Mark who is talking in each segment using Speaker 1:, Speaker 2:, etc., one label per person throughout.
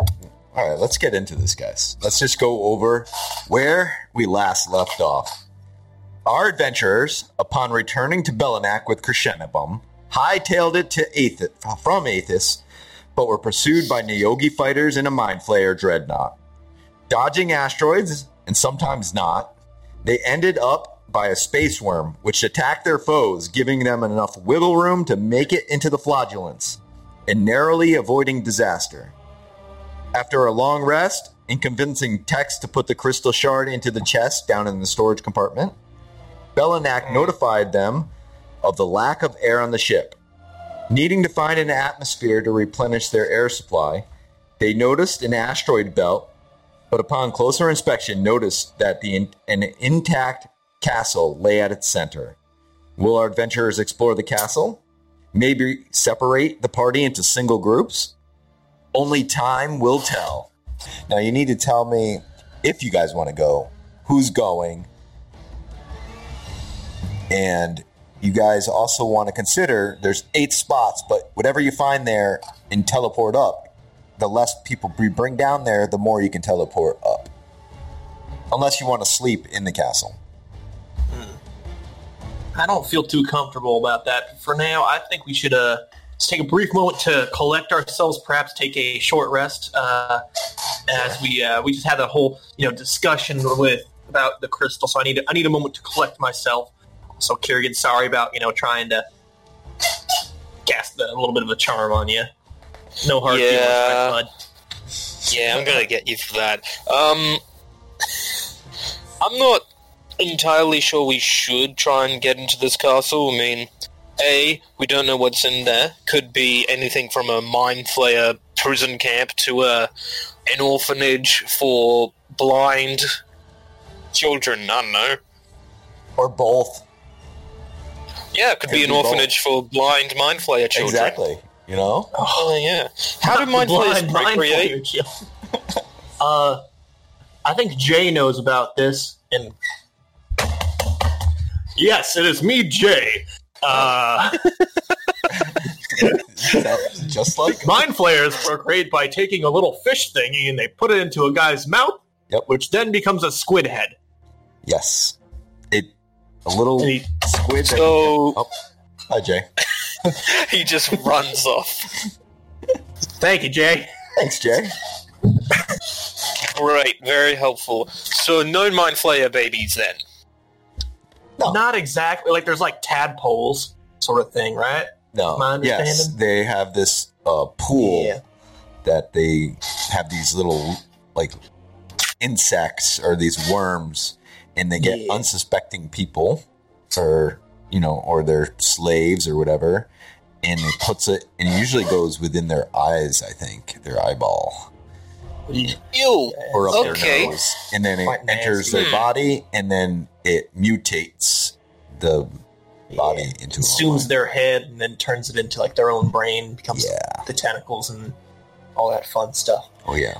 Speaker 1: All right, let's get into this, guys. Let's just go over where we last left off. Our adventurers, upon returning to Belenac with Krishenabum, hightailed it to Aethys, from Aethys, but were pursued by Nyogi fighters and a Mind Flayer dreadnought. Dodging asteroids, and sometimes not, they ended up by a space worm, which attacked their foes, giving them enough wiggle room to make it into the flagellants and narrowly avoiding disaster. After a long rest and convincing Tex to put the crystal shard into the chest down in the storage compartment, Belenac notified them of the lack of air on the ship. Needing to find an atmosphere to replenish their air supply, they noticed an asteroid belt, but upon closer inspection, noticed that the in- an intact castle lay at its center. Will our adventurers explore the castle? Maybe separate the party into single groups? Only time will tell. Now, you need to tell me if you guys want to go, who's going, and you guys also want to consider there's eight spots, but whatever you find there and teleport up, the less people you bring down there, the more you can teleport up. Unless you want to sleep in the castle.
Speaker 2: I don't feel too comfortable about that. For now, I think we should uh, just take a brief moment to collect ourselves, perhaps take a short rest, uh, as we uh, we just had a whole you know discussion with about the crystal. So I need I need a moment to collect myself. So Kerrigan, sorry about you know trying to cast the, a little bit of a charm on you. No hard feelings, my
Speaker 3: Yeah.
Speaker 2: bud.
Speaker 3: Yeah, I'm gonna get you for that. Um, I'm not entirely sure we should try and get into this castle. I mean, a we don't know what's in there. Could be anything from a mind flayer prison camp to a an orphanage for blind children. I don't know.
Speaker 1: Or both.
Speaker 3: Yeah, it could, be an
Speaker 1: be both.
Speaker 3: orphanage for blind mind flayer children.
Speaker 1: Exactly. You know?
Speaker 3: Oh yeah. How do mind flayers procreate?
Speaker 2: uh, I think Jay knows about this, and yes, it is me, Jay. Uh,
Speaker 1: Is that just like
Speaker 2: mind flayers procreate by taking a little fish thingy and they put it into a guy's mouth,
Speaker 1: Yep.
Speaker 2: which then becomes a squid head.
Speaker 1: Yes. It a little
Speaker 2: And he-
Speaker 1: squid that-
Speaker 3: So
Speaker 1: Hi Jay.
Speaker 3: Oh, he just runs off.
Speaker 2: Thank you, Jay.
Speaker 1: Thanks, Jay.
Speaker 3: Great, very helpful. So no mind flayer babies then.
Speaker 1: No.
Speaker 2: Not exactly like there's like tadpoles sort of thing, right?
Speaker 1: No.
Speaker 2: My
Speaker 1: yes.
Speaker 2: understanding?
Speaker 1: They have this uh, pool
Speaker 2: Yeah.
Speaker 1: that they have these little like insects or these worms and they get
Speaker 2: Yeah.
Speaker 1: unsuspecting people or you know, or their slaves or whatever, and it puts it and it usually goes within their eyes, I think, their eyeball.
Speaker 3: Ew.
Speaker 1: or up
Speaker 3: Okay.
Speaker 1: their nose, and then it
Speaker 2: Quite nasty.
Speaker 1: enters their
Speaker 3: Hmm.
Speaker 1: body, and then it mutates the body
Speaker 2: Yeah.
Speaker 1: into
Speaker 2: consumes
Speaker 1: a
Speaker 2: their head and then turns it into like their own brain, becomes
Speaker 1: Yeah.
Speaker 2: the tentacles and all that fun stuff.
Speaker 1: Oh yeah,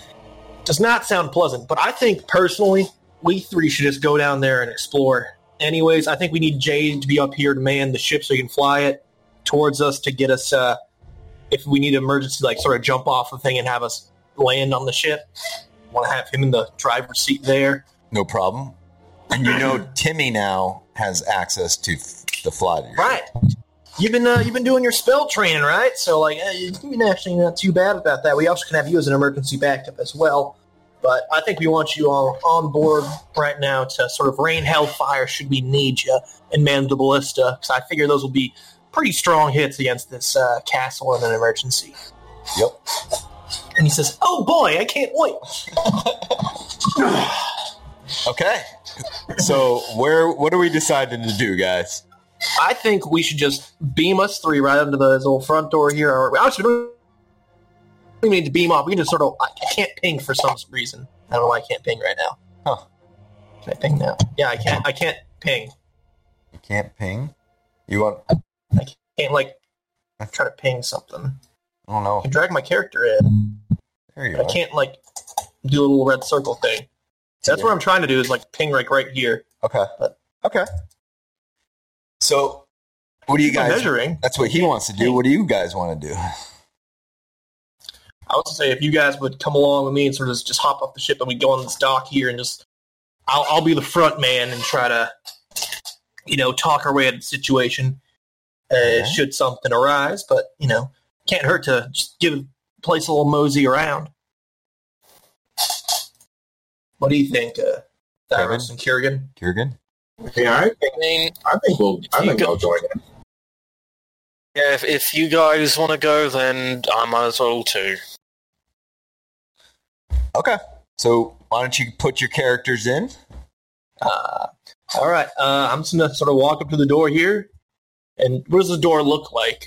Speaker 2: Does not sound pleasant, but I think personally, we three should just go down there and explore. Anyways, I think we need Jay to be up here to man the ship so he can fly it towards us to get us. Uh, if we need emergency, like sort of jump off the thing and have us land on the ship. Want to have him in the driver's seat there.
Speaker 1: no problem. And you know, Timmy now has access to f- the fly.
Speaker 2: Right. You've been uh, you've been doing your spell training, right? So like, eh, you've been actually not too bad about that. We also can have you as an emergency backup as well. But I think we want you all on board right now to sort of rain hellfire should we need you and man the ballista because I figure those will be pretty strong hits against this uh, castle in an emergency.
Speaker 1: Yep.
Speaker 2: And he says, "Oh boy, I can't wait."
Speaker 1: Okay. So where what are we deciding to do, guys?
Speaker 2: I think we should just beam us three right under the this old front door here. Or actually, we don't even need to beam off. We can just sort of. I I can't ping for some reason. I don't know why I can't ping right now.
Speaker 1: Huh.
Speaker 2: Can I ping now? Yeah, I can't. I can't ping.
Speaker 1: You can't ping. You want?
Speaker 2: Can't like try to ping something.
Speaker 1: Oh
Speaker 2: I
Speaker 1: no.
Speaker 2: can drag my character in.
Speaker 1: There you
Speaker 2: but I can't like do a little red circle thing. That's what I'm trying to do is like ping like right here.
Speaker 1: Okay. Okay. So, what do you
Speaker 2: I'm
Speaker 1: guys?
Speaker 2: measuring.
Speaker 1: That's what he wants to do. What do you guys want to do?
Speaker 2: I was to say if you guys would come along with me and sort of just hop off the ship and we go on this dock here and just I'll I'll be the front man and try to you know talk our way out of the situation uh,
Speaker 4: Alright.
Speaker 2: should something arise. But you know can't hurt to just give place a little mosey around. What do you think, uh,
Speaker 4: Kevin?
Speaker 2: Tyrus and Kerrigan?
Speaker 4: Kurgan?
Speaker 5: Yeah, I think
Speaker 3: I mean,
Speaker 5: I think we'll I
Speaker 3: You
Speaker 5: think
Speaker 3: go-
Speaker 5: I'll join it.
Speaker 3: yeah, if, if you guys want to go, then I might as well too.
Speaker 4: Okay. So why don't you put your characters in?
Speaker 2: Uh, all right, uh, I'm just gonna sort of walk up to the door here, and what does the door look like?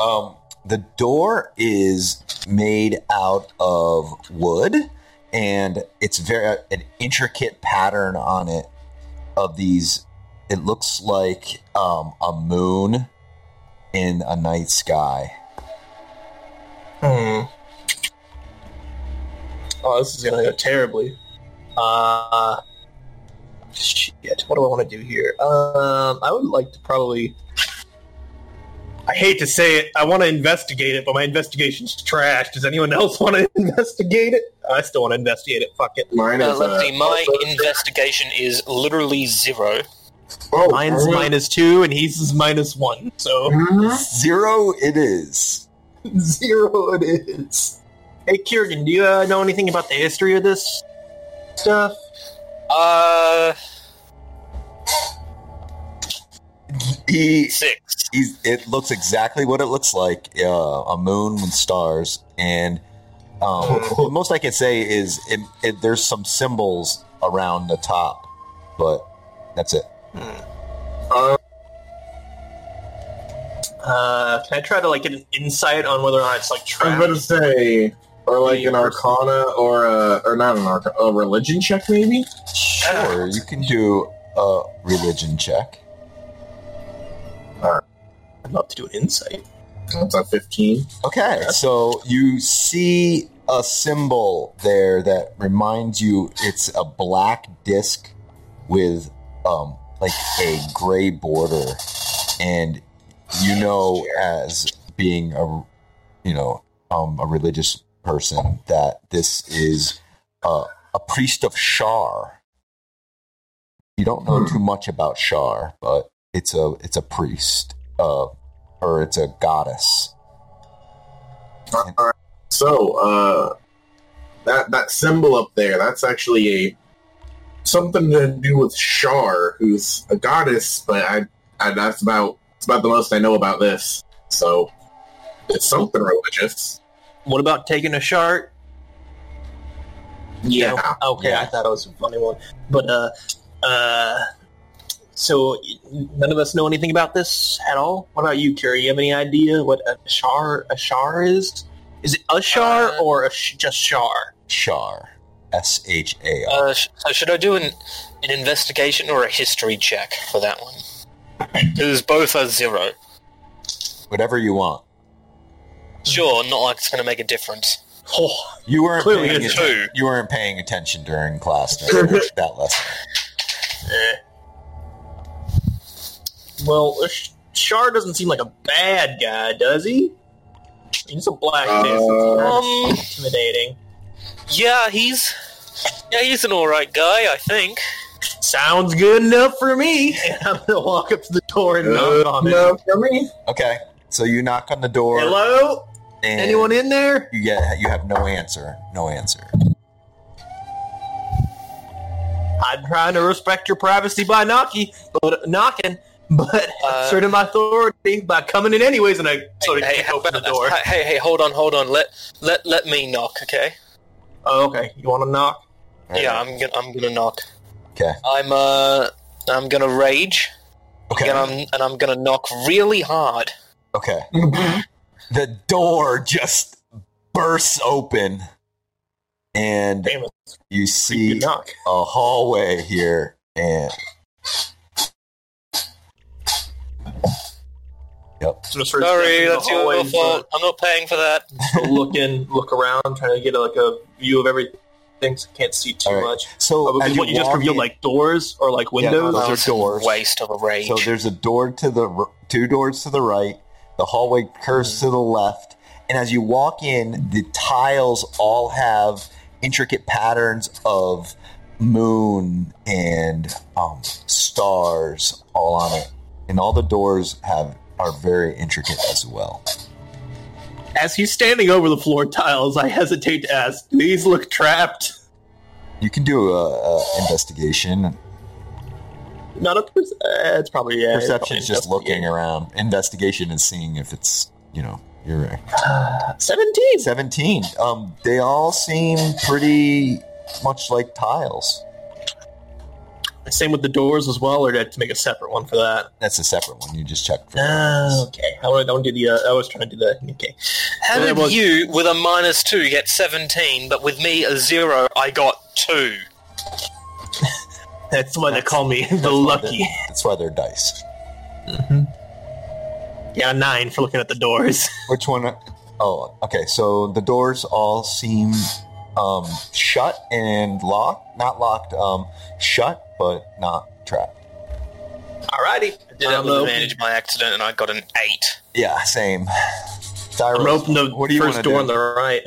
Speaker 4: Um, the door is made out of wood, and it's very an intricate pattern on it of these. It looks like um, a moon in a night sky.
Speaker 2: Hmm. Oh, this is gonna go terribly. Uh, shit. What do I want to do here? Um, I would like to probably. I hate to say it. I want to investigate it, but my investigation's trash. Does anyone else want to investigate it? I still want to investigate it. Fuck it.
Speaker 5: Mine
Speaker 3: Uh,
Speaker 5: is
Speaker 3: let's see,
Speaker 5: uh,
Speaker 3: my investigation is literally zero.
Speaker 5: oh,
Speaker 2: Mine's
Speaker 5: I'm-
Speaker 2: minus two, and he's is minus one. So
Speaker 5: Mhm.
Speaker 4: Zero, it is.
Speaker 2: zero it is. Hey, Kieran, do you uh, know anything about the history of this stuff?
Speaker 3: Uh,
Speaker 4: He
Speaker 3: six.
Speaker 4: he's, it looks exactly what it looks like uh, a moon with stars and um, the most i can say is it, it, there's some symbols around the top but that's it
Speaker 2: Uh, can I try to like get an insight on whether or not it's like
Speaker 5: I'm gonna
Speaker 2: trapped?
Speaker 5: say, or like
Speaker 2: Yeah.
Speaker 5: an Arcana, or a, or not an Arcana, a religion check maybe.
Speaker 4: sure you can do a religion check
Speaker 2: I'd love to do an insight.
Speaker 5: That's a 15.
Speaker 4: okay so you see a symbol there that reminds you it's a black disc with um, like a gray border and you know as being a you know um, a religious person that this is a, a priest of Shar. You don't know too much about Shar, but it's a it's a priest uh, or it's a goddess.
Speaker 5: So, uh, that that symbol up there, that's actually a something to do with Shar, who's a goddess, but I, I that's about it's about the most I know about this. So, it's something religious.
Speaker 2: What about taking a shard?
Speaker 5: Yeah.
Speaker 2: No? Oh, Okay, I
Speaker 4: Yeah.
Speaker 2: thought it was a funny one, but uh, uh, so none of us know anything about this at all. What about you, Kerry? You have any idea what a shar a shar is? Is it a shar
Speaker 3: Uh,
Speaker 2: or a sh- just shar?
Speaker 4: Shar, S H A R.
Speaker 3: Uh, sh- so should I do an, an investigation or a history check for that one? Because both are zero.
Speaker 4: Whatever you want.
Speaker 3: Sure, not like it's going to make a difference.
Speaker 2: Oh,
Speaker 4: You weren't
Speaker 2: Clearly
Speaker 4: paying
Speaker 2: it's
Speaker 4: atten-
Speaker 3: two.
Speaker 4: you weren't paying attention during class that, that lesson.
Speaker 2: eh. Well, a sh- shar doesn't seem like a bad guy, does he? He's a black
Speaker 5: Uh,
Speaker 2: man. so it's kind
Speaker 3: Um,
Speaker 2: of intimidating.
Speaker 3: yeah, he's yeah, he's an all right guy, I think.
Speaker 2: Sounds good enough for me. And I'm gonna walk up to the door and knock
Speaker 5: Uh,
Speaker 2: on it.
Speaker 5: no, for me.
Speaker 4: Okay, so you knock on the door.
Speaker 2: Hello?
Speaker 4: and
Speaker 2: Anyone in there?
Speaker 4: You get you have no answer. No answer.
Speaker 2: I'm trying to respect your privacy by knocking, but knocking, but
Speaker 3: Uh,
Speaker 2: asserting my authority by coming in anyways, and I sort of kick
Speaker 3: how
Speaker 2: open the
Speaker 3: about-
Speaker 2: door.
Speaker 3: Hey, hey, hey, hold on, hold on. Let let let me knock, okay?
Speaker 2: Oh, okay. You want to knock?
Speaker 3: Yeah, I'm gonna I'm gonna knock.
Speaker 4: Okay.
Speaker 3: I'm uh I'm gonna rage
Speaker 4: Okay.
Speaker 3: and I'm and I'm gonna knock really hard.
Speaker 4: Okay.
Speaker 2: Mm-hmm.
Speaker 4: the door just bursts open, and
Speaker 2: Damn it!
Speaker 4: you
Speaker 2: You
Speaker 4: see
Speaker 2: knock.
Speaker 4: a hallway here, and yep.
Speaker 2: Sort of start
Speaker 3: Sorry,
Speaker 2: stepping in
Speaker 3: that's
Speaker 2: the hallway
Speaker 3: your
Speaker 2: and
Speaker 3: fault. I'm not paying for that.
Speaker 2: sort of Look in, look around, trying to get like a view of everything. So I can't see too
Speaker 4: All right.
Speaker 2: much.
Speaker 4: So
Speaker 2: Oh,
Speaker 4: as
Speaker 2: because what you just
Speaker 4: walk
Speaker 2: revealed,
Speaker 4: in-
Speaker 2: like doors or like
Speaker 4: Yeah,
Speaker 2: windows.
Speaker 4: those are
Speaker 3: That's
Speaker 4: doors.
Speaker 3: Waste of a rage.
Speaker 4: So there's a door to the r- two doors to the right, the hallway curves to the left, And as you walk in, the tiles all have intricate patterns of moon and um, stars all on it. And all the doors have are very intricate as well.
Speaker 2: As he's standing over the floor tiles, I hesitate to ask, do these look trapped?
Speaker 4: You can do a, a investigation.
Speaker 2: Not a perce- uh, it's probably yeah. it's
Speaker 4: Perception is
Speaker 2: probably
Speaker 4: just looking around. Investigation is seeing if it's you know you're
Speaker 2: Seventeen.
Speaker 4: 17. Um, they all seem pretty much like tiles.
Speaker 2: Same with the doors as well, or to make a separate one for that.
Speaker 4: That's a separate one. You just check for Uh,
Speaker 2: Ah, okay. I want to do the. Uh, I was trying to do the. Okay.
Speaker 3: How
Speaker 2: Well,
Speaker 3: did
Speaker 2: it was-
Speaker 3: you, with a minus two, get 17, but with me, a zero, I got two?
Speaker 2: That's why they
Speaker 4: That's-
Speaker 2: call me the lucky.
Speaker 5: Ah.
Speaker 4: That's why they're dice.
Speaker 2: Yeah, nine for looking at the doors.
Speaker 4: Which one? Oh, okay. So the doors all seem um, shut and locked. Not locked, um, shut, but not trapped.
Speaker 2: Alrighty.
Speaker 3: I did that with advantage by accident, and I got an eight.
Speaker 4: Yeah, same.
Speaker 2: I'm
Speaker 4: Dyros,
Speaker 2: open the
Speaker 4: what do you
Speaker 2: first
Speaker 4: wanna
Speaker 2: door
Speaker 4: do?
Speaker 2: on the right.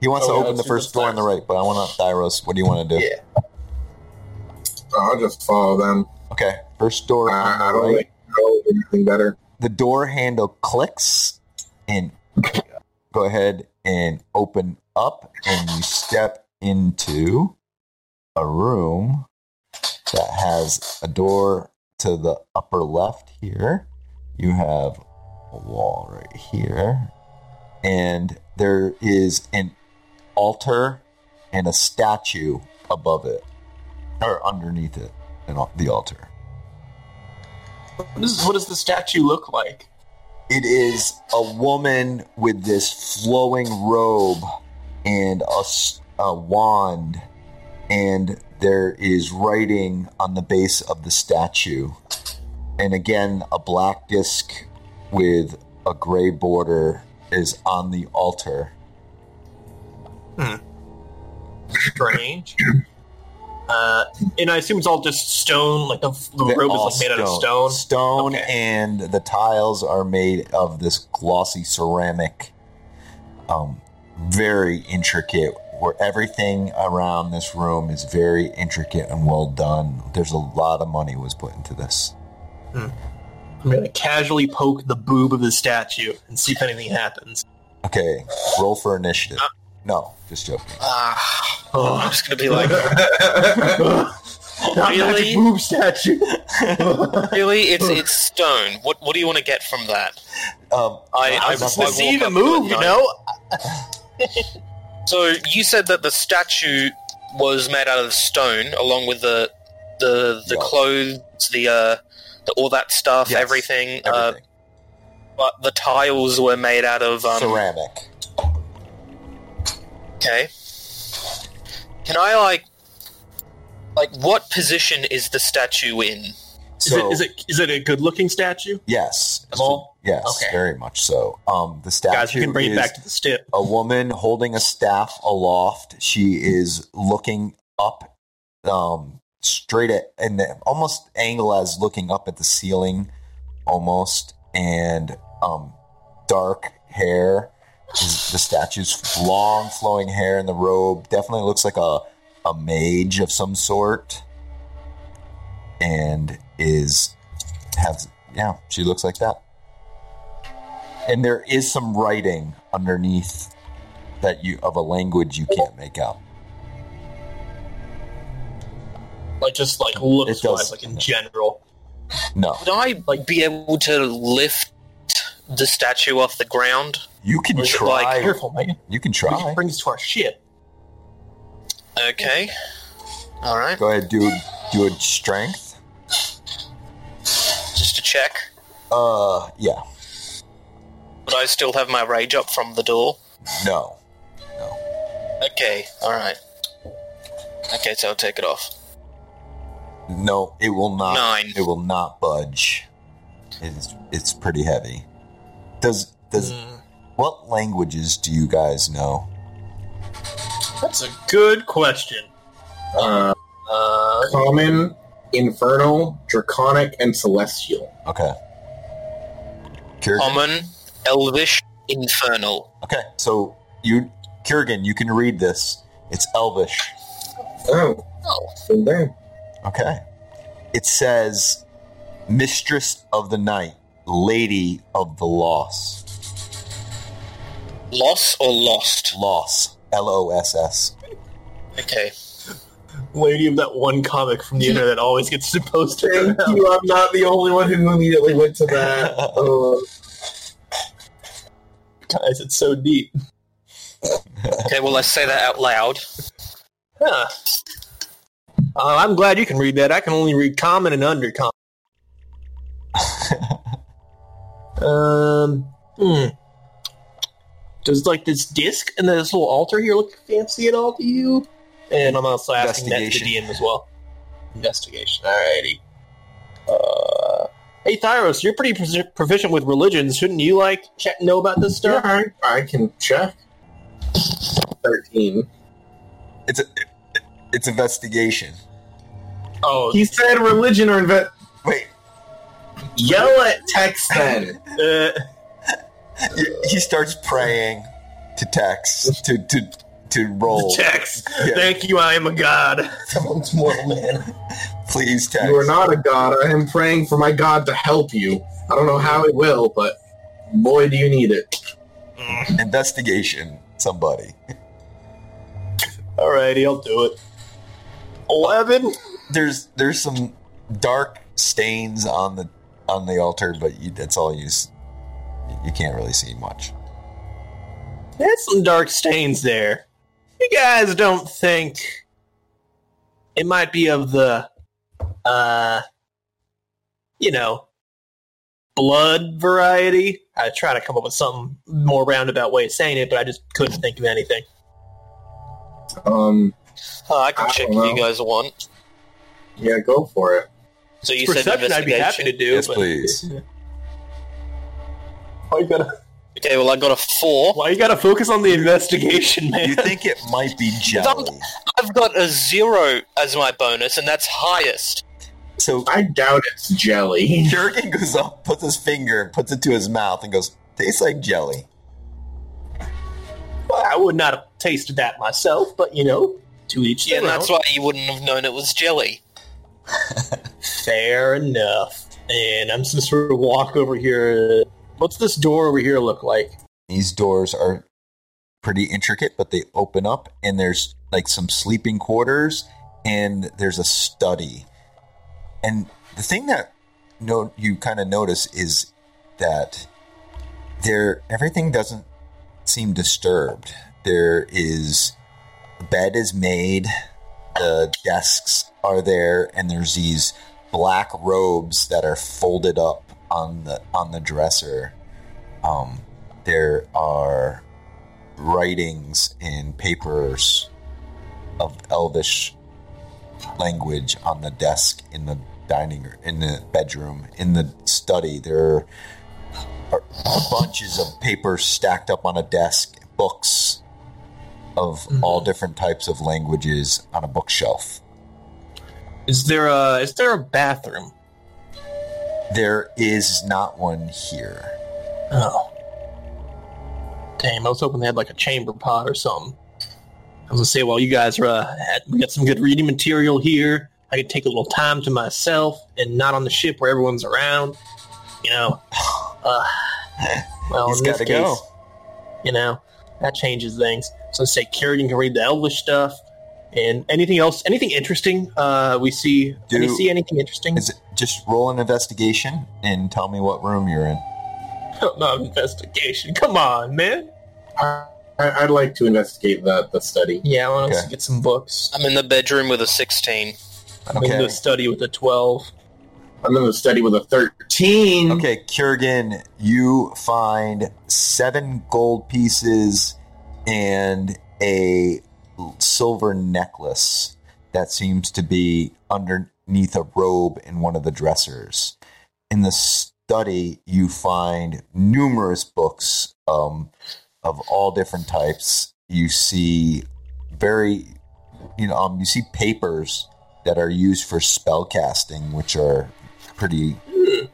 Speaker 4: he wants to
Speaker 5: Oh, yeah,
Speaker 4: open the
Speaker 5: let's do
Speaker 4: first
Speaker 5: the
Speaker 4: door on the right, but I want to. Dyros, what do you want to do?
Speaker 2: Yeah.
Speaker 5: I'll just follow them.
Speaker 4: Okay, first door on the
Speaker 5: Uh, I, I don't
Speaker 4: right.
Speaker 5: think I know anything better.
Speaker 4: the door handle clicks and go ahead and open up and you step into a room that has a door to the upper left here you have a wall right here and there is an altar and a statue above it or underneath it and on the altar
Speaker 2: What, is, what does the statue look like?
Speaker 4: It is a woman with this flowing robe and a, s- a wand, and there is writing on the base of the statue. And again, a black disc with a gray border is on the altar.
Speaker 2: Strange. uh, and I assume it's all just stone. Like the, the
Speaker 4: They're
Speaker 2: robe is
Speaker 4: all
Speaker 2: like made out of stone.
Speaker 4: Stone,
Speaker 2: Okay.
Speaker 4: and the tiles are made of this glossy ceramic, um, very intricate. Where everything around this room is very intricate and well done. There's a lot of money was put into this.
Speaker 2: I'm gonna casually poke the boob of the statue and see if anything happens.
Speaker 4: Okay, roll for initiative.
Speaker 2: Uh,
Speaker 4: No, just joking.
Speaker 3: Ah, I'm
Speaker 2: Oh,
Speaker 3: just going to be like,
Speaker 2: not magic
Speaker 3: Really?
Speaker 2: boob statue.
Speaker 3: really? It's it's stone. What what do you want to get from that?
Speaker 4: Um,
Speaker 2: uh,
Speaker 3: I, I,
Speaker 4: Let's
Speaker 3: I
Speaker 4: see
Speaker 3: walk up to it and I- So you said that the statue was made out of stone, along with the the the
Speaker 4: Yeah.
Speaker 3: clothes, the uh, the, all that stuff,
Speaker 4: Yes,
Speaker 3: everything. Uh,
Speaker 4: everything.
Speaker 3: but the tiles were made out of um,
Speaker 4: ceramic.
Speaker 3: Okay. Can I like like what position is the statue in?
Speaker 2: Is it, is it is it a good looking statue?
Speaker 4: Yes.
Speaker 2: At all?
Speaker 4: Yes,
Speaker 2: Okay.
Speaker 4: very much so. Um, the statue
Speaker 2: Guys, we can bring it
Speaker 4: is
Speaker 2: back to the stip.
Speaker 4: a woman holding a staff aloft. She is looking up, um, straight at, and the- almost angle as looking up at the ceiling, almost. And um, dark hair. is- The statue's long, flowing hair in the robe definitely looks like a a mage of some sort. And is has yeah, she looks like that. And there is some writing underneath that you of a language you can't make out.
Speaker 2: Like just like looks
Speaker 4: It
Speaker 2: wise,
Speaker 4: does.
Speaker 2: like in general.
Speaker 4: No,
Speaker 3: Would I like be able to lift the statue off the ground?
Speaker 4: you can
Speaker 3: Or is it
Speaker 4: try.
Speaker 3: like-
Speaker 2: Careful, Megan.
Speaker 4: you can
Speaker 2: We
Speaker 4: try.
Speaker 2: can bring this to our ship.
Speaker 3: Okay. All right.
Speaker 4: Go ahead, do do a strength.
Speaker 3: Just to check.
Speaker 4: Uh, yeah,
Speaker 3: But I still have my rage up from the door.
Speaker 4: no.
Speaker 3: Okay. All right. Okay, so I'll take it off.
Speaker 4: No, it will not.
Speaker 3: Nine.
Speaker 4: It will not budge. It's it's pretty heavy. Does does
Speaker 2: Mm,
Speaker 4: what languages do you guys know?
Speaker 2: that's a good question.
Speaker 5: uh,
Speaker 2: Uh,
Speaker 5: common, infernal, draconic, and celestial.
Speaker 4: Okay. Cur-
Speaker 3: Um, Common, Elvish, Infernal.
Speaker 4: Okay, so you, Kurgan, you can read this. It's Elvish.
Speaker 5: Oh,
Speaker 3: Oh,
Speaker 5: so there.
Speaker 4: Okay. It says, Mistress of the Night, Lady of the Loss.
Speaker 3: loss or lost?
Speaker 4: Loss. L O S S.
Speaker 3: Okay.
Speaker 2: Lady of that one comic from the internet that always gets to post her.
Speaker 5: Thank you. I'm not the only one who immediately went to that. Uh,
Speaker 2: Guys, it's so deep.
Speaker 3: Okay. Well, I say that out loud.
Speaker 2: Huh. Uh, I'm glad you can read that. I can only read common and undercommon. um, hmm. Does like this disc and this little altar here look fancy at all to you? And I'm also asking that to the
Speaker 4: Investigation.
Speaker 2: DM as well. Investigation. Alrighty. Uh, hey Thyros, you're pretty pres- proficient with religions. Shouldn't you like check know about this
Speaker 5: yeah,
Speaker 2: stuff?
Speaker 5: I, I can check. 13.
Speaker 4: It's a, it- it's investigation.
Speaker 2: Oh,
Speaker 5: He said religion or invent.
Speaker 4: Wait,
Speaker 5: Yell at text then.
Speaker 2: uh,
Speaker 4: he starts praying to text to to to roll.
Speaker 2: text.
Speaker 4: Yeah.
Speaker 2: Thank you. I am a god.
Speaker 5: Someone's mortal man.
Speaker 4: Please text.
Speaker 5: You are not a god. I am praying for my god to help you. I don't know how it will, but boy, do you need it.
Speaker 4: investigation. Somebody.
Speaker 2: Alrighty, I'll do it. Eleven.
Speaker 4: There's there's some dark stains on the on the altar, but you, that's all you s- you can't really see much.
Speaker 2: There's some dark stains there. You guys don't think it might be of the, uh, you know, blood variety? I try to come up with some more roundabout way of saying it, but I just couldn't think of anything.
Speaker 5: Um,
Speaker 3: Uh, I can
Speaker 5: I
Speaker 3: check if
Speaker 5: don't
Speaker 3: you
Speaker 5: know.
Speaker 3: guys want.
Speaker 5: yeah, go for it.
Speaker 3: So you said
Speaker 2: Perception, I'd be
Speaker 3: investigation.
Speaker 2: happy to do.
Speaker 4: Yes,
Speaker 2: but-
Speaker 4: please.
Speaker 2: Why you gotta?
Speaker 3: Okay. Well, I got a four.
Speaker 2: Why you gotta focus on the investigation, man?
Speaker 4: You think it might be jelly?
Speaker 3: I've got a zero as my bonus, and that's highest.
Speaker 4: So
Speaker 5: I doubt it's jelly.
Speaker 4: Jurgen goes up, puts his finger, puts it to his mouth, and goes, "Tastes like jelly."
Speaker 2: Well, I would not have tasted that myself, but you know, to each their
Speaker 3: Yeah, and that's
Speaker 2: own.
Speaker 3: why you wouldn't have known it was jelly.
Speaker 2: Fair enough. And I'm just sort of walk over here. What's this door over here look like?
Speaker 4: These doors are pretty intricate, but they open up, and there's like some sleeping quarters, and there's a study. And the thing that no, you kind of notice is that there everything doesn't seem disturbed. There is the bed is made, the desks are there, and there's these black robes that are folded up on the on the dresser. Um, there are writings and papers of elvish language on the desk in the dining room in the bedroom in the study there are bunches of papers stacked up on a desk books of all different types of languages on a bookshelf
Speaker 2: Is there a is there a bathroom?
Speaker 4: there is not one here
Speaker 2: Oh. Damn, I was hoping they had like a chamber pot or something. I was gonna say, well, you guys are uh, had- we got some good reading material here. I could take a little time to myself and not on the ship where everyone's around. You know. Uh, well,
Speaker 4: He's
Speaker 2: Oh, in this
Speaker 4: gotta
Speaker 2: case,
Speaker 4: go.
Speaker 2: you know, that changes things. So say Kerrigan can read the Elvish stuff and anything else, anything interesting. Uh, we see. Do we
Speaker 4: Do-
Speaker 2: see anything interesting?
Speaker 4: is it just roll an investigation and tell me what room you're in
Speaker 2: Not investigation. Come on, man.
Speaker 5: I, I- I'd like to investigate that the study.
Speaker 2: Yeah, I want us
Speaker 4: Okay.
Speaker 2: to get some books.
Speaker 3: I'm in the bedroom with a sixteen.
Speaker 2: I'm
Speaker 4: Okay.
Speaker 2: going to study with a 12.
Speaker 5: I'm in the study with a thirteen.
Speaker 4: Okay, Kurgan, you find seven gold pieces and a silver necklace that seems to be underneath a robe in one of the dressers. In the study, you find numerous books um, of all different types. You see very, you know, um, you see papers that are used for spell casting, which are pretty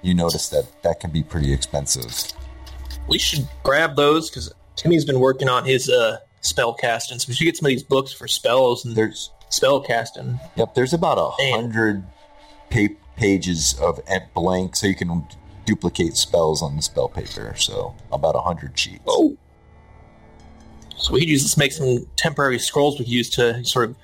Speaker 4: you notice that that can be pretty expensive.
Speaker 2: we should grab those because Timmy's been working on his uh, spell casting. So we should get some of these books for spells and
Speaker 4: There's
Speaker 2: spell casting.
Speaker 4: Yep, there's about a
Speaker 2: Man.
Speaker 4: hundred pa- pages of at blank, so you can duplicate spells on the spell paper. So about a hundred sheets.
Speaker 2: Oh. So we could use this to make some temporary scrolls we could use to sort of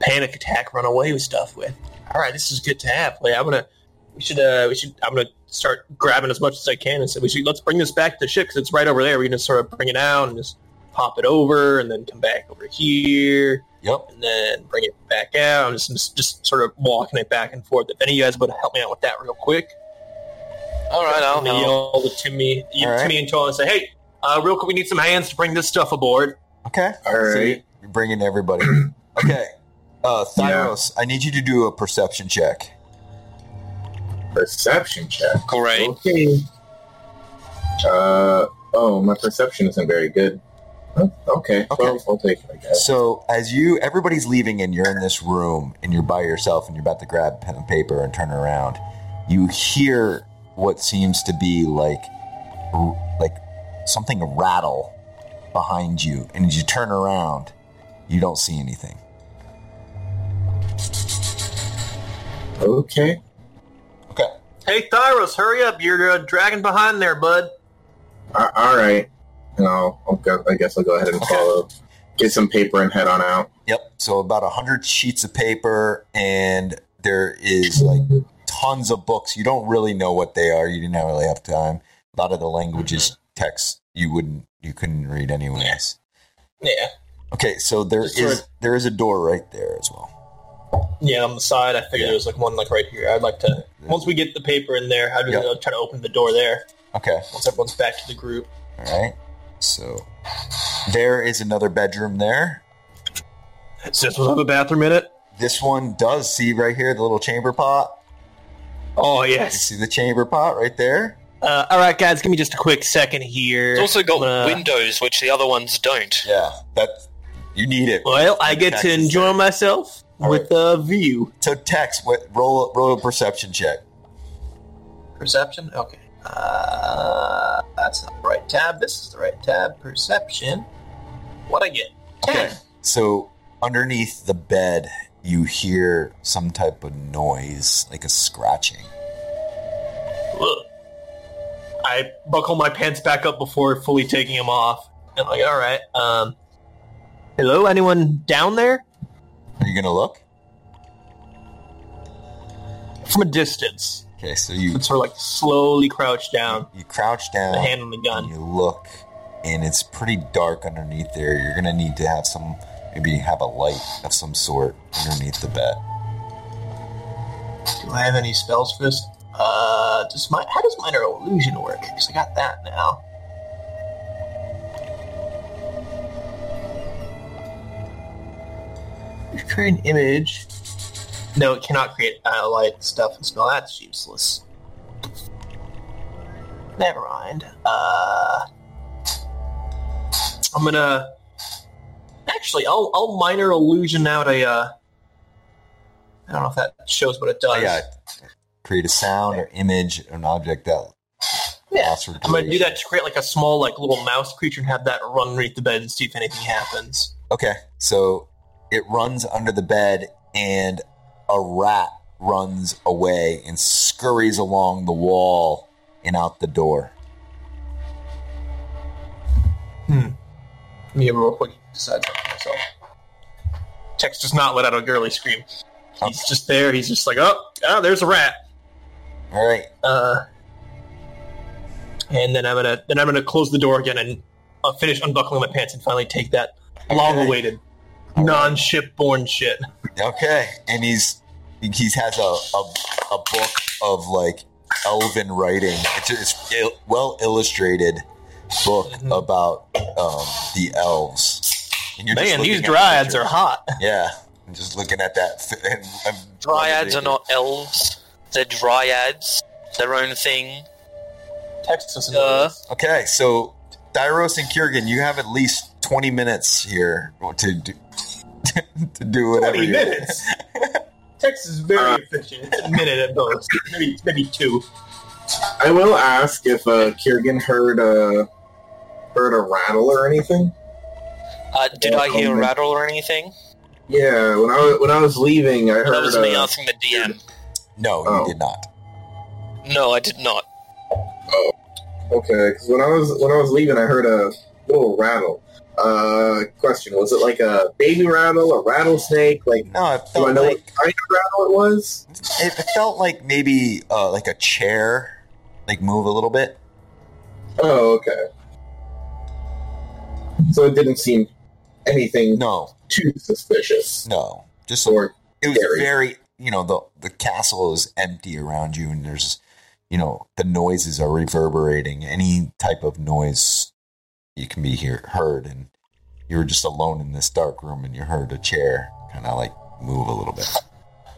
Speaker 2: panic attack, run away with stuff with. All right, this is good to have. Like, I'm gonna, we should, uh, we should. I'm gonna start grabbing as much as I can, and say we should let's bring this back to the ship because it's right over there. We can just sort of bring it out and just pop it over, and then come back over here,
Speaker 4: Yep.
Speaker 2: and then bring it back out. I'm just, just sort of walking it back and forth. If any of you guys would help me out with that real quick,
Speaker 3: All right, I'll
Speaker 2: and then
Speaker 3: help.
Speaker 2: yell to Timmy, you,
Speaker 4: All right.
Speaker 2: Timmy and Tola and say, "Hey, uh, real quick, we need some hands to bring this stuff aboard."
Speaker 4: Okay.
Speaker 5: All
Speaker 4: So
Speaker 5: right.
Speaker 4: you're bringing everybody. okay. Uh, Thyros, I need you to do a perception check.
Speaker 5: Perception check.
Speaker 3: Great.
Speaker 5: Okay. Uh oh, my perception isn't very good. Huh? Okay,
Speaker 4: Okay.
Speaker 5: well, I'll take it. I guess.
Speaker 4: So as you, everybody's leaving, and you're in this room, and you're by yourself, and you're about to grab pen and paper and turn around. You hear what seems to be like, r- like something rattle behind you, and as you turn around, you don't see anything.
Speaker 5: Okay.
Speaker 4: Okay.
Speaker 2: Hey, Thyros, hurry up! You're uh, dragging behind there, bud.
Speaker 5: Uh, all right. And I'll, I'll go, I guess I'll go ahead and follow. Get some paper and head on out.
Speaker 4: Yep. So about a hundred sheets of paper, and there is like tons of books. You don't really know what they are. You didn't really have time. A lot of the languages text you wouldn't you couldn't read anyways.
Speaker 2: Yeah,
Speaker 4: Okay, so there
Speaker 2: Just
Speaker 4: is
Speaker 2: sort
Speaker 4: there is a door right there as well.
Speaker 2: yeah. On the side, I figured
Speaker 4: Yeah.
Speaker 2: there was like one like right here. I'd like to once we get the paper in there, I'd
Speaker 4: Yeah.
Speaker 2: uh, try to open the door there.
Speaker 4: Okay.
Speaker 2: Once everyone's back to the group,
Speaker 4: All right. So there is another bedroom there.
Speaker 2: sis, we'll have a bathroom in it.
Speaker 4: This one does see right here the little chamber pot.
Speaker 2: Oh
Speaker 4: You
Speaker 2: yes.
Speaker 4: see the chamber pot right there?
Speaker 2: Uh, all right, guys, give me just a quick second here.
Speaker 3: It's also got
Speaker 2: Uh,
Speaker 3: windows, which the other ones don't.
Speaker 4: Yeah. That you need it.
Speaker 2: Well, I get to
Speaker 4: Taxes
Speaker 2: enjoy myself
Speaker 4: All
Speaker 2: with a view.
Speaker 4: So text what roll roll a perception check.
Speaker 2: Perception. Okay. Uh, that's not the right tab. This is the right tab. Perception. What I get?
Speaker 4: Okay. So underneath the bed, you hear some type of noise, like a scratching.
Speaker 2: Ugh. I buckle my pants back up before fully taking them off. And like, all right. Um, hello, anyone down there?
Speaker 4: Are you gonna look?
Speaker 2: From a distance,
Speaker 4: Okay. So you
Speaker 2: and sort of like slowly crouch down,
Speaker 4: you crouch
Speaker 2: the
Speaker 4: down
Speaker 2: hand on the
Speaker 4: and
Speaker 2: gun.
Speaker 4: you look, and it's pretty dark underneath there. You're gonna need to have some maybe have a light of some sort underneath the bed.
Speaker 2: Do I have any spells for this? Uh, does my how does minor illusion work? Because I got that now. Create an image. No, it cannot create uh, light stuff and spell. That's useless. Never mind. Uh, I'm gonna actually. I'll I'll minor illusion out a. Uh, I don't know if that shows what it
Speaker 4: Oh,
Speaker 2: does.
Speaker 4: yeah. Create a sound or image or an object that.
Speaker 2: Yeah,
Speaker 4: lasts for
Speaker 2: I'm gonna do
Speaker 4: duration.
Speaker 2: that to create like a small, like little mouse creature and have that run underneath the bed and see if anything happens.
Speaker 4: Okay, so it runs under the bed, and a rat runs away and scurries along the wall and out the door.
Speaker 2: Let me have a real quick decide something myself. Tex does not let out a girly scream. He's just there. He's just like, oh, ah, there's a rat.
Speaker 4: All right,
Speaker 2: Uh, and then I'm gonna then I'm gonna close the door again and uh, finish unbuckling my pants and finally take that long-awaited, non-shipborne shit.
Speaker 4: okay, and he's he's has a a, a book of like elven writing. It's, it's il- well illustrated book
Speaker 2: Mhm.
Speaker 4: about um, the elves. And you're just
Speaker 2: Man,
Speaker 4: looking
Speaker 2: these
Speaker 4: at the
Speaker 2: dryads
Speaker 4: picture.
Speaker 2: are hot.
Speaker 4: yeah. I'm just looking at that. fi- And, and
Speaker 3: Dryads are not elves. They're dryads. Their own thing.
Speaker 2: Tex doesn't.
Speaker 3: Uh,
Speaker 4: Okay, so Dyros and Kurgan, you have at least twenty minutes here to do to do whatever.
Speaker 2: Twenty
Speaker 4: you-
Speaker 2: minutes. Tex is very
Speaker 5: Uh,
Speaker 2: efficient. It's a minute at most, maybe maybe two.
Speaker 5: I will ask if uh, Kiergan heard uh, heard a rattle or anything.
Speaker 3: Uh, did I hear a rattle or anything?
Speaker 5: Yeah, when I wa- when I was leaving, I heard.
Speaker 3: That was me
Speaker 5: uh,
Speaker 3: asking the DM.
Speaker 4: No,
Speaker 5: Oh.
Speaker 4: you did not.
Speaker 3: No, I did not.
Speaker 5: Okay, because when I was when I was leaving, I heard a little rattle. Uh, question: Was it like a baby rattle, a rattlesnake? Like,
Speaker 4: No, it
Speaker 5: do I
Speaker 4: felt
Speaker 5: know
Speaker 4: like
Speaker 5: what kind of rattle it was?
Speaker 4: it felt like maybe uh, like a chair, like move a little bit.
Speaker 5: Oh, okay. So it didn't seem anything
Speaker 4: No,
Speaker 5: too suspicious.
Speaker 4: no, just a
Speaker 5: Or
Speaker 4: it was
Speaker 5: Very.
Speaker 4: very you know the the castle is empty around you and there's you know the noises are reverberating any type of noise you can be hear, heard and you were just alone in this dark room and you heard a chair kind of like move a little bit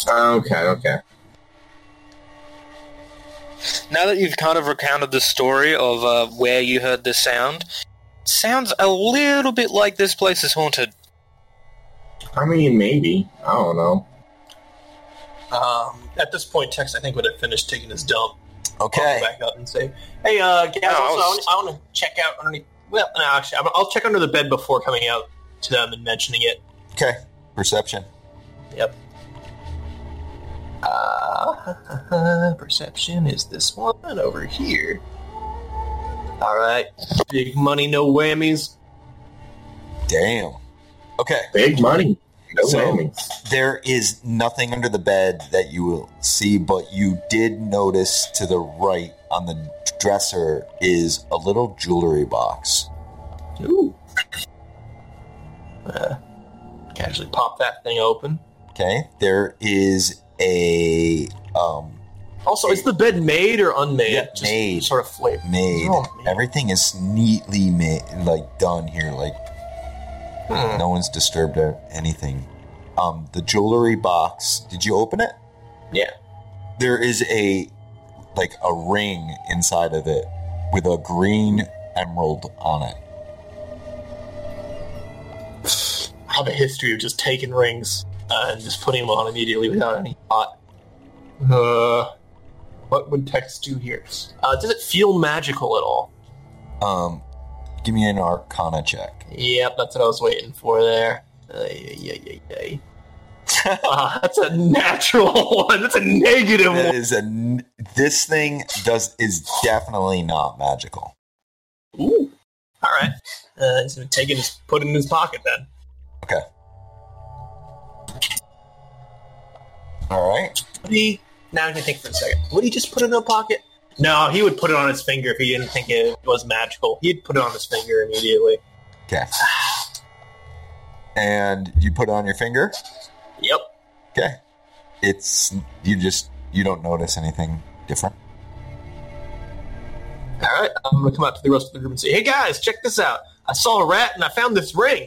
Speaker 5: Ah, okay, okay.
Speaker 3: Now that you've kind of recounted the story of uh, where you heard this sound, sounds a little bit like this place is haunted.
Speaker 5: I mean, maybe I don't know.
Speaker 2: Um, at this point, Tex, I think, would have finished taking his dump.
Speaker 4: okay
Speaker 2: Back up and say, "Hey, uh, guys,
Speaker 3: No, I
Speaker 2: also,
Speaker 3: was-
Speaker 2: I want to check out underneath." Well, no, actually, I'm, I'll check under the bed before coming out to them and mentioning it.
Speaker 4: okay perception
Speaker 2: Yep. Uh, perception is this one over here. All right, big money, no whammies.
Speaker 4: damn okay
Speaker 5: Big money. No
Speaker 4: So-
Speaker 5: whammies.
Speaker 4: there is nothing under the bed that you will see, but you did notice to the right on the dresser is a little jewelry box.
Speaker 2: Ooh. Uh, casually pop that thing open.
Speaker 4: Okay, there is a um,
Speaker 2: Also, is the bed made or unmade?
Speaker 4: Yeah,
Speaker 2: Just
Speaker 4: made.
Speaker 2: Sort of flavor.
Speaker 4: maid.
Speaker 2: Oh, man.
Speaker 4: Everything is neatly made, like done here. Like
Speaker 2: Hmm.
Speaker 4: no one's disturbed or anything. Um, the jewelry box. Did you open it?
Speaker 2: Yeah.
Speaker 4: There is a like a ring inside of it with a green emerald on it.
Speaker 2: I have a history of just taking rings uh, and just putting them on immediately without any thought. Uh, what would Tex do here? Uh, does it feel magical at all?
Speaker 4: Um, give me an Arcana check.
Speaker 2: Yep, that's what I was waiting for there. Uh, yeah, yeah, yeah, yeah. Ah, that's a natural one. That's a negative
Speaker 4: That
Speaker 2: one.
Speaker 4: is a n- this thing does is definitely not magical.
Speaker 2: Ooh. All right. Uh, he's gonna take it and put it in his pocket then.
Speaker 4: Okay. All right.
Speaker 2: Would he? Now I can think for a second. Would he just put it in a pocket? No, he would put it on his finger if he didn't think it was magical. He'd put it on his finger immediately.
Speaker 4: Okay. And you put it on your finger.
Speaker 2: Yep.
Speaker 4: Okay. It's you just you don't notice anything different.
Speaker 2: All right, I'm gonna come out to the rest of the group and say, "Hey guys, check this out! I saw a rat and I found this ring.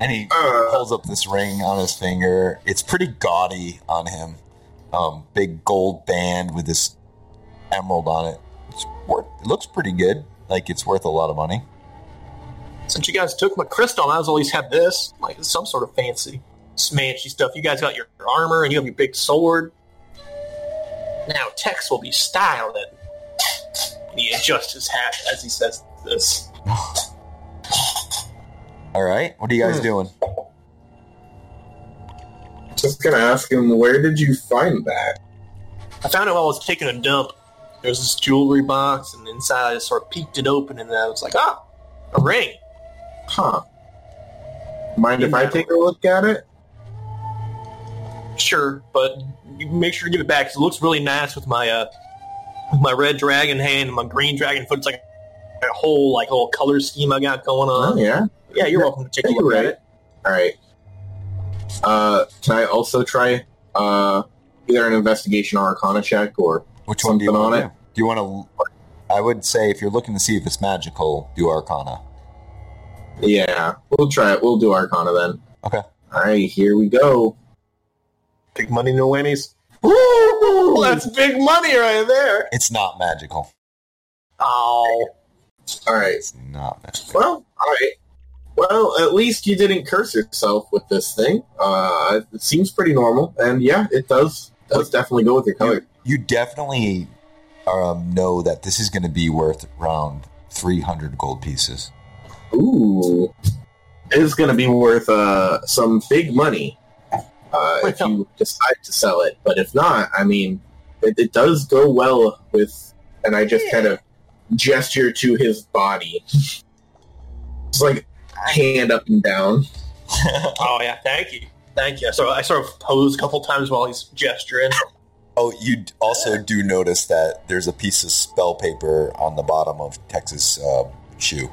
Speaker 4: And he
Speaker 5: Uh,
Speaker 4: pulls up this ring on his finger. It's pretty gaudy on him. Um, big gold band with this emerald on it. It's worth, it looks pretty good. Like it's worth a lot of money.
Speaker 2: Since you guys took my crystal, I might as well at least have this, like it's some sort of fancy, smanchy stuff. You guys got your armor and you have your big sword. Now Tex will be styled it." And he adjusts his hat as he says this.
Speaker 4: All right. What are you guys
Speaker 2: Hmm.
Speaker 4: doing?
Speaker 5: just gonna ask him, where did you find that?
Speaker 2: I found it while I was taking a dump. There was this jewelry box, and inside I just sort of peeked it open, and I was like, "Ah, a ring."
Speaker 5: Huh? Mind if I take a look at it?
Speaker 2: Sure, but you make sure to give it back 'cause it looks really nice with my uh, with my red dragon hand and my green dragon foot. It's like a whole like whole color scheme I got going
Speaker 5: Oh
Speaker 2: on.
Speaker 5: yeah.
Speaker 2: Yeah, you're welcome to take a
Speaker 5: You're
Speaker 2: look at
Speaker 5: right.
Speaker 2: it.
Speaker 5: All right. Uh, can I also try uh either an investigation or arcana check or
Speaker 4: Which one do you
Speaker 5: Something
Speaker 4: want
Speaker 5: on
Speaker 4: to do? Do you want to? I would say if you're looking to see if it's magical, do Arcana.
Speaker 5: yeah, we'll try it. We'll do arcana then.
Speaker 4: Okay.
Speaker 5: All right, here we go.
Speaker 2: Big money, no whammies.
Speaker 5: Woo!
Speaker 2: Well, that's big money right there.
Speaker 4: It's not magical.
Speaker 2: Oh,
Speaker 5: All right.
Speaker 4: It's not magical.
Speaker 5: Well, all right. Well, at least you didn't curse yourself with this thing. Uh, it seems pretty normal, and yeah, it does. Does definitely go with your color.
Speaker 4: You definitely um, know that this is going to be worth around 300 gold pieces.
Speaker 5: Ooh, it's gonna be worth uh, some big money uh, if you decide to sell it. But if not, I mean, it, it does go well with. And I just kind of gesture to his body, just like hand up and down.
Speaker 2: Oh yeah, thank you, thank you. So I sort of pose a couple times while he's gesturing.
Speaker 4: Oh, you d- also do notice that there's a piece of spell paper on the bottom of Tex's um, shoe.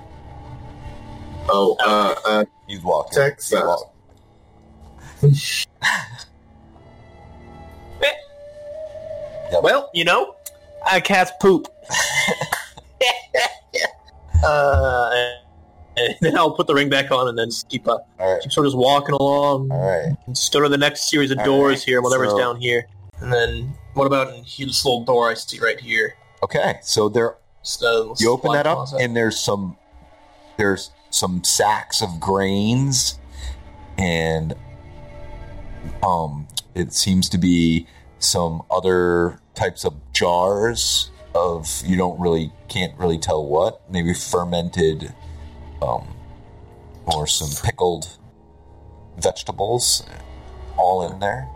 Speaker 5: Oh, uh, uh,
Speaker 4: He's walking.
Speaker 5: Tex,
Speaker 4: He's
Speaker 5: uh,
Speaker 4: walk-
Speaker 2: Well, you know, I cast poop. uh, and then I'll put the ring back on and then just keep up.
Speaker 4: All right.
Speaker 2: Keep sort of just walking along.
Speaker 4: All right.
Speaker 2: Just go to the next series of
Speaker 4: All
Speaker 2: doors
Speaker 4: right,
Speaker 2: here, whatever's
Speaker 4: so-
Speaker 2: down here. And then what about in here, this little door I see right here?
Speaker 4: Okay. So there
Speaker 2: So
Speaker 4: you open
Speaker 2: supply
Speaker 4: that up
Speaker 2: closet.
Speaker 4: and there's some there's some sacks of grains and um it seems to be some other types of jars of you don't really can't really tell what maybe fermented um or some pickled vegetables all in there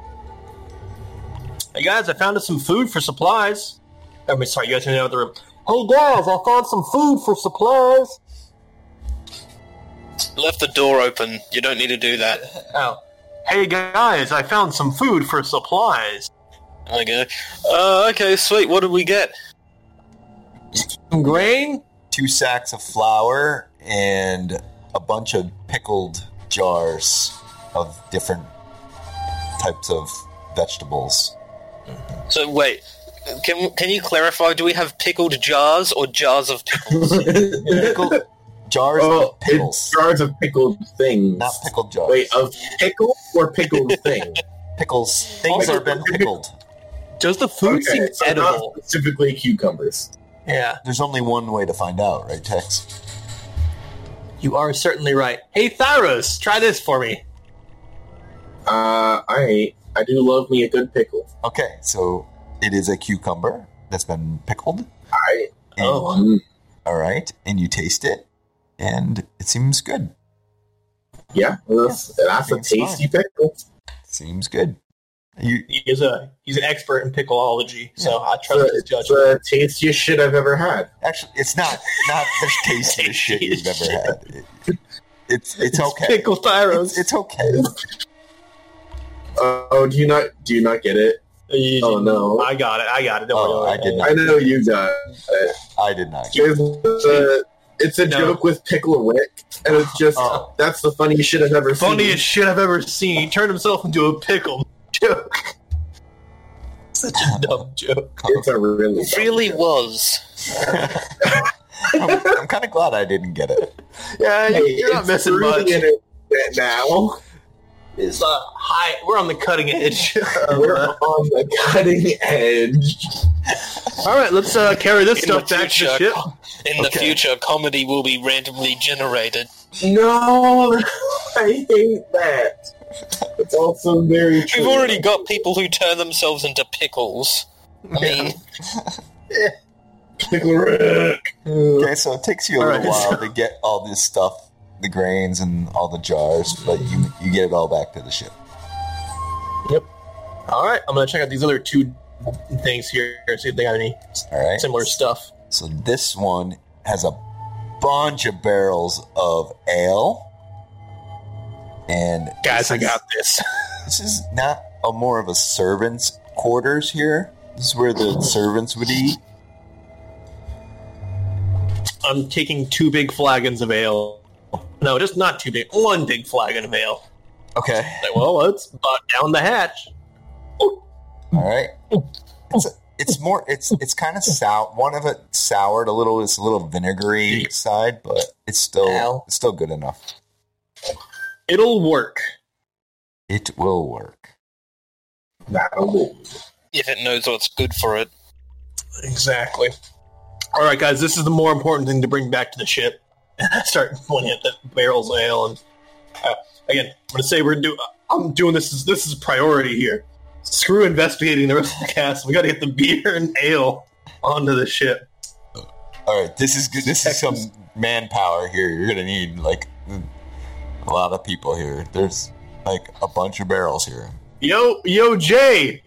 Speaker 2: Hey guys, I found us some food for supplies. I mean, sorry, you guys are in the other room. Hey guys, I found some food for supplies.
Speaker 3: Left the door open. You don't need to do that.
Speaker 2: Oh. Hey guys, I found some food for supplies.
Speaker 3: Okay. Uh, okay, sweet. What did we get?
Speaker 2: Grain?
Speaker 4: two sacks of flour and a bunch of pickled jars of different types of vegetables.
Speaker 3: So wait, can can you clarify? Do we have pickled jars or jars of pickles?
Speaker 4: Pickled jars
Speaker 5: oh,
Speaker 4: of
Speaker 5: it's
Speaker 4: pickles,
Speaker 5: jars of pickled things.
Speaker 4: not pickled jars.
Speaker 5: Wait, uh, of pickle or pickled thing?
Speaker 4: pickles, things that
Speaker 5: Also-
Speaker 4: have been pickled.
Speaker 2: Does the food seem
Speaker 5: so
Speaker 2: edible?
Speaker 5: Not specifically cucumbers.
Speaker 2: Yeah,
Speaker 4: There's only one way to find out, right, Tex?
Speaker 2: you are certainly right. Hey Thyros, try this for me.
Speaker 5: Uh, I I do love me a good pickle.
Speaker 4: Okay, so it is a cucumber that's been pickled.
Speaker 5: I
Speaker 4: and-
Speaker 2: Oh.
Speaker 5: mm,
Speaker 4: all right, and you taste it, and it seems good.
Speaker 5: yeah, that's, that's a
Speaker 4: It's fine.
Speaker 5: tasty pickle.
Speaker 4: Seems good. You
Speaker 2: He is a he's an expert in pickleology, so I trust his
Speaker 5: It's
Speaker 2: judgment.
Speaker 5: the tastiest shit I've ever had.
Speaker 4: Actually, it's not not the tastiest shit you've ever had. It- it's it's okay.
Speaker 2: Pickle Thyros.
Speaker 4: It's, it's okay.
Speaker 5: Uh, oh, do you not do you not get it?
Speaker 2: You-
Speaker 5: Oh, no.
Speaker 2: I got it. I got it. Don't
Speaker 4: Oh,
Speaker 2: worry.
Speaker 4: I did not.
Speaker 5: I know you got it.
Speaker 4: I did not.
Speaker 5: There's a- it's a
Speaker 2: No.
Speaker 5: joke with Pickle Rick, and it's just
Speaker 4: Oh.
Speaker 5: that's the funniest shit I've ever seen.
Speaker 2: Funniest shit I've ever seen. He turned himself into a pickle joke. Such a dumb joke.
Speaker 5: It's a really
Speaker 3: It really was.
Speaker 4: I'm, I'm kind of glad I didn't get it.
Speaker 2: Yeah,
Speaker 5: Hey,
Speaker 2: you- you're not
Speaker 5: it's
Speaker 2: missing
Speaker 5: through
Speaker 2: much.
Speaker 5: the internet now.
Speaker 2: It's uh, high. We're on the cutting edge.
Speaker 5: We're on the cutting edge.
Speaker 2: All right, let's uh, carry this
Speaker 3: In
Speaker 2: stuff
Speaker 3: the
Speaker 2: back to the
Speaker 3: future.
Speaker 2: ship.
Speaker 3: In the
Speaker 4: Okay.
Speaker 3: future, comedy will be randomly generated.
Speaker 5: No, I hate that. It's also very true.
Speaker 3: We've already got people who turn themselves into pickles. I mean,
Speaker 5: Pickle Rick.
Speaker 4: Okay, so it takes you a
Speaker 2: All
Speaker 4: little
Speaker 2: right.
Speaker 4: while to get all this stuff, the grains and all the jars, but you you get it all back to the ship.
Speaker 2: All right, I'm gonna check out these other two things here and see if they got any
Speaker 4: All right.
Speaker 2: similar stuff.
Speaker 4: So this one has a bunch of barrels of ale, and
Speaker 2: Guys, I
Speaker 4: this is-
Speaker 2: got this.
Speaker 4: This is not a more of a servant's quarters here. This is where the servants would eat.
Speaker 2: I'm taking two big flagons of ale. No, just not two big. One big flagon of ale.
Speaker 4: Okay.
Speaker 2: Like, well, let's butt down the hatch.
Speaker 4: All right. It's, it's more. It's it's kind of sour. One of it soured a little. It's a little vinegary side, but it's still
Speaker 2: Ow.
Speaker 4: it's still good enough.
Speaker 2: It'll work.
Speaker 4: It will work.
Speaker 5: That'll do.
Speaker 3: if it knows what's good for it.
Speaker 2: Exactly. All right, guys, this is the more important thing to bring back to the ship. Start pointing at the barrels of ale, and uh, again, I'm gonna say we're do. I'm doing this. Is, this is priority here. Screw investigating the rest of the cast. We gotta get the beer and ale onto the ship.
Speaker 4: All right, this is good. This is some manpower here. You're gonna need like a lot of people here. There's like a bunch of barrels here.
Speaker 6: Yo, yo, Jay.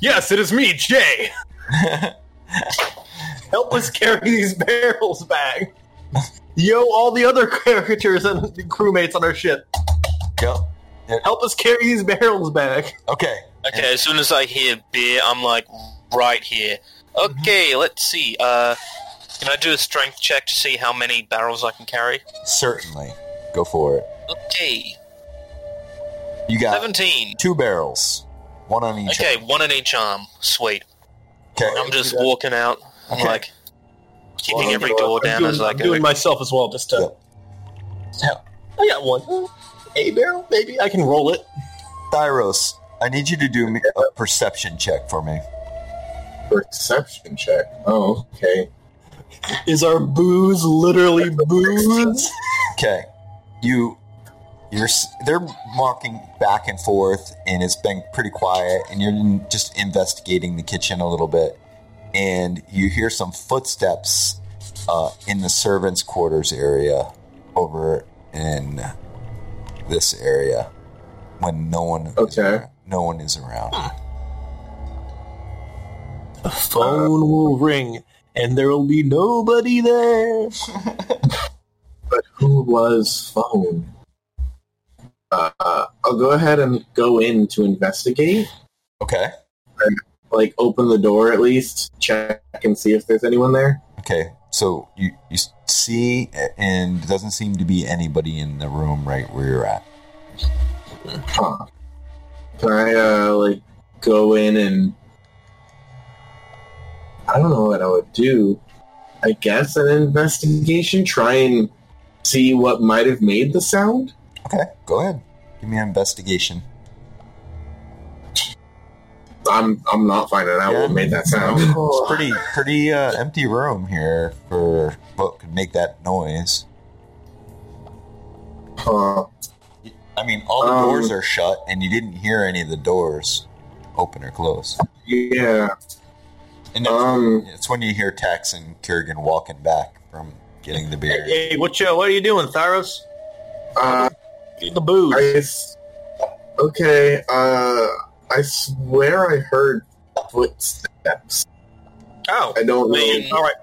Speaker 6: Yes, it is me, Jay.
Speaker 2: Help us carry these barrels back. Yo, all the other characters and crewmates on our ship,
Speaker 4: Yep.
Speaker 2: help us carry these barrels back.
Speaker 4: Okay.
Speaker 3: Okay, as soon as I hear beer, I'm like right here.
Speaker 2: Mm-hmm.
Speaker 3: Okay, let's see. Uh, can I do a strength check to see how many barrels I can carry?
Speaker 4: Certainly. Go for it.
Speaker 3: Okay,
Speaker 4: You
Speaker 2: Uh,
Speaker 4: got
Speaker 3: seventeen.
Speaker 4: two barrels, one on each.
Speaker 3: Okay, one in each arm. Sweet.
Speaker 4: Okay.
Speaker 3: I'm just walking out. I'm
Speaker 4: Okay.
Speaker 3: like keeping
Speaker 2: Oh,
Speaker 5: Well,
Speaker 3: every
Speaker 5: I'm
Speaker 3: door
Speaker 2: I'm
Speaker 3: down
Speaker 2: doing,
Speaker 3: as I
Speaker 2: I'm
Speaker 3: go.
Speaker 2: doing myself as well, just to. I got one. A barrel, maybe I can roll it.
Speaker 4: Thyros, I need you to do me a perception check for me.
Speaker 5: Perception check. Oh, okay.
Speaker 2: Is our booze literally booze?
Speaker 4: Okay. You, you're. s- They're walking back and forth, and it's been pretty quiet. And you're in- just investigating the kitchen a little bit, and you hear some footsteps uh, in the servants' quarters area over in this area when no one. Is
Speaker 5: Okay.
Speaker 4: around. No one is around.
Speaker 2: The phone will ring, and there will be nobody there.
Speaker 5: But who was phone? Uh, uh, I'll go ahead and go in to investigate.
Speaker 4: Okay.
Speaker 5: Like, open the door at least, check and see if there's anyone there.
Speaker 4: Okay, so you you s- see, a- and doesn't seem to be anybody in the room right where you're at.
Speaker 5: Huh. Can I, uh, like, go in and. I don't know what I would do. I guess an investigation? Try and see what might have made the sound?
Speaker 4: Okay, go ahead. Give me an investigation.
Speaker 5: I'm, I'm not finding out
Speaker 4: Yeah.
Speaker 5: what made that sound.
Speaker 4: It's pretty pretty uh, empty room here for what could make that noise.
Speaker 5: Huh.
Speaker 4: I mean, all the
Speaker 5: Um,
Speaker 4: doors are shut, and you didn't hear any of the doors open or close.
Speaker 5: Yeah.
Speaker 4: And it's,
Speaker 5: Um.
Speaker 4: it's when you hear Tex and Kurgan walking back from getting the beer.
Speaker 2: Hey, what you? What are you doing, Thyros?
Speaker 5: Uh.
Speaker 2: Get the booze.
Speaker 5: I. s- Okay. Uh. I swear I heard footsteps.
Speaker 2: oh,
Speaker 5: I don't know.
Speaker 3: Man.
Speaker 2: all right.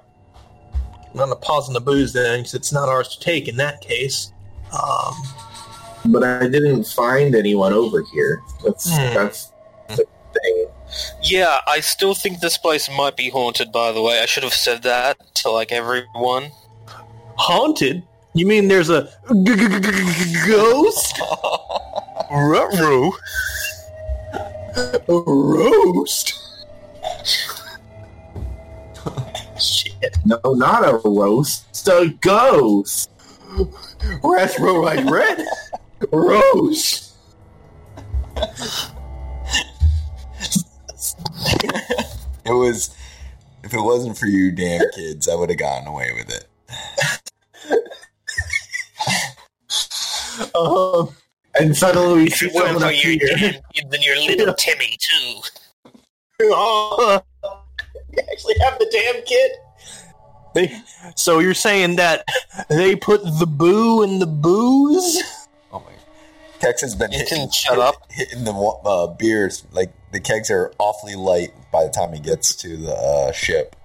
Speaker 2: I'm gonna pause on the booze then, because it's not ours to take in that case. Um,
Speaker 5: but I didn't find anyone over here. That's
Speaker 2: Hmm.
Speaker 5: that's the thing.
Speaker 3: Yeah, I still think this place might be haunted. By the way, I should have said that to like everyone.
Speaker 2: haunted? You mean there's a g- g- g- g- g- ghost?
Speaker 3: Ruh-roh.
Speaker 2: Roast? Shit.
Speaker 5: No, not a roast. It's a ghost.
Speaker 2: Rats roll like red. Roast.
Speaker 4: It was if it wasn't for you, damn kids, I would have gotten away with it.
Speaker 2: Um,
Speaker 5: And suddenly we see
Speaker 3: If it weren't
Speaker 5: someone
Speaker 3: for
Speaker 5: up
Speaker 3: you,
Speaker 5: here.
Speaker 3: Dan, then you're little Timmy too.
Speaker 2: uh, you actually have the damn kid. They, so you're saying that they put the boo in the booze?
Speaker 4: Oh my! Tex has been
Speaker 3: You
Speaker 4: hitting,
Speaker 3: can shut up.
Speaker 4: hitting the wa- uh, beers. Like the kegs are awfully light by the time he gets to the uh, ship.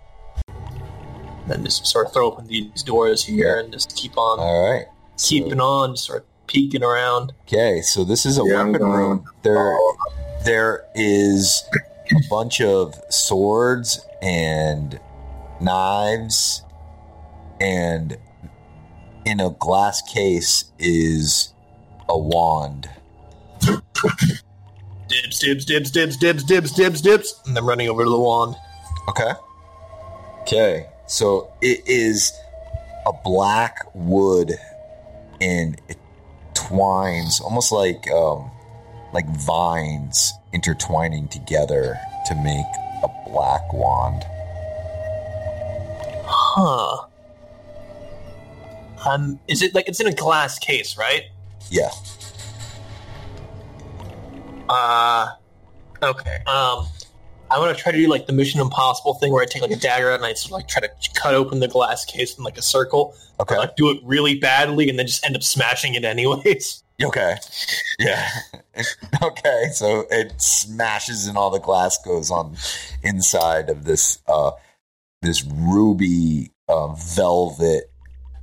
Speaker 2: Then just sort of throw open these doors here and just keep on
Speaker 4: All right. So-
Speaker 2: keeping on, just sort of peeking around.
Speaker 4: Okay, so this is a
Speaker 5: Yeah, I'm
Speaker 4: weapon
Speaker 5: going.
Speaker 4: room. There, there is a bunch of swords and knives, and in a glass case is a wand.
Speaker 2: Dibs, dibs, dibs, dibs, dibs, dibs, dibs, dibs, and then running over to the wand.
Speaker 4: Okay. Okay. So it is a black wood and it twines almost like um like vines intertwining together to make a black wand.
Speaker 2: Huh. Um, is it like it's in a glass case, right?
Speaker 4: Yeah.
Speaker 2: Uh, okay. Um, I want to try to do like the Mission Impossible thing where I take like a dagger out and I just, like try to cut open the glass case in like a circle,
Speaker 4: Okay.
Speaker 2: like do it really badly, and then just end up smashing it anyways.
Speaker 4: Okay. Yeah. okay. So it smashes and all the glass goes on inside of this uh this ruby uh, velvet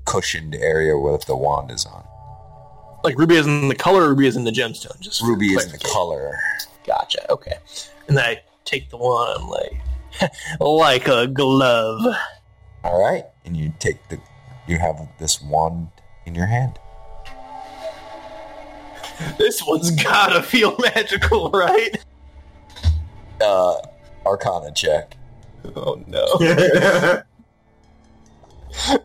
Speaker 4: cushioned area where the wand is on.
Speaker 2: Like ruby isn't the color, ruby isn't the gemstone. Just for
Speaker 4: Ruby is the
Speaker 2: clarification.
Speaker 4: color.
Speaker 2: Gotcha. Okay. And then I take the one like like a glove.
Speaker 4: All right. And you take the you have this wand in your hand.
Speaker 2: This one's gotta feel magical, right?
Speaker 4: Uh arcana check.
Speaker 2: Oh no.
Speaker 5: That's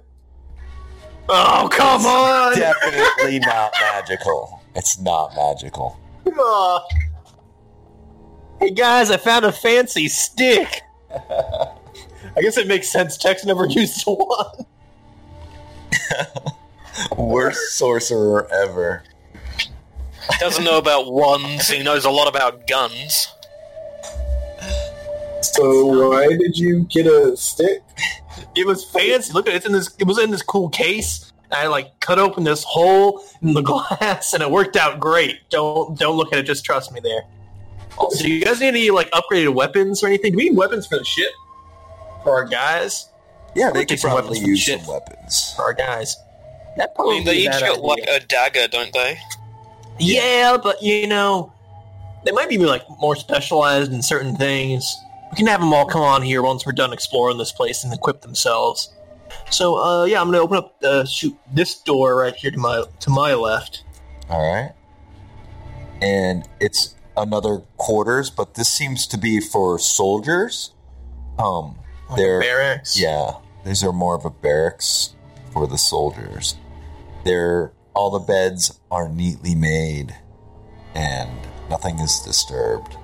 Speaker 2: Oh come on!
Speaker 4: Definitely not magical. It's not magical.
Speaker 2: Aw. Hey guys, I found a fancy stick. I guess it makes sense. Tex never used the one.
Speaker 4: Worst sorcerer ever.
Speaker 3: Doesn't know about wands. He knows a lot about guns.
Speaker 5: so why did you get a stick?
Speaker 2: It was fancy. Look at it. It's in this. It was in this cool case. And I like cut open this hole in the glass, and it worked out great. Don't don't look at it. Just trust me there. Also, do you guys need any like upgraded weapons or anything? Do we need weapons for the ship? For our guys?
Speaker 4: Yeah, they
Speaker 2: We'll
Speaker 4: could
Speaker 2: take some
Speaker 4: probably
Speaker 2: weapons from
Speaker 4: use
Speaker 2: shit.
Speaker 4: some weapons.
Speaker 2: For our guys. That
Speaker 3: I
Speaker 2: probably
Speaker 3: mean, they
Speaker 2: be a bad
Speaker 3: each got
Speaker 2: idea.
Speaker 3: like a dagger, don't they?
Speaker 2: Yeah, but you know, they might be like more specialized in certain things. We can have them all come on here once we're done exploring this place and equip themselves. So, uh, yeah, I'm gonna open up, uh, shoot this door right here to my to my left.
Speaker 4: All right. And it's another quarters, but this seems to be for soldiers. Um,
Speaker 2: Like a
Speaker 4: they're
Speaker 2: barracks.
Speaker 4: yeah, these are more of a barracks for the soldiers. They're all the beds are neatly made, and nothing is disturbed.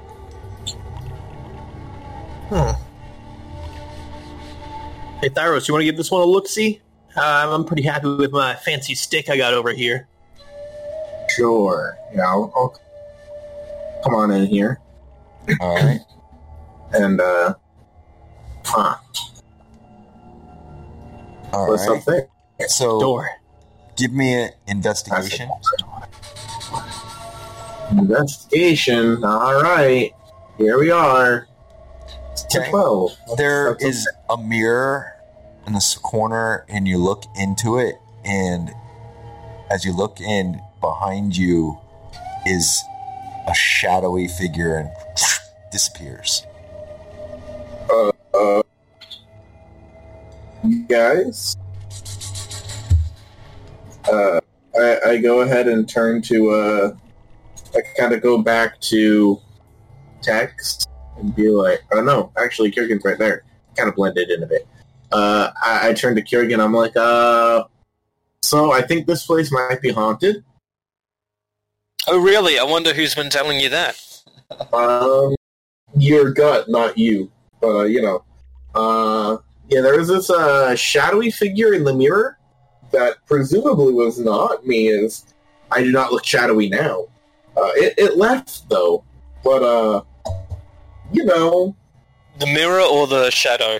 Speaker 2: Hey, Thyros, you want to give this one a look? See, uh, I'm pretty happy with my fancy stick I got over here.
Speaker 5: Sure. Yeah, I'll, I'll come on in here
Speaker 4: All right.
Speaker 5: and uh, huh,
Speaker 4: All
Speaker 5: what's
Speaker 4: right.
Speaker 5: something?
Speaker 4: So
Speaker 2: Door.
Speaker 4: give me an investigation.
Speaker 5: Investigation. All right, here we are. It's a
Speaker 4: Okay.
Speaker 5: Twelve.
Speaker 4: There
Speaker 5: That's
Speaker 4: is a mirror in this corner, and you look into it, and as you look in, behind you is a shadowy figure and disappears.
Speaker 5: you guys. Uh, I, I go ahead and turn to uh, I kind of go back to text and be like, oh no, actually, Kurgan's right there. Kind of blended in a bit. Uh, I, I turn to Kurgan. I'm like, uh, so I think this place might be haunted.
Speaker 3: Oh, really? I wonder who's been telling you that.
Speaker 5: Um, your gut, not you. Uh, you know. Uh, yeah, there was this uh, shadowy figure in the mirror that presumably was not me. Is I do not look shadowy now. Uh, it, it left though, but uh, you know,
Speaker 3: The mirror or the shadow?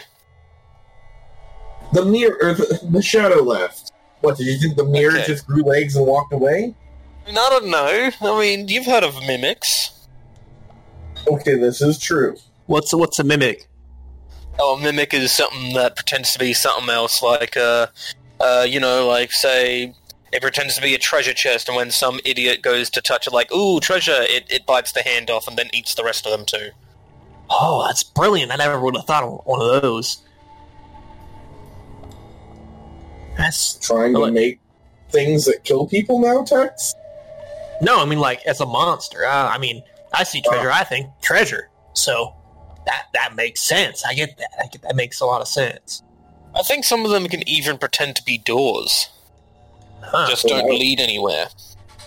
Speaker 5: the mirror, or the, the shadow left. What did you think? The mirror
Speaker 3: Okay.
Speaker 5: just grew legs and walked away?
Speaker 3: I mean, I don't know. I mean, you've heard of mimics.
Speaker 5: Okay, this is true.
Speaker 2: What's what's a mimic?
Speaker 3: Oh, a mimic is something that pretends to be something else, like, uh, uh, you know, like, say, it pretends to be a treasure chest, and when some idiot goes to touch it, like, ooh, treasure, it, it bites the hand off and then eats the rest of them, too.
Speaker 2: Oh, that's brilliant! I never would have thought of one of those. That's
Speaker 5: Trying
Speaker 2: I
Speaker 5: to
Speaker 2: like-
Speaker 5: make things that kill people now, Tex.
Speaker 2: No, I mean like as a monster. Uh, I mean, I see treasure. I think treasure. So that that makes sense. I get that. I get that makes a lot of sense.
Speaker 3: I think some of them can even pretend to be doors,
Speaker 2: Huh.
Speaker 3: just don't
Speaker 5: Right.
Speaker 3: lead anywhere.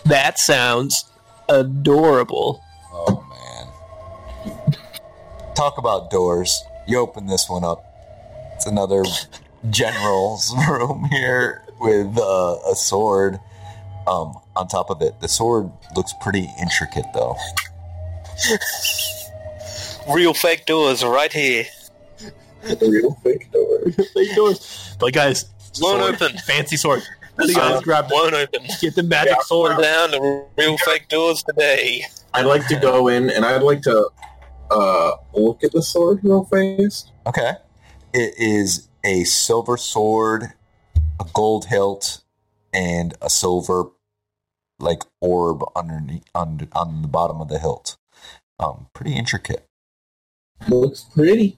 Speaker 2: that sounds adorable.
Speaker 4: Oh man. Talk about doors. You open this one up. It's another general's room here with uh, a sword um, on top of it. The sword looks pretty intricate though.
Speaker 3: Real fake doors right here.
Speaker 5: Real fake door.
Speaker 2: Big doors. But guys,
Speaker 3: Blown
Speaker 2: sword.
Speaker 3: open.
Speaker 2: Fancy sword. You guys
Speaker 5: Uh,
Speaker 2: grab the,
Speaker 3: Blown open.
Speaker 2: get the magic
Speaker 5: Yeah.
Speaker 2: sword.
Speaker 3: Down to real fake doors today.
Speaker 5: I'd like to go in and I'd like to uh, look at the sword real fast.
Speaker 4: Okay. It is a silver sword, a gold hilt, and a silver like orb underneath on, on the bottom of the hilt. Um, pretty intricate.
Speaker 5: Looks pretty.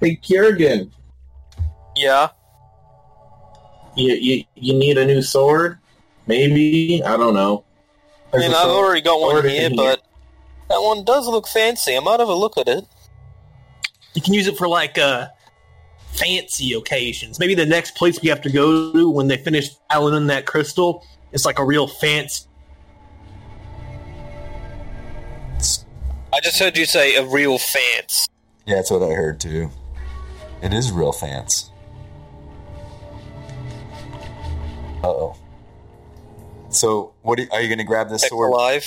Speaker 5: Hey, Kerrigan,
Speaker 3: Yeah.
Speaker 5: you, you, you need a new sword? Maybe? I don't know.
Speaker 3: I mean,
Speaker 5: There's a
Speaker 3: I've
Speaker 5: sword.
Speaker 3: already got one
Speaker 5: Already
Speaker 3: here,
Speaker 5: in
Speaker 3: but that one does look fancy. I might have a look at it.
Speaker 2: You can use it for like uh, fancy occasions. Maybe the next place we have to go to when they finish dialing in that crystal, it's like a real fancy.
Speaker 3: I just heard you say a real fence.
Speaker 4: Yeah, that's what I heard too. It is real fans. Uh oh. So, what are you, are you going to grab this
Speaker 3: Text
Speaker 4: sword?
Speaker 3: alive.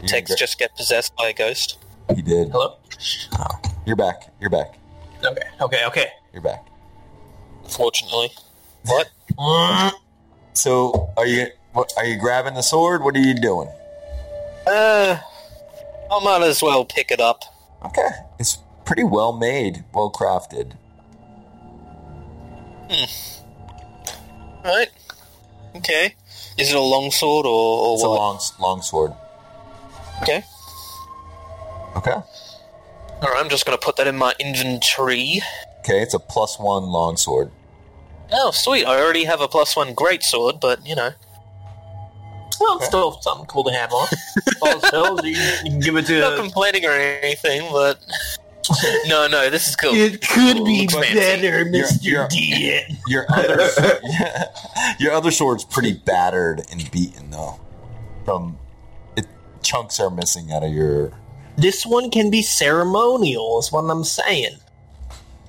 Speaker 4: You
Speaker 3: Text
Speaker 4: gra-
Speaker 3: just get possessed by a ghost.
Speaker 4: He did. Oh,
Speaker 2: Hello.
Speaker 4: You're back. You're back.
Speaker 2: Okay. Okay. Okay.
Speaker 4: You're back.
Speaker 3: Fortunately. What?
Speaker 4: So, are you what, are you grabbing the sword? What are you doing?
Speaker 3: Uh, I might as well pick it up.
Speaker 4: Okay, it's pretty well made, well crafted.
Speaker 3: Right? Okay. Is it a longsword or, or
Speaker 4: It's
Speaker 3: what?
Speaker 4: a long long sword.
Speaker 3: okay.
Speaker 4: Okay.
Speaker 3: Alright, I'm just gonna put that in my inventory.
Speaker 4: Okay, it's a plus one long sword.
Speaker 3: Oh, sweet. I already have a plus one great sword, but, you know.
Speaker 2: Well, it's still something cool to have on. All it sells, you, you can give it to.
Speaker 3: not complaining or anything, but. no, no, this is cool.
Speaker 2: could
Speaker 3: be Looks fancy. better,
Speaker 4: You're- Mr.
Speaker 2: D.
Speaker 4: Your other your other sword's pretty battered and beaten though. From it, chunks are missing out of your.
Speaker 2: This one can be ceremonial. Is what I'm saying.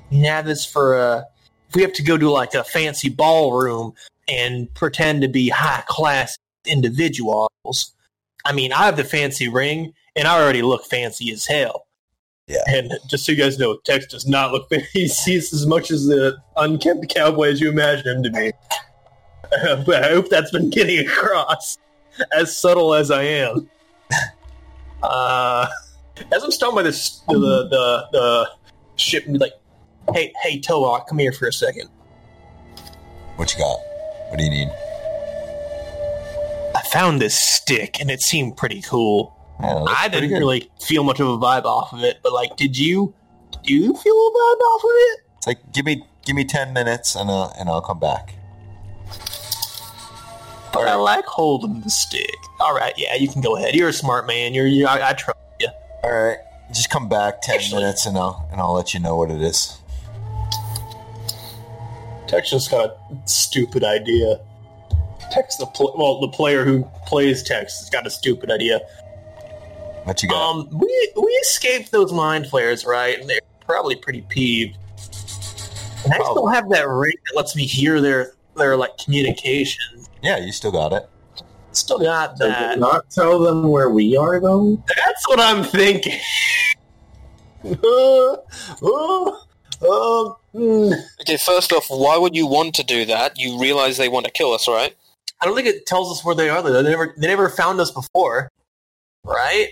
Speaker 2: You can have this for uh, if we have to go to like a fancy ballroom and pretend to be high class individuals. I mean, I have the fancy ring, and I already look fancy as hell.
Speaker 4: Yeah.
Speaker 2: And just so you guys know, Tex does not look fancy. He sees as much as the unkempt cowboy as you imagine him to be. Uh, but I hope that's been getting across, as subtle as I am. Uh, as I'm stoned by this, the the the ship, and be like, "Hey, hey, Toa, come here for a second.
Speaker 4: What you got? What do you need?
Speaker 2: I found this stick, and it seemed pretty cool.
Speaker 4: Yeah, it looks
Speaker 2: I
Speaker 4: pretty
Speaker 2: didn't
Speaker 4: good.
Speaker 2: really feel much of a vibe off of it, but like, did you? Do you feel a vibe off of it?
Speaker 4: It's like give me give me ten minutes and uh, and I'll come back.
Speaker 2: But I like holding the stick. All right, yeah, you can go ahead. You're a smart man. You're, you I, I trust you.
Speaker 4: All right, just come back ten
Speaker 2: Actually-
Speaker 4: minutes and I'll and I'll let you know what it is.
Speaker 2: Tex just got a stupid idea. Tex, the pl- well, the player who plays Tex has got a stupid idea.
Speaker 4: What you got?
Speaker 2: Um, we we escaped those mind flayers, right? And they're probably pretty peeved. And I still
Speaker 4: Probably.
Speaker 2: have that ring that lets me hear their their like communication.
Speaker 4: yeah, you still got it.
Speaker 2: Still got
Speaker 5: Does
Speaker 2: that.
Speaker 5: it not tell them where we are, though?
Speaker 2: That's what I'm thinking.
Speaker 5: Um,
Speaker 2: Uh,
Speaker 5: hmm.
Speaker 2: uh, uh, hmm.
Speaker 3: Okay, first off, why would you want to do that? You realize they want to kill us, right?
Speaker 2: I don't think it tells us where they are. though. They never they never found us before, right?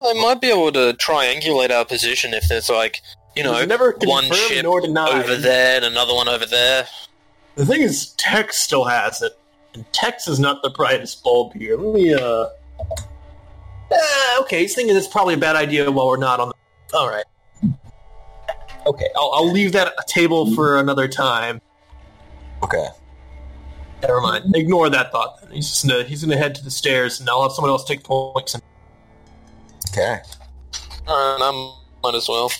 Speaker 3: They might be able to triangulate our position if there's like, you
Speaker 2: It was
Speaker 3: know,
Speaker 2: never
Speaker 3: one
Speaker 2: confirmed
Speaker 3: ship
Speaker 2: nor denied.
Speaker 3: over there and another one over there.
Speaker 2: The thing is, Tex still has it, and Tex is not the brightest bulb here. Let me, uh, uh, okay, he's thinking it's probably a bad idea while we're not on. the... All right. Okay, I'll, I'll leave that table for another time.
Speaker 4: Okay.
Speaker 2: Never mind. Ignore that thought. Then. He's just gonna, he's gonna head to the stairs, and I'll have someone else take points. And
Speaker 4: Okay.
Speaker 3: Alright, Um, I might as well.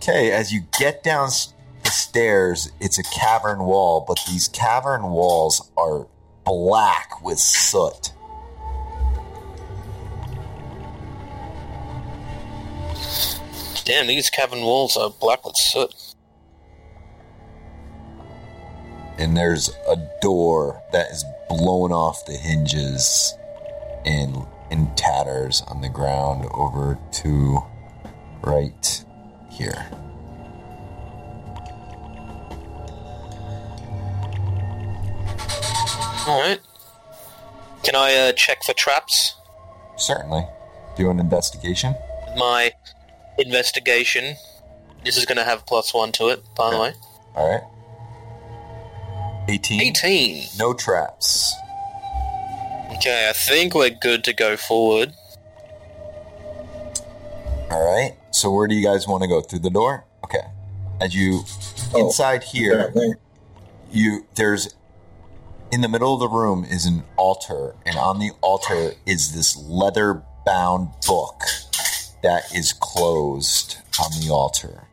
Speaker 4: Okay, as you get down s- the stairs, it's a cavern wall, but these cavern walls are black with soot.
Speaker 3: Damn, these cavern walls are black with soot.
Speaker 4: And there's a door that is blown off the hinges and in tatters on the ground over to right here.
Speaker 3: All right. Can I uh, check for traps?
Speaker 4: Certainly. Do an investigation.
Speaker 3: My investigation. This is going to have plus one to it, by the way.
Speaker 4: All right. 18.
Speaker 3: 18.
Speaker 4: No traps.
Speaker 3: Okay, I think we're good to go forward.
Speaker 4: All right. So where do you guys want to go? Through the door? Okay. As you
Speaker 5: Oh,
Speaker 4: inside here, you there's in the middle of the room is an altar, and on the altar is this leather bound book that is closed on the altar.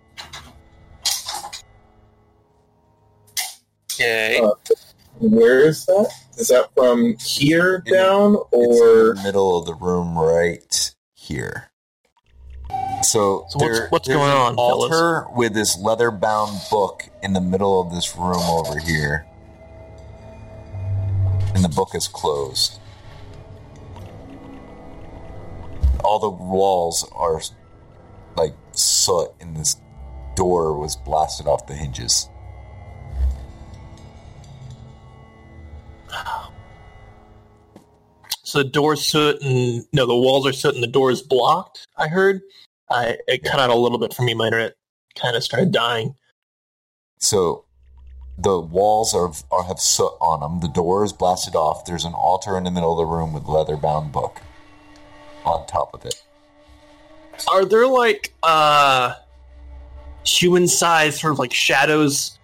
Speaker 3: Okay.
Speaker 5: Uh, Where is that? Is that from here
Speaker 4: Yeah.
Speaker 5: down
Speaker 4: It's
Speaker 5: or
Speaker 4: in the middle of the room right here. So,
Speaker 2: So what's-
Speaker 4: there-
Speaker 2: what's
Speaker 4: there's
Speaker 2: going
Speaker 4: an
Speaker 2: on, fellas?
Speaker 4: Altar with this leather bound book in the middle of this room over here. And the book is closed. All the walls are like soot, and this door was blasted off the hinges.
Speaker 2: So the door's soot and no, the walls are soot and the door is blocked. I heard. I it cut out a little bit for me. My internet kind of started dying.
Speaker 4: So the walls are, are have soot on them. The door is blasted off. There's an altar in the middle of the room with leather bound book on top of it.
Speaker 2: Are there like uh human sized sort of like shadows,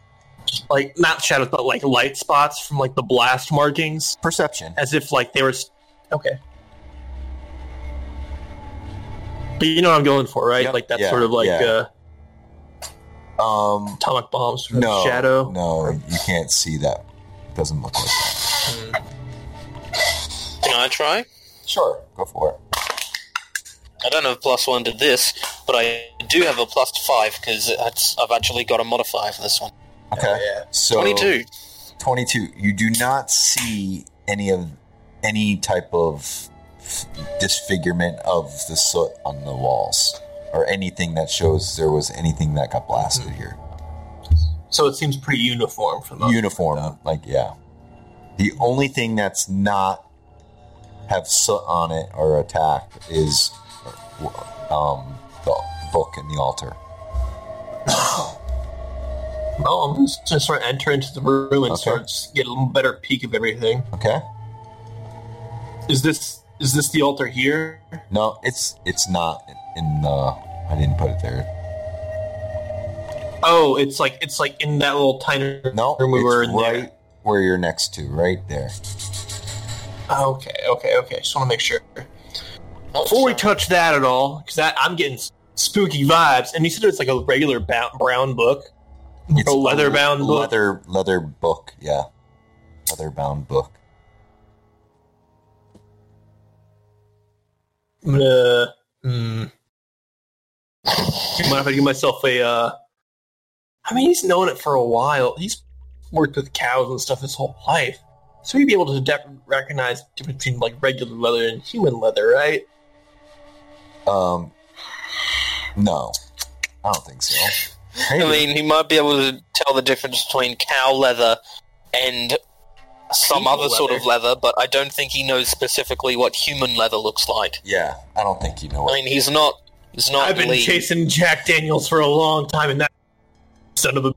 Speaker 2: like not shadows but like light spots from like the blast markings,
Speaker 4: Perception.
Speaker 2: as if like they were s- okay. But you know what I'm going for, right?
Speaker 4: Yep.
Speaker 2: Like that
Speaker 4: Yeah,
Speaker 2: sort of like
Speaker 4: yeah.
Speaker 2: uh,
Speaker 4: Um,
Speaker 2: atomic bombs, sort of
Speaker 4: no
Speaker 2: shadow.
Speaker 4: No, you can't see that. Doesn't look like that.
Speaker 3: Can I try?
Speaker 4: Sure, go for it.
Speaker 3: I don't have plus one to this, but I do have a plus five because I've actually got a modifier for this one.
Speaker 4: Okay.
Speaker 5: yeah.
Speaker 4: So
Speaker 3: 22.
Speaker 4: 22. You do not see any of any type of f- disfigurement of the soot on the walls or anything that shows there was anything that got blasted here.
Speaker 2: So it seems pretty uniform for them.
Speaker 4: uniform. Like, yeah. The only thing that's not have soot on it or attacked is um, the book and the altar.
Speaker 2: Oh, I'm just gonna sort of enter into the room and
Speaker 4: Okay.
Speaker 2: start to get a little better peek of everything.
Speaker 4: Okay.
Speaker 2: Is this is this the altar here?
Speaker 4: No, it's it's not in the. I didn't put it there.
Speaker 2: Oh, it's like it's like in that little tiny
Speaker 4: No,
Speaker 2: room we
Speaker 4: it's
Speaker 2: were in
Speaker 4: right
Speaker 2: there.
Speaker 4: where you're next to, right there.
Speaker 2: Oh, okay, okay, okay. Just want to make sure
Speaker 3: Oh,
Speaker 2: before we
Speaker 3: sorry.
Speaker 2: touch that at all, because I'm getting s- spooky vibes. And you said it's like a regular bound, brown book,
Speaker 4: It's
Speaker 2: a leather bound book.
Speaker 4: leather leather book. Yeah, leather bound book.
Speaker 2: I'm gonna. Hmm. Mind if I give myself a? Uh, I mean, he's known it for a while. He's worked with cows and stuff his whole life, so he'd be able to de- recognize the difference between like regular leather and human leather, right?
Speaker 4: Um, no, I don't think so.
Speaker 3: I
Speaker 4: Maybe.
Speaker 3: mean, he might be able to tell the difference between cow leather and some
Speaker 2: People
Speaker 3: other sort of
Speaker 2: leather.
Speaker 3: leather, but I don't think he knows specifically what human leather looks like.
Speaker 4: yeah, I don't think you know.
Speaker 3: I
Speaker 4: What,
Speaker 3: mean, he's not. He's not.
Speaker 2: I've been
Speaker 3: Lee.
Speaker 2: chasing Jack Daniels for a long time, and that son of a.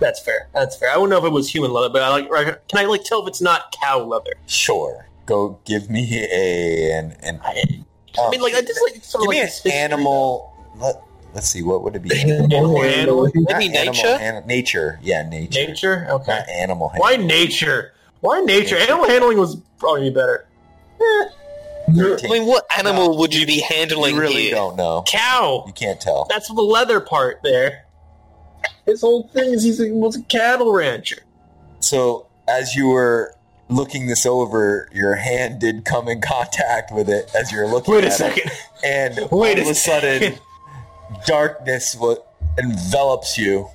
Speaker 2: That's fair. That's fair. I don't know if it was human leather, but I like. rec- Can I like tell if it's not cow leather?
Speaker 4: sure, go give me a an an.
Speaker 2: I, I mean, like I just like sort
Speaker 4: give
Speaker 2: of like
Speaker 4: me an
Speaker 2: this history.
Speaker 4: animal. Let Let's see, what would it be?
Speaker 2: Animal, animal,
Speaker 4: Not
Speaker 3: Maybe
Speaker 4: animal,
Speaker 3: nature?
Speaker 4: an- nature, yeah, nature.
Speaker 2: nature. Okay.
Speaker 4: Not animal.
Speaker 2: Why nature? Why nature?
Speaker 4: Nature.
Speaker 2: Animal handling was probably better. Eh,
Speaker 3: I mean, what animal would you be handling
Speaker 4: You really
Speaker 3: here?
Speaker 4: don't know.
Speaker 2: cow.
Speaker 4: You can't tell.
Speaker 2: That's the leather part there. His whole thing is he's a, was a cattle rancher.
Speaker 4: So as you were looking this over, your hand did come in contact with it as you're looking.
Speaker 2: Wait a
Speaker 4: at
Speaker 2: second.
Speaker 4: It, and
Speaker 2: Wait
Speaker 4: all
Speaker 2: a
Speaker 4: of a sudden,
Speaker 2: second.
Speaker 4: darkness what envelops you.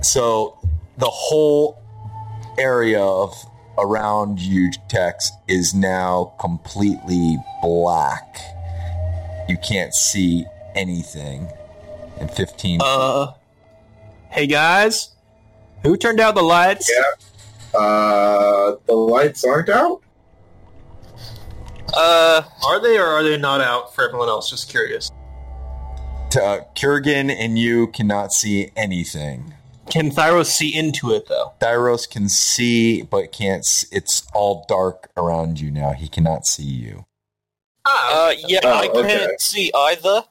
Speaker 4: So the whole area of around you, Tex, is now completely black. You can't see anything. And 15.
Speaker 2: Uh, hey guys, who turned out the lights?
Speaker 5: Yeah. Uh, the lights aren't out.
Speaker 3: Uh,
Speaker 2: Are they or are they not out for everyone else? Just curious.
Speaker 4: uh, Kurgan and you cannot see anything.
Speaker 2: Can Thyros see into it though?
Speaker 4: Thyros can see, but can't. s it's all dark around you now. He cannot see you.
Speaker 2: Ah,
Speaker 3: uh, yeah,
Speaker 5: Oh,
Speaker 3: I can't
Speaker 5: okay.
Speaker 3: see either,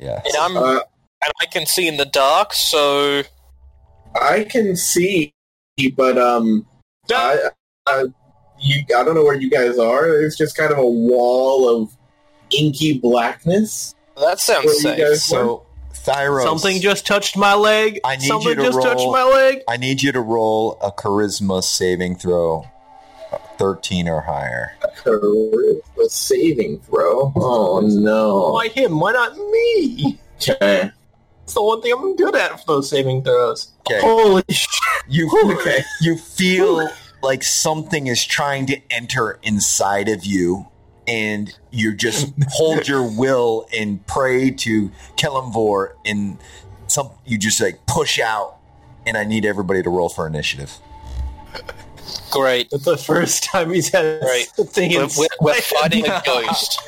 Speaker 4: Yeah.
Speaker 3: and I'm
Speaker 5: Uh,
Speaker 3: and I can see in the dark. So
Speaker 5: I can see, but um, I, I, you, I don't know where you guys are. It's just kind of a wall of inky blackness.
Speaker 3: that
Speaker 5: Where
Speaker 3: sounds
Speaker 5: you
Speaker 3: safe.
Speaker 5: guys-
Speaker 4: So, Thyros.
Speaker 2: something just touched my leg.
Speaker 4: I need
Speaker 2: Something
Speaker 4: you to
Speaker 2: just touched
Speaker 4: roll-
Speaker 2: my leg.
Speaker 4: I need you to roll a charisma saving throw, uh, 13 or higher.
Speaker 5: A saving throw. Oh no.
Speaker 2: Why him? Why not me?
Speaker 5: Okay.
Speaker 2: It's the one thing I'm good at for those saving throws.
Speaker 4: Okay.
Speaker 2: Holy shit.
Speaker 4: You
Speaker 5: Okay.
Speaker 4: you feel like something is trying to enter inside of you, and you just hold your will and pray to Kellamvor, and some you just like push out. And I need everybody to roll for initiative.
Speaker 3: Great.
Speaker 2: That's the first time he's had
Speaker 3: Right.
Speaker 2: a thing
Speaker 3: We're,
Speaker 2: inside
Speaker 3: we're, we're fighting a
Speaker 2: now.
Speaker 3: ghost.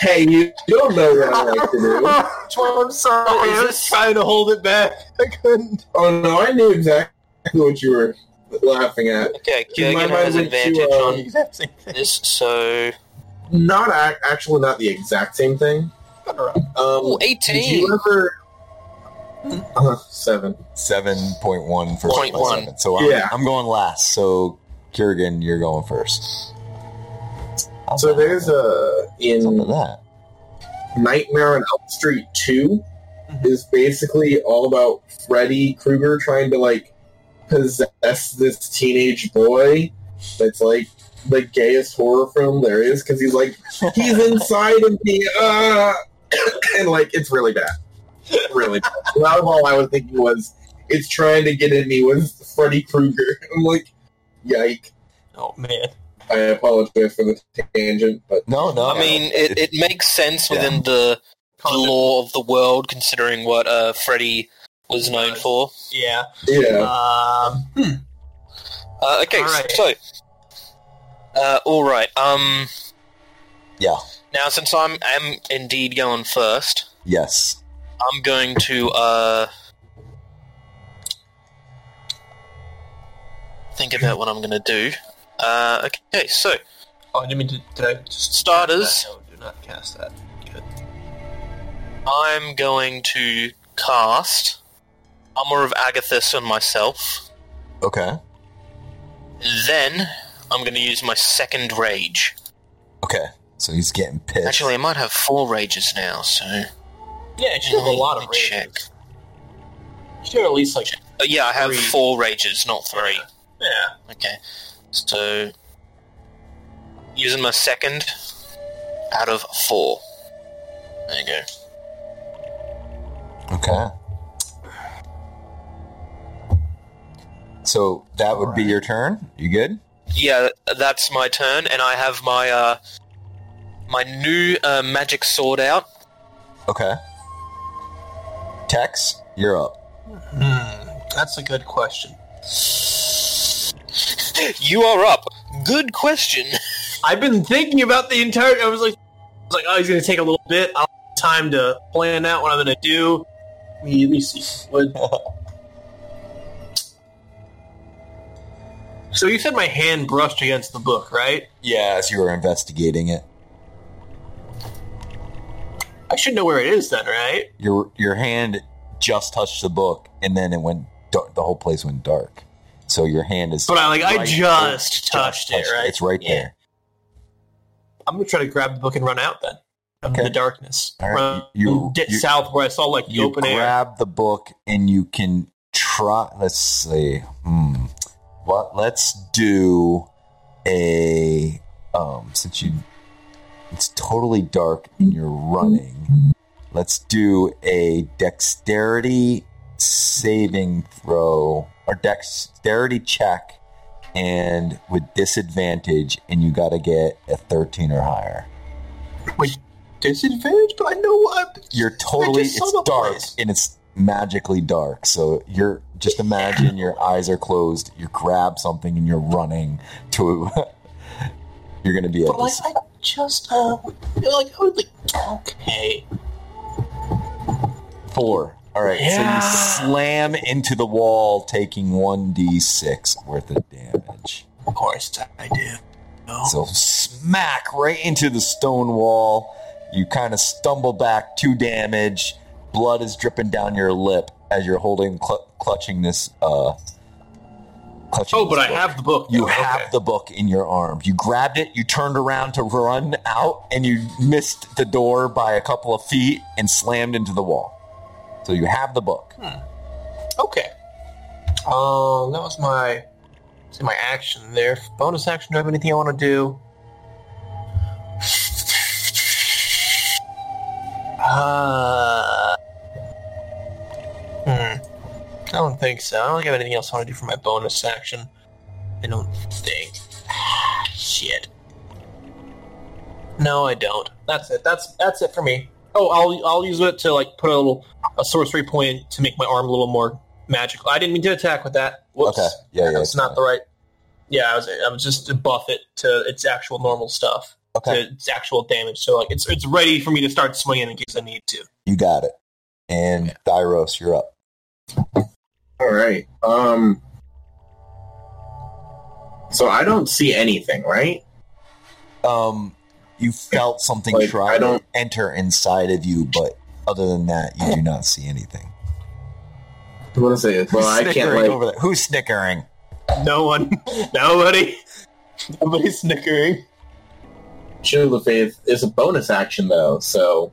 Speaker 5: Hey, you don't know what I like to do.
Speaker 2: I'm sorry. I was oh, trying to hold it back. I couldn't.
Speaker 5: Oh no, I knew exactly what you were laughing at.
Speaker 3: Okay,
Speaker 5: In my
Speaker 3: Kurgan has
Speaker 5: mind, went
Speaker 3: advantage
Speaker 5: to, uh,
Speaker 3: on this, so
Speaker 5: Not ac- actually, not the exact same thing.
Speaker 2: Alright.
Speaker 5: Um,
Speaker 3: Ooh,
Speaker 5: did
Speaker 3: 18.
Speaker 5: you ever? Uh, seven.
Speaker 4: Seven point one for
Speaker 3: Point one.
Speaker 4: seven. So I'm,
Speaker 5: Yeah.
Speaker 4: I'm going last. So Kurgan, you're going first. How's
Speaker 5: So
Speaker 4: that?
Speaker 5: there's a
Speaker 4: Something like
Speaker 5: in
Speaker 4: that.
Speaker 2: Mm-hmm.
Speaker 5: Nightmare on Elm Street 2 is basically all about Freddy Krueger trying to like possess this teenage boy that's like the gayest horror film there is because he's like he's inside of me uh, and like it's really bad really bad. Out of all I was thinking was it's trying to get in me was Freddy Krueger I'm like yike
Speaker 2: Oh man.
Speaker 5: I apologize for the tangent but
Speaker 4: No, no.
Speaker 3: I mean, it, it makes sense
Speaker 4: Yeah.
Speaker 3: within the
Speaker 2: Concept.
Speaker 3: law of the world, considering what uh, Freddy was known for.
Speaker 2: Yeah.
Speaker 5: yeah
Speaker 2: Um, hmm.
Speaker 3: Uh, okay,
Speaker 2: All right.
Speaker 3: so uh, all right. Um,
Speaker 4: yeah.
Speaker 3: now since I'm am indeed going first,
Speaker 4: Yes.
Speaker 3: I'm going to uh, think about what I'm going to do. Uh, okay, so
Speaker 2: Oh, I didn't mean to. Did I just
Speaker 3: starters.
Speaker 2: No, do not cast that. Good.
Speaker 3: I'm going to cast Armor of Agathis on myself.
Speaker 4: Okay.
Speaker 3: Then I'm going to use my second rage.
Speaker 4: Okay. So he's getting pissed.
Speaker 3: Actually, I might have four rages now, so
Speaker 2: Yeah, she has a lot
Speaker 3: Let
Speaker 2: of
Speaker 3: me check.
Speaker 2: rage. She had at least like
Speaker 3: Uh, yeah, I have
Speaker 2: Three.
Speaker 3: four rages, not three.
Speaker 2: yeah.
Speaker 3: Okay, so using my second out of four. There you go.
Speaker 4: okay. So that would be your turn. You good?
Speaker 3: Yeah, that's my turn, and I have my uh, my new uh, magic sword out.
Speaker 4: Okay. Tex, you're up.
Speaker 2: That's a good question.
Speaker 3: you are up. Good question.
Speaker 2: I've been thinking about the entire. I was like, I was like, oh, he's gonna take a little bit. I'll have time to plan out what I'm gonna do. Let me, let me see. What? so you said my hand brushed against the book, right?
Speaker 4: Yeah, as you were investigating it,
Speaker 2: I should know where it is then, right?
Speaker 4: your your hand just touched the book, and then it went. dar- The whole place went dark. So your hand is.
Speaker 2: But I like, I
Speaker 4: Right.
Speaker 2: just
Speaker 4: just
Speaker 2: touched it, right?
Speaker 4: It's right
Speaker 2: Yeah.
Speaker 4: there.
Speaker 2: I'm gonna try to grab the book and run out then. From
Speaker 4: Okay.
Speaker 2: the darkness.
Speaker 4: All right.
Speaker 2: Run
Speaker 4: You-
Speaker 2: di-
Speaker 4: you-
Speaker 2: south where I saw like the
Speaker 4: you
Speaker 2: open air.
Speaker 4: grab the book and you can try let's see hmm what let's do a um since you it's totally dark and you're running let's do a dexterity saving throw or dexterity check and with disadvantage and you got to get a 13 or higher
Speaker 2: Wait, disadvantage, but I know what.
Speaker 4: You're totally
Speaker 2: I just saw
Speaker 4: it's
Speaker 2: the
Speaker 4: dark
Speaker 2: place.
Speaker 4: and it's magically dark. So you're just imagine your eyes are closed, you grab something and you're running to you're gonna be at
Speaker 2: But like,
Speaker 4: this
Speaker 2: I just uh, like, I was like, okay,
Speaker 4: four. Alright,
Speaker 2: Yeah.
Speaker 4: so you slam into the wall taking one D six worth of damage.
Speaker 2: of course I do. No.
Speaker 4: So smack right into the stone wall. You kind of stumble back, two damage. Blood is dripping down your lip as you're holding, cl- clutching this. Uh, clutching
Speaker 2: Oh, but
Speaker 4: this
Speaker 2: I
Speaker 4: book.
Speaker 2: have the book.
Speaker 4: You
Speaker 2: Okay.
Speaker 4: have the book in your arm. You grabbed it. You turned around to run out, and you missed the door by a couple of feet and slammed into the wall. So you have the book.
Speaker 2: Okay. Um, that was my let's see my action there. Bonus action. Do I have anything I want to do? Uh, hmm. I don't think so. I don't think I have anything else I want to do for my bonus action. I don't think. Shit. No, I don't. That's it. That's that's it for me. Oh, I'll I'll use it to like put a little a sorcery point to make my arm a little more magical. I didn't mean to attack with that. Whoops.
Speaker 4: Okay. Yeah, yeah,
Speaker 2: That's
Speaker 4: it's
Speaker 2: not
Speaker 4: fine.
Speaker 2: the right. Yeah, I was I was just to buff it to its actual normal stuff,
Speaker 4: Okay,
Speaker 2: to its actual damage. So like it's it's ready for me to start swinging in case I need to.
Speaker 4: you got it. And Thyros, you're up.
Speaker 5: All right. Um. So I don't see anything, right?
Speaker 4: um you felt something
Speaker 5: Like,
Speaker 4: try
Speaker 5: I don't-
Speaker 4: to enter inside of you but other than that you do not see anything
Speaker 5: I want to say it. Well, I can't
Speaker 4: Snickering
Speaker 5: like.
Speaker 4: over there who's snickering
Speaker 2: No one, nobody, nobody's snickering.
Speaker 5: Shield of Faith is a bonus action though, so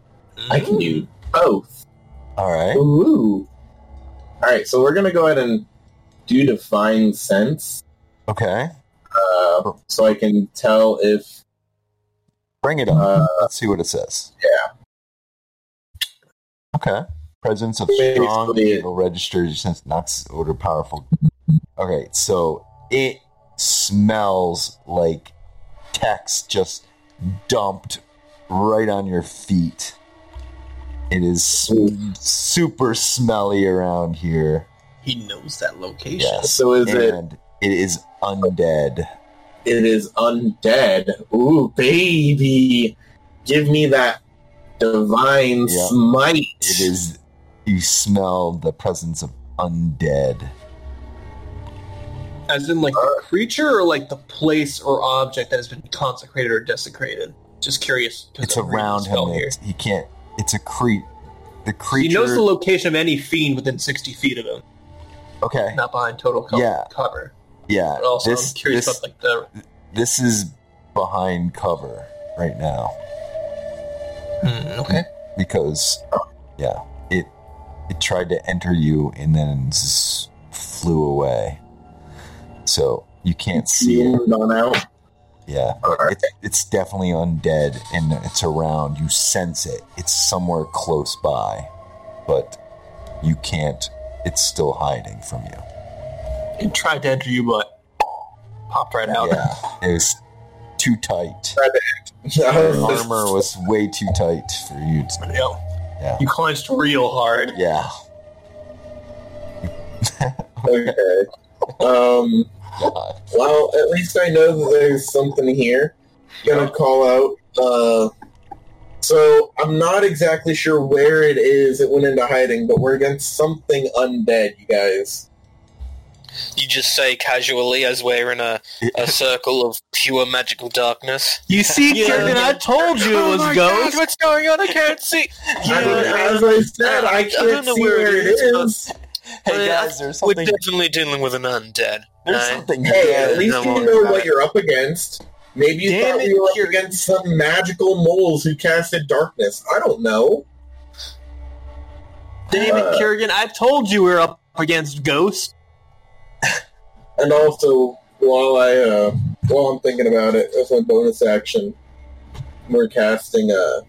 Speaker 5: I can
Speaker 4: Mm.
Speaker 5: do both.
Speaker 4: all right
Speaker 5: Ooh. All right, so we're gonna go ahead and do divine sense,
Speaker 4: okay
Speaker 5: uh, so I can tell if
Speaker 4: bring it up
Speaker 5: Uh,
Speaker 4: let's see what it says
Speaker 5: yeah.
Speaker 4: okay presence of
Speaker 5: Basically-
Speaker 4: strong evil registered since knocks odor powerful okay so it smells like text just dumped right on your feet it is su- super smelly around here
Speaker 2: He knows that location.
Speaker 4: Yes.
Speaker 5: so is it
Speaker 4: and it is undead.
Speaker 5: it is undead. Ooh, baby, give me that divine
Speaker 4: Yeah.
Speaker 5: smite.
Speaker 4: It is. You smell the presence of undead.
Speaker 2: As in, like the creature, or like the place or object that has been consecrated or desecrated. Just curious. 'cause
Speaker 4: It's
Speaker 2: I'm reading the
Speaker 4: around him.
Speaker 2: spell
Speaker 4: It's, he can't. It's a creep. The creature.
Speaker 2: He knows the location of any fiend within sixty feet of him,
Speaker 4: okay.
Speaker 2: not behind total co-
Speaker 4: Yeah.
Speaker 2: cover.
Speaker 4: Yeah.
Speaker 2: But also,
Speaker 4: this,
Speaker 2: I'm curious
Speaker 4: this,
Speaker 2: about like the
Speaker 4: this is behind cover right now
Speaker 2: Hmm, okay.
Speaker 4: because, yeah, it it tried to enter you and then z- flew away. So you can't see it.
Speaker 5: Moved on out.
Speaker 4: Yeah.
Speaker 5: All right.
Speaker 4: It's, it's definitely undead and it's around. You sense it. It's somewhere close by, but you can't. It's still hiding from you.
Speaker 2: It tried to enter you, but popped right out.
Speaker 4: Yeah. It was too tight. Your
Speaker 5: Armor.
Speaker 4: armor was way too tight for you. To,
Speaker 2: Yo,
Speaker 4: Yeah.
Speaker 2: You clenched real hard.
Speaker 4: yeah.
Speaker 5: Okay. Um.
Speaker 4: God.
Speaker 5: Well, at least I know that there's something here. Gonna call out. Uh, so I'm not exactly sure where it is. It went into hiding, but we're against something undead, you guys.
Speaker 3: You just say casually as we're in a, a circle of pure magical darkness.
Speaker 6: You see,
Speaker 2: Yeah.
Speaker 6: Kevin, I told
Speaker 2: Oh
Speaker 6: you it was ghost.
Speaker 3: what's going on? I can't see.
Speaker 5: I mean, as I said, I
Speaker 3: I
Speaker 5: can't
Speaker 3: don't know
Speaker 5: see
Speaker 3: where it
Speaker 5: where it
Speaker 3: is,
Speaker 5: is.
Speaker 4: Hey
Speaker 3: Uh,
Speaker 4: guys, there's
Speaker 3: We're
Speaker 4: something.
Speaker 3: definitely dealing with an undead.
Speaker 4: There's
Speaker 3: No?
Speaker 4: something.
Speaker 5: Hey,
Speaker 4: dead.
Speaker 5: at least
Speaker 3: no
Speaker 5: you
Speaker 3: more
Speaker 5: know
Speaker 3: about
Speaker 5: what
Speaker 3: it.
Speaker 5: you're up against. Maybe you
Speaker 6: Damn
Speaker 5: thought
Speaker 6: it,
Speaker 5: we were up against some magical moles who casted darkness. I don't know.
Speaker 2: Damn it,
Speaker 5: Uh,
Speaker 2: Kerrigan! I told you we were up against ghosts.
Speaker 5: And also, while I uh, while I'm thinking about it, as my bonus action, we're casting a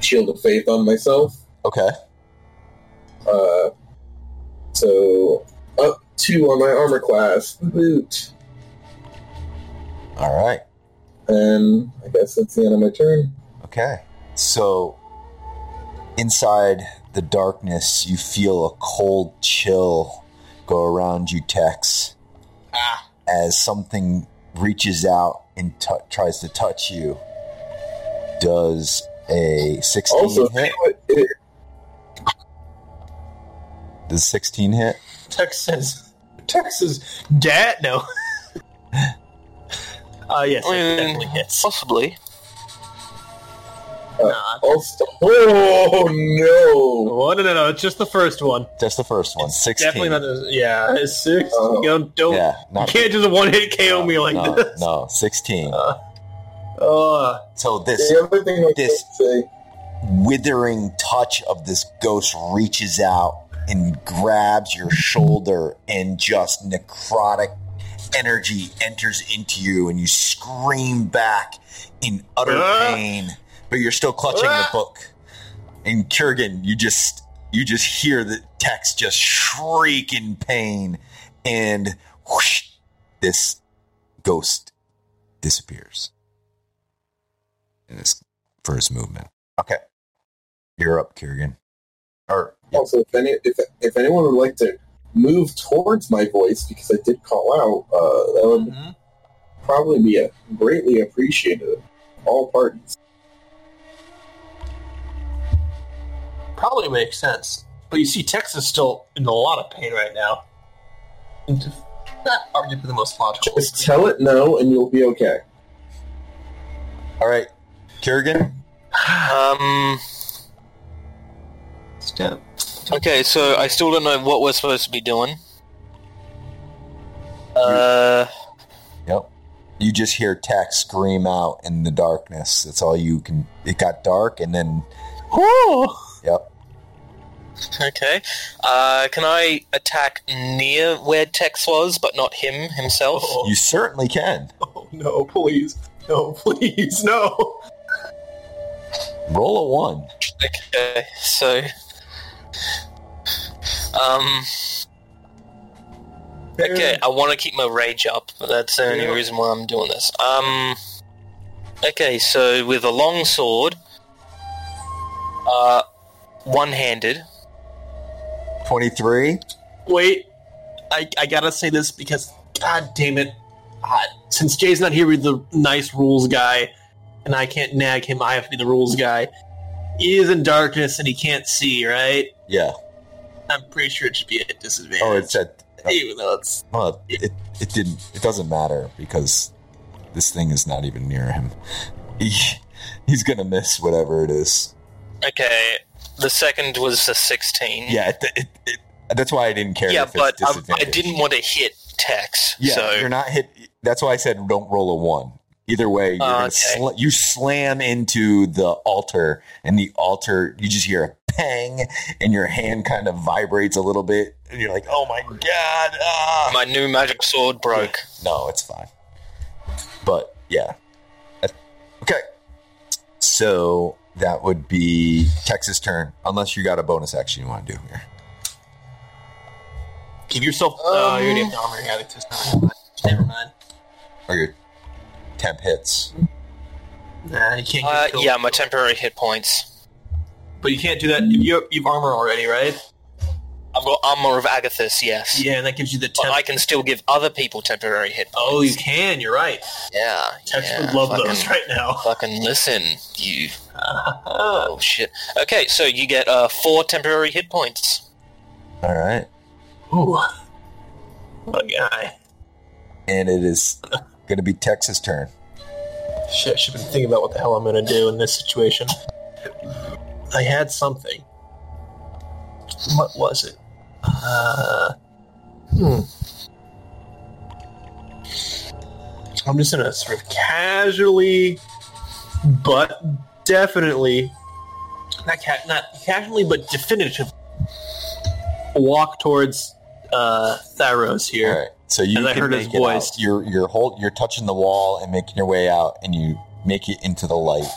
Speaker 5: shield of faith on myself.
Speaker 4: Okay.
Speaker 5: Uh, so up two on my armor class, boot,
Speaker 4: All right.
Speaker 5: and I guess that's the end of my turn.
Speaker 4: Okay. So, inside the darkness, you feel a cold chill go around you, Tex,
Speaker 3: Ah.
Speaker 4: as something reaches out and t- tries to touch you. Does a 16
Speaker 5: Also,
Speaker 4: hit?
Speaker 5: it-
Speaker 4: Does 16 hit?
Speaker 2: Texas. Texas. Dad? No. Uh, yes,
Speaker 3: Mm.
Speaker 2: that definitely hits. Uh,
Speaker 3: Possibly.
Speaker 2: Nah.
Speaker 5: also, oh no!
Speaker 2: Oh, no, no, no. It's just the first one.
Speaker 4: That's the first one. 16.
Speaker 2: Definitely not. The, yeah, it's six.
Speaker 5: Oh.
Speaker 2: You don't. don't
Speaker 4: yeah,
Speaker 2: you
Speaker 4: not
Speaker 2: can't just one hit KO me like
Speaker 4: no,
Speaker 2: this.
Speaker 4: no, 16.
Speaker 2: Uh,
Speaker 4: so this
Speaker 5: The other thing I was
Speaker 4: This-
Speaker 5: gonna say,
Speaker 4: withering touch of this ghost reaches out and grabs your shoulder and just necrotic energy enters into you and you scream back in utter
Speaker 2: Uh.
Speaker 6: Ah.
Speaker 4: pain but you're still clutching the
Speaker 6: Ah.
Speaker 4: book and kurgan you just you just hear the text just shriek in pain and whoosh, this ghost disappears in his for his movement Okay. You're up, Kirigan. Or
Speaker 5: also, if any, if, if anyone would like to move towards my voice because I did call out, uh, that would
Speaker 2: mhm.
Speaker 5: probably be a, greatly appreciated. All parties.
Speaker 2: Probably makes sense. But you see, Texas is still in a lot of pain right now. And Not arguably the most logical.
Speaker 5: Just tell it no, and you'll be okay.
Speaker 4: all right, Kirigan.
Speaker 3: Um.
Speaker 2: step.
Speaker 3: Okay, so I still don't know what we're supposed to be doing. Uh.
Speaker 4: Yep. You just hear Tex scream out in the darkness. That's all you can. It got dark, and then yep.
Speaker 3: Okay. Uh, can I attack near where Tex was, but not him himself?
Speaker 2: Oh.
Speaker 4: You certainly can
Speaker 2: Oh, no, please. No, please, no.
Speaker 4: roll a one.
Speaker 3: Okay, so. Um. Okay, I want to keep my rage up, but that's the only
Speaker 2: Yeah.
Speaker 3: reason why I'm doing this. Um. Okay, so with a long sword, uh, one-handed.
Speaker 4: Twenty-three.
Speaker 2: Wait, I, I gotta say this because, god damn it. Uh, since Jay's not here with the nice rules guy, and I can't nag him, I have to be the rules guy. He is in darkness and he can't see, right?
Speaker 4: Yeah.
Speaker 2: I'm pretty sure it should be at disadvantage.
Speaker 4: Oh, it's at.
Speaker 2: even though it's
Speaker 4: Well, it it didn't. It doesn't matter because this thing is not even near him. He, he's gonna miss whatever it is.
Speaker 3: Okay, the second was a sixteen.
Speaker 4: Yeah. It, it, it, that's why I didn't care.
Speaker 3: Yeah,
Speaker 4: if it's
Speaker 3: but um, I, I
Speaker 4: disadvantage.
Speaker 3: didn't want to hit Tex.
Speaker 4: Yeah,
Speaker 3: so
Speaker 4: you're not hit. That's why I said don't roll a one. Either way, you're gonna
Speaker 3: Okay.
Speaker 4: sl- you slam into the altar, and the altar, you just hear a pang, and your hand kind of vibrates a little bit, and you're like, "Oh my god!" Ah.
Speaker 3: my new magic sword broke.
Speaker 4: no, it's fine. But yeah, Uh, okay. So that would be Texas turn, unless you got a bonus action you want to do here.
Speaker 2: give yourself. oh, you already have the armor. Yeah, it's just- never mind.
Speaker 4: Or your temp hits.
Speaker 2: Nah, you can't.
Speaker 3: Uh,
Speaker 2: get killed.
Speaker 3: yeah, my temporary hit points.
Speaker 2: but you can't do that. You you've armor already, right?
Speaker 3: I've got armor of Agathis, yes.
Speaker 2: Yeah, and that gives you the
Speaker 3: But
Speaker 2: temp.
Speaker 3: I can still give other people temporary hit points.
Speaker 2: oh, you can. You're right.
Speaker 3: Yeah.
Speaker 2: Tex
Speaker 3: yeah,
Speaker 2: would love
Speaker 3: fucking,
Speaker 2: those right now.
Speaker 3: Fucking listen, you. Oh shit. Okay, so you get uh four temporary hit points.
Speaker 4: All right.
Speaker 2: Ooh, what a guy.
Speaker 4: and it is going to be Texas' turn.
Speaker 2: Shit, I should have been thinking about what the hell I'm gonna do in this situation. I had something. What was it? Uh, hmm. I'm just gonna sort of casually, but definitely, not ca- not casually, but definitively, walk towards uh, Tharos
Speaker 4: All
Speaker 2: here.
Speaker 4: right, so you
Speaker 2: And I
Speaker 4: can
Speaker 2: heard
Speaker 4: make
Speaker 2: his
Speaker 4: it
Speaker 2: voice.
Speaker 4: out. You're you're hold, you're touching the wall and making your way out, and you make it into the light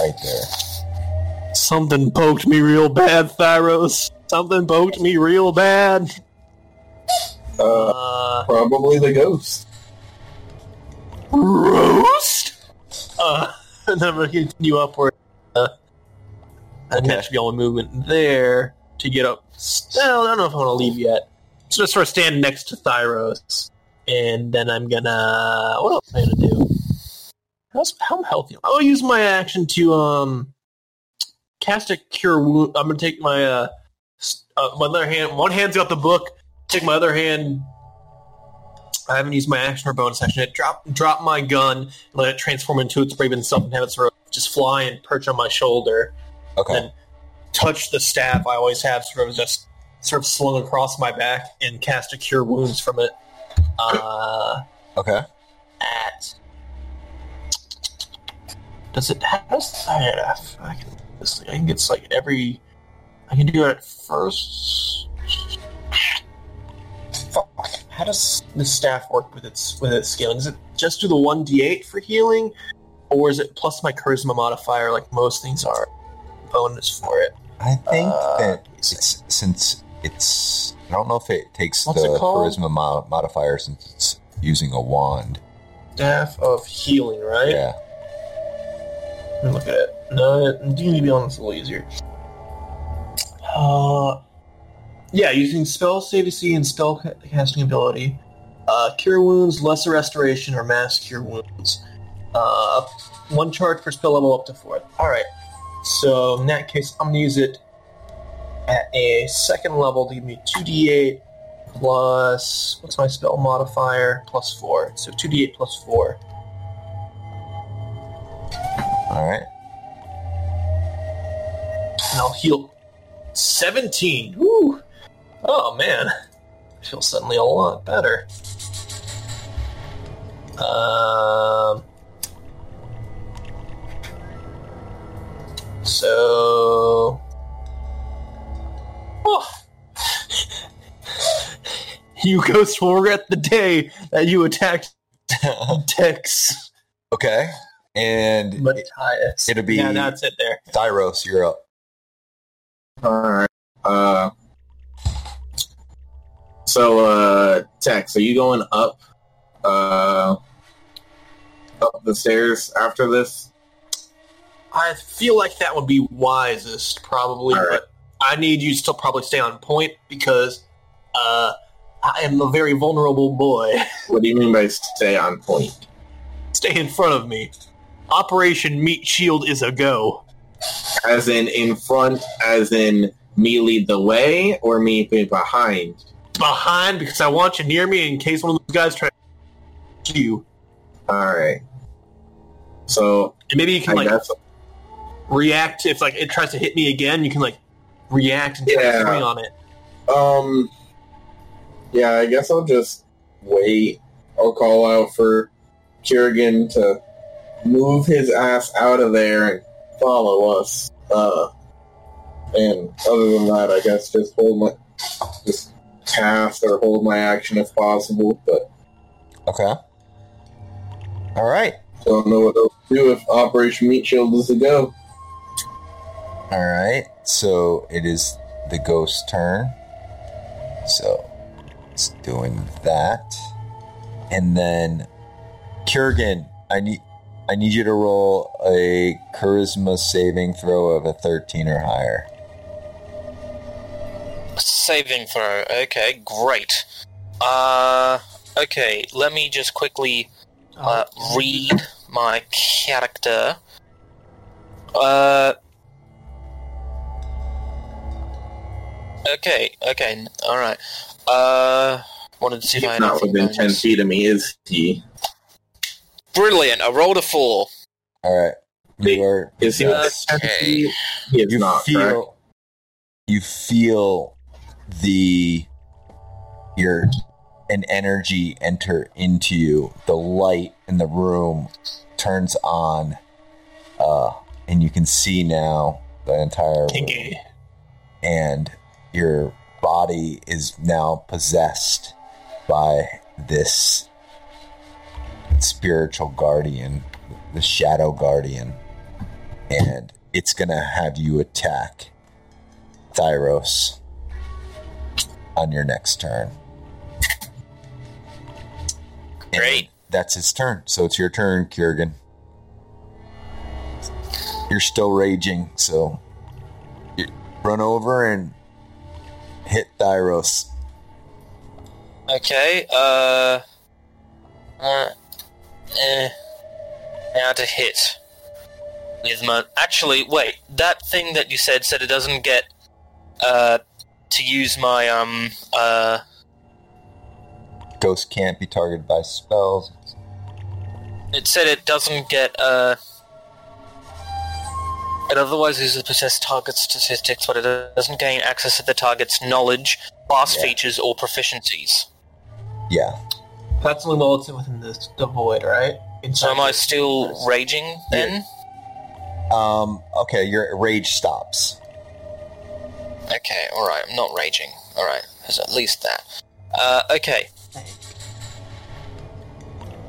Speaker 4: right there.
Speaker 2: Something poked me real bad, Thyros. Something poked me real bad.
Speaker 5: Uh,
Speaker 2: Uh,
Speaker 5: probably the ghost.
Speaker 2: roast? Uh, and then I'm gonna continue upward. Uh, I think
Speaker 4: Okay.
Speaker 2: that should be all my movement there to get up. Well, I don't know if I want to leave yet. So just sort of stand next to Thyros, and then I'm gonna. What else am I gonna do? How's, how healthy? I'll use my action to um cast a cure wound. I'm gonna take my uh, s- uh my other hand. One hand's got the book. Take my other hand. I haven't used my action or bonus action. It drop drop my gun and let it transform into its raven self and have it sort of just fly and perch on my shoulder
Speaker 4: Okay.
Speaker 2: and touch the staff I always have sort of just sort of slung across my back and cast a cure wounds from it. Uh,
Speaker 4: Okay.
Speaker 2: at does it how does I, I can this thing, I think it's like every I can do it at first. Fuck. How does the staff work with its with its scaling? Does it just do the one d eight for healing, or is it plus my charisma modifier like most things are? Bonus for it.
Speaker 4: I think
Speaker 2: Uh,
Speaker 4: that it's, since it's, I don't know if it takes
Speaker 2: What's
Speaker 4: the
Speaker 2: it called?
Speaker 4: charisma mo- modifier since it's using a wand.
Speaker 2: Staff of healing, right?
Speaker 4: Yeah.
Speaker 2: Let me look at it. No, D&D Beyond is a little easier. Uh, yeah, using spell CVC and spell ca- casting ability, uh, cure wounds, lesser restoration, or mass cure wounds. Uh, up- one charge per spell level up to four. All right. So in that case, I'm gonna use it at a second level to give me two D8 plus what's my spell modifier plus four. So two D8 plus four.
Speaker 4: All right.
Speaker 2: and I'll heal 17. Woo! Oh man, I feel suddenly a lot better. Um. So. Oh. you ghost will regret the day that you attacked Dex
Speaker 4: Okay. And
Speaker 2: Matthias.
Speaker 4: It'll be-
Speaker 2: yeah, that's it there.
Speaker 4: Thyros, you're up.
Speaker 5: Alright. Uh, so, uh, Tex, are you going up, uh, up the stairs after this?
Speaker 2: I feel like that would be wisest, probably.
Speaker 5: All right.
Speaker 2: But I need you to still probably stay on point because uh, I am a very vulnerable boy.
Speaker 5: What do you mean by stay on point?
Speaker 2: stay in front of me. Operation Meat Shield is a go.
Speaker 5: As in in front, as in me lead the way, or me be behind?
Speaker 2: Behind, because I want you near me in case one of those guys try to shoot you.
Speaker 5: Alright. So,
Speaker 2: And maybe you
Speaker 5: I
Speaker 2: can like
Speaker 5: guess
Speaker 2: react if like it tries to hit me again. You can like react and try
Speaker 5: Yeah.
Speaker 2: to swing on it.
Speaker 5: Um. Yeah, I guess I'll just wait. I'll call out for Kerrigan to move his ass out of there and follow us. Uh, and other than that, I guess just hold my just cast or hold my action if possible. But
Speaker 4: Okay. All right.
Speaker 5: don't know what I'll do if Operation Meat Shield is a go.
Speaker 4: All right. So it is the ghost turn. So it's doing that, and then Kurgan, I need I need you to roll a charisma saving throw of a thirteen or higher.
Speaker 3: Saving throw. Okay, great. Uh, okay, let me just quickly uh,
Speaker 5: Oh.
Speaker 3: read my character. Uh. Okay, okay, alright. Uh. Wanted to see if I
Speaker 5: He's
Speaker 3: had
Speaker 5: not
Speaker 3: anything
Speaker 5: within ten
Speaker 3: bonus.
Speaker 5: feet of me, is he?
Speaker 3: Brilliant, I rolled a four.
Speaker 4: All right. You are.
Speaker 5: Is he within ten
Speaker 3: Okay.
Speaker 5: feet? He is
Speaker 4: you
Speaker 5: not. correct?
Speaker 4: feel you feel the your an energy enter into you the light in the room turns on uh and you can see now the entire room
Speaker 2: Kinky.
Speaker 4: and your body is now possessed by this spiritual guardian, the shadow guardian, and it's gonna have you attack Thyros on your next turn. And
Speaker 3: Great.
Speaker 4: that's his turn. So it's your turn, Kurgan. You're still raging, so run over and hit Thyros.
Speaker 3: Okay, uh. Uh. Eh. Now to hit. With my. Actually, wait. That thing that you said said it doesn't get. Uh. To use my, um. Uh.
Speaker 4: Ghost can't be targeted by spells.
Speaker 3: It said it doesn't get, uh. It otherwise uses possessed target statistics, but it doesn't gain access to the target's knowledge, class
Speaker 4: Yeah.
Speaker 3: features, or proficiencies.
Speaker 4: Yeah.
Speaker 2: That's only while it's within the, the void, right?
Speaker 3: So am I
Speaker 2: Inside-
Speaker 3: still raging then?
Speaker 4: Um, okay, your rage stops.
Speaker 3: Okay, alright, I'm not raging. Alright, there's at least that. Uh, okay.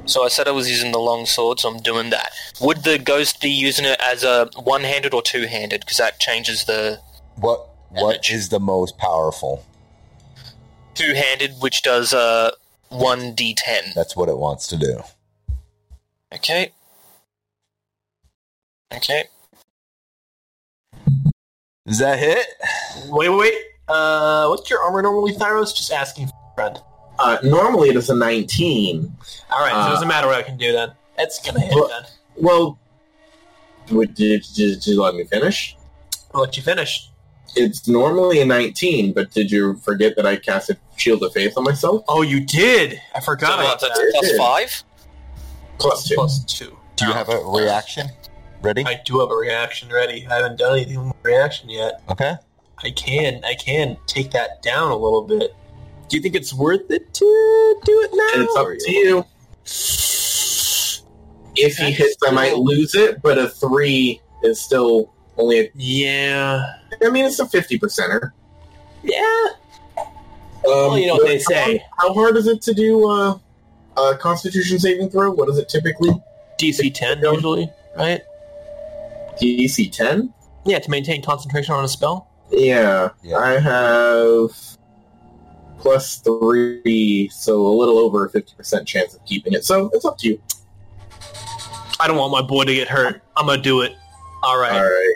Speaker 3: So I said I was using the long sword, so I'm doing that. Would the ghost be using it as a one-handed or two-handed? Because that changes the
Speaker 4: What what
Speaker 3: Damage.
Speaker 4: is the most powerful?
Speaker 3: two-handed, which does uh one d10.
Speaker 4: That's what it wants to do.
Speaker 3: Okay. Okay.
Speaker 4: Does that hit?
Speaker 2: Wait, wait, wait. Uh, what's your armor normally, Thyros? Just asking, friend.
Speaker 5: Uh, normally it is a 19.
Speaker 2: All right, so it
Speaker 5: Uh,
Speaker 2: doesn't matter what I can do then. It's gonna hit
Speaker 5: Well-
Speaker 2: then.
Speaker 5: Well, would did, did, did you let me finish?
Speaker 2: I'll let you finish.
Speaker 5: It's normally a 19, but did you forget that I cast a Shield of Faith on myself?
Speaker 2: Oh, you did. I
Speaker 3: So
Speaker 2: forgot.
Speaker 3: what,
Speaker 2: about
Speaker 3: that's
Speaker 2: that.
Speaker 3: plus five?
Speaker 5: Plus two.
Speaker 2: Plus two.
Speaker 4: Do you have a reaction? Ready?
Speaker 2: Uh, I do have a reaction ready. I haven't done anything with my reaction yet.
Speaker 4: Okay.
Speaker 2: I can, I can take that down a little bit. Do you think it's worth it to do it now?
Speaker 5: It's up
Speaker 2: or-
Speaker 5: to you. If he hits, I might lose it, but a 3 is still only a.
Speaker 2: Yeah.
Speaker 5: I mean, it's a 50 percenter.
Speaker 2: Yeah.
Speaker 5: Um,
Speaker 2: Well, you know what they say.
Speaker 5: How hard is it to do uh, a Constitution saving throw? What is it typically?
Speaker 2: DC 10 usually, right?
Speaker 5: DC 10?
Speaker 2: Yeah, to maintain concentration on a spell.
Speaker 5: Yeah,
Speaker 4: Yeah.
Speaker 5: I have plus three, so a little over a fifty percent chance of keeping it. So it's up to you.
Speaker 2: I don't want my boy to get hurt. I'm gonna do it. All right.
Speaker 5: All right.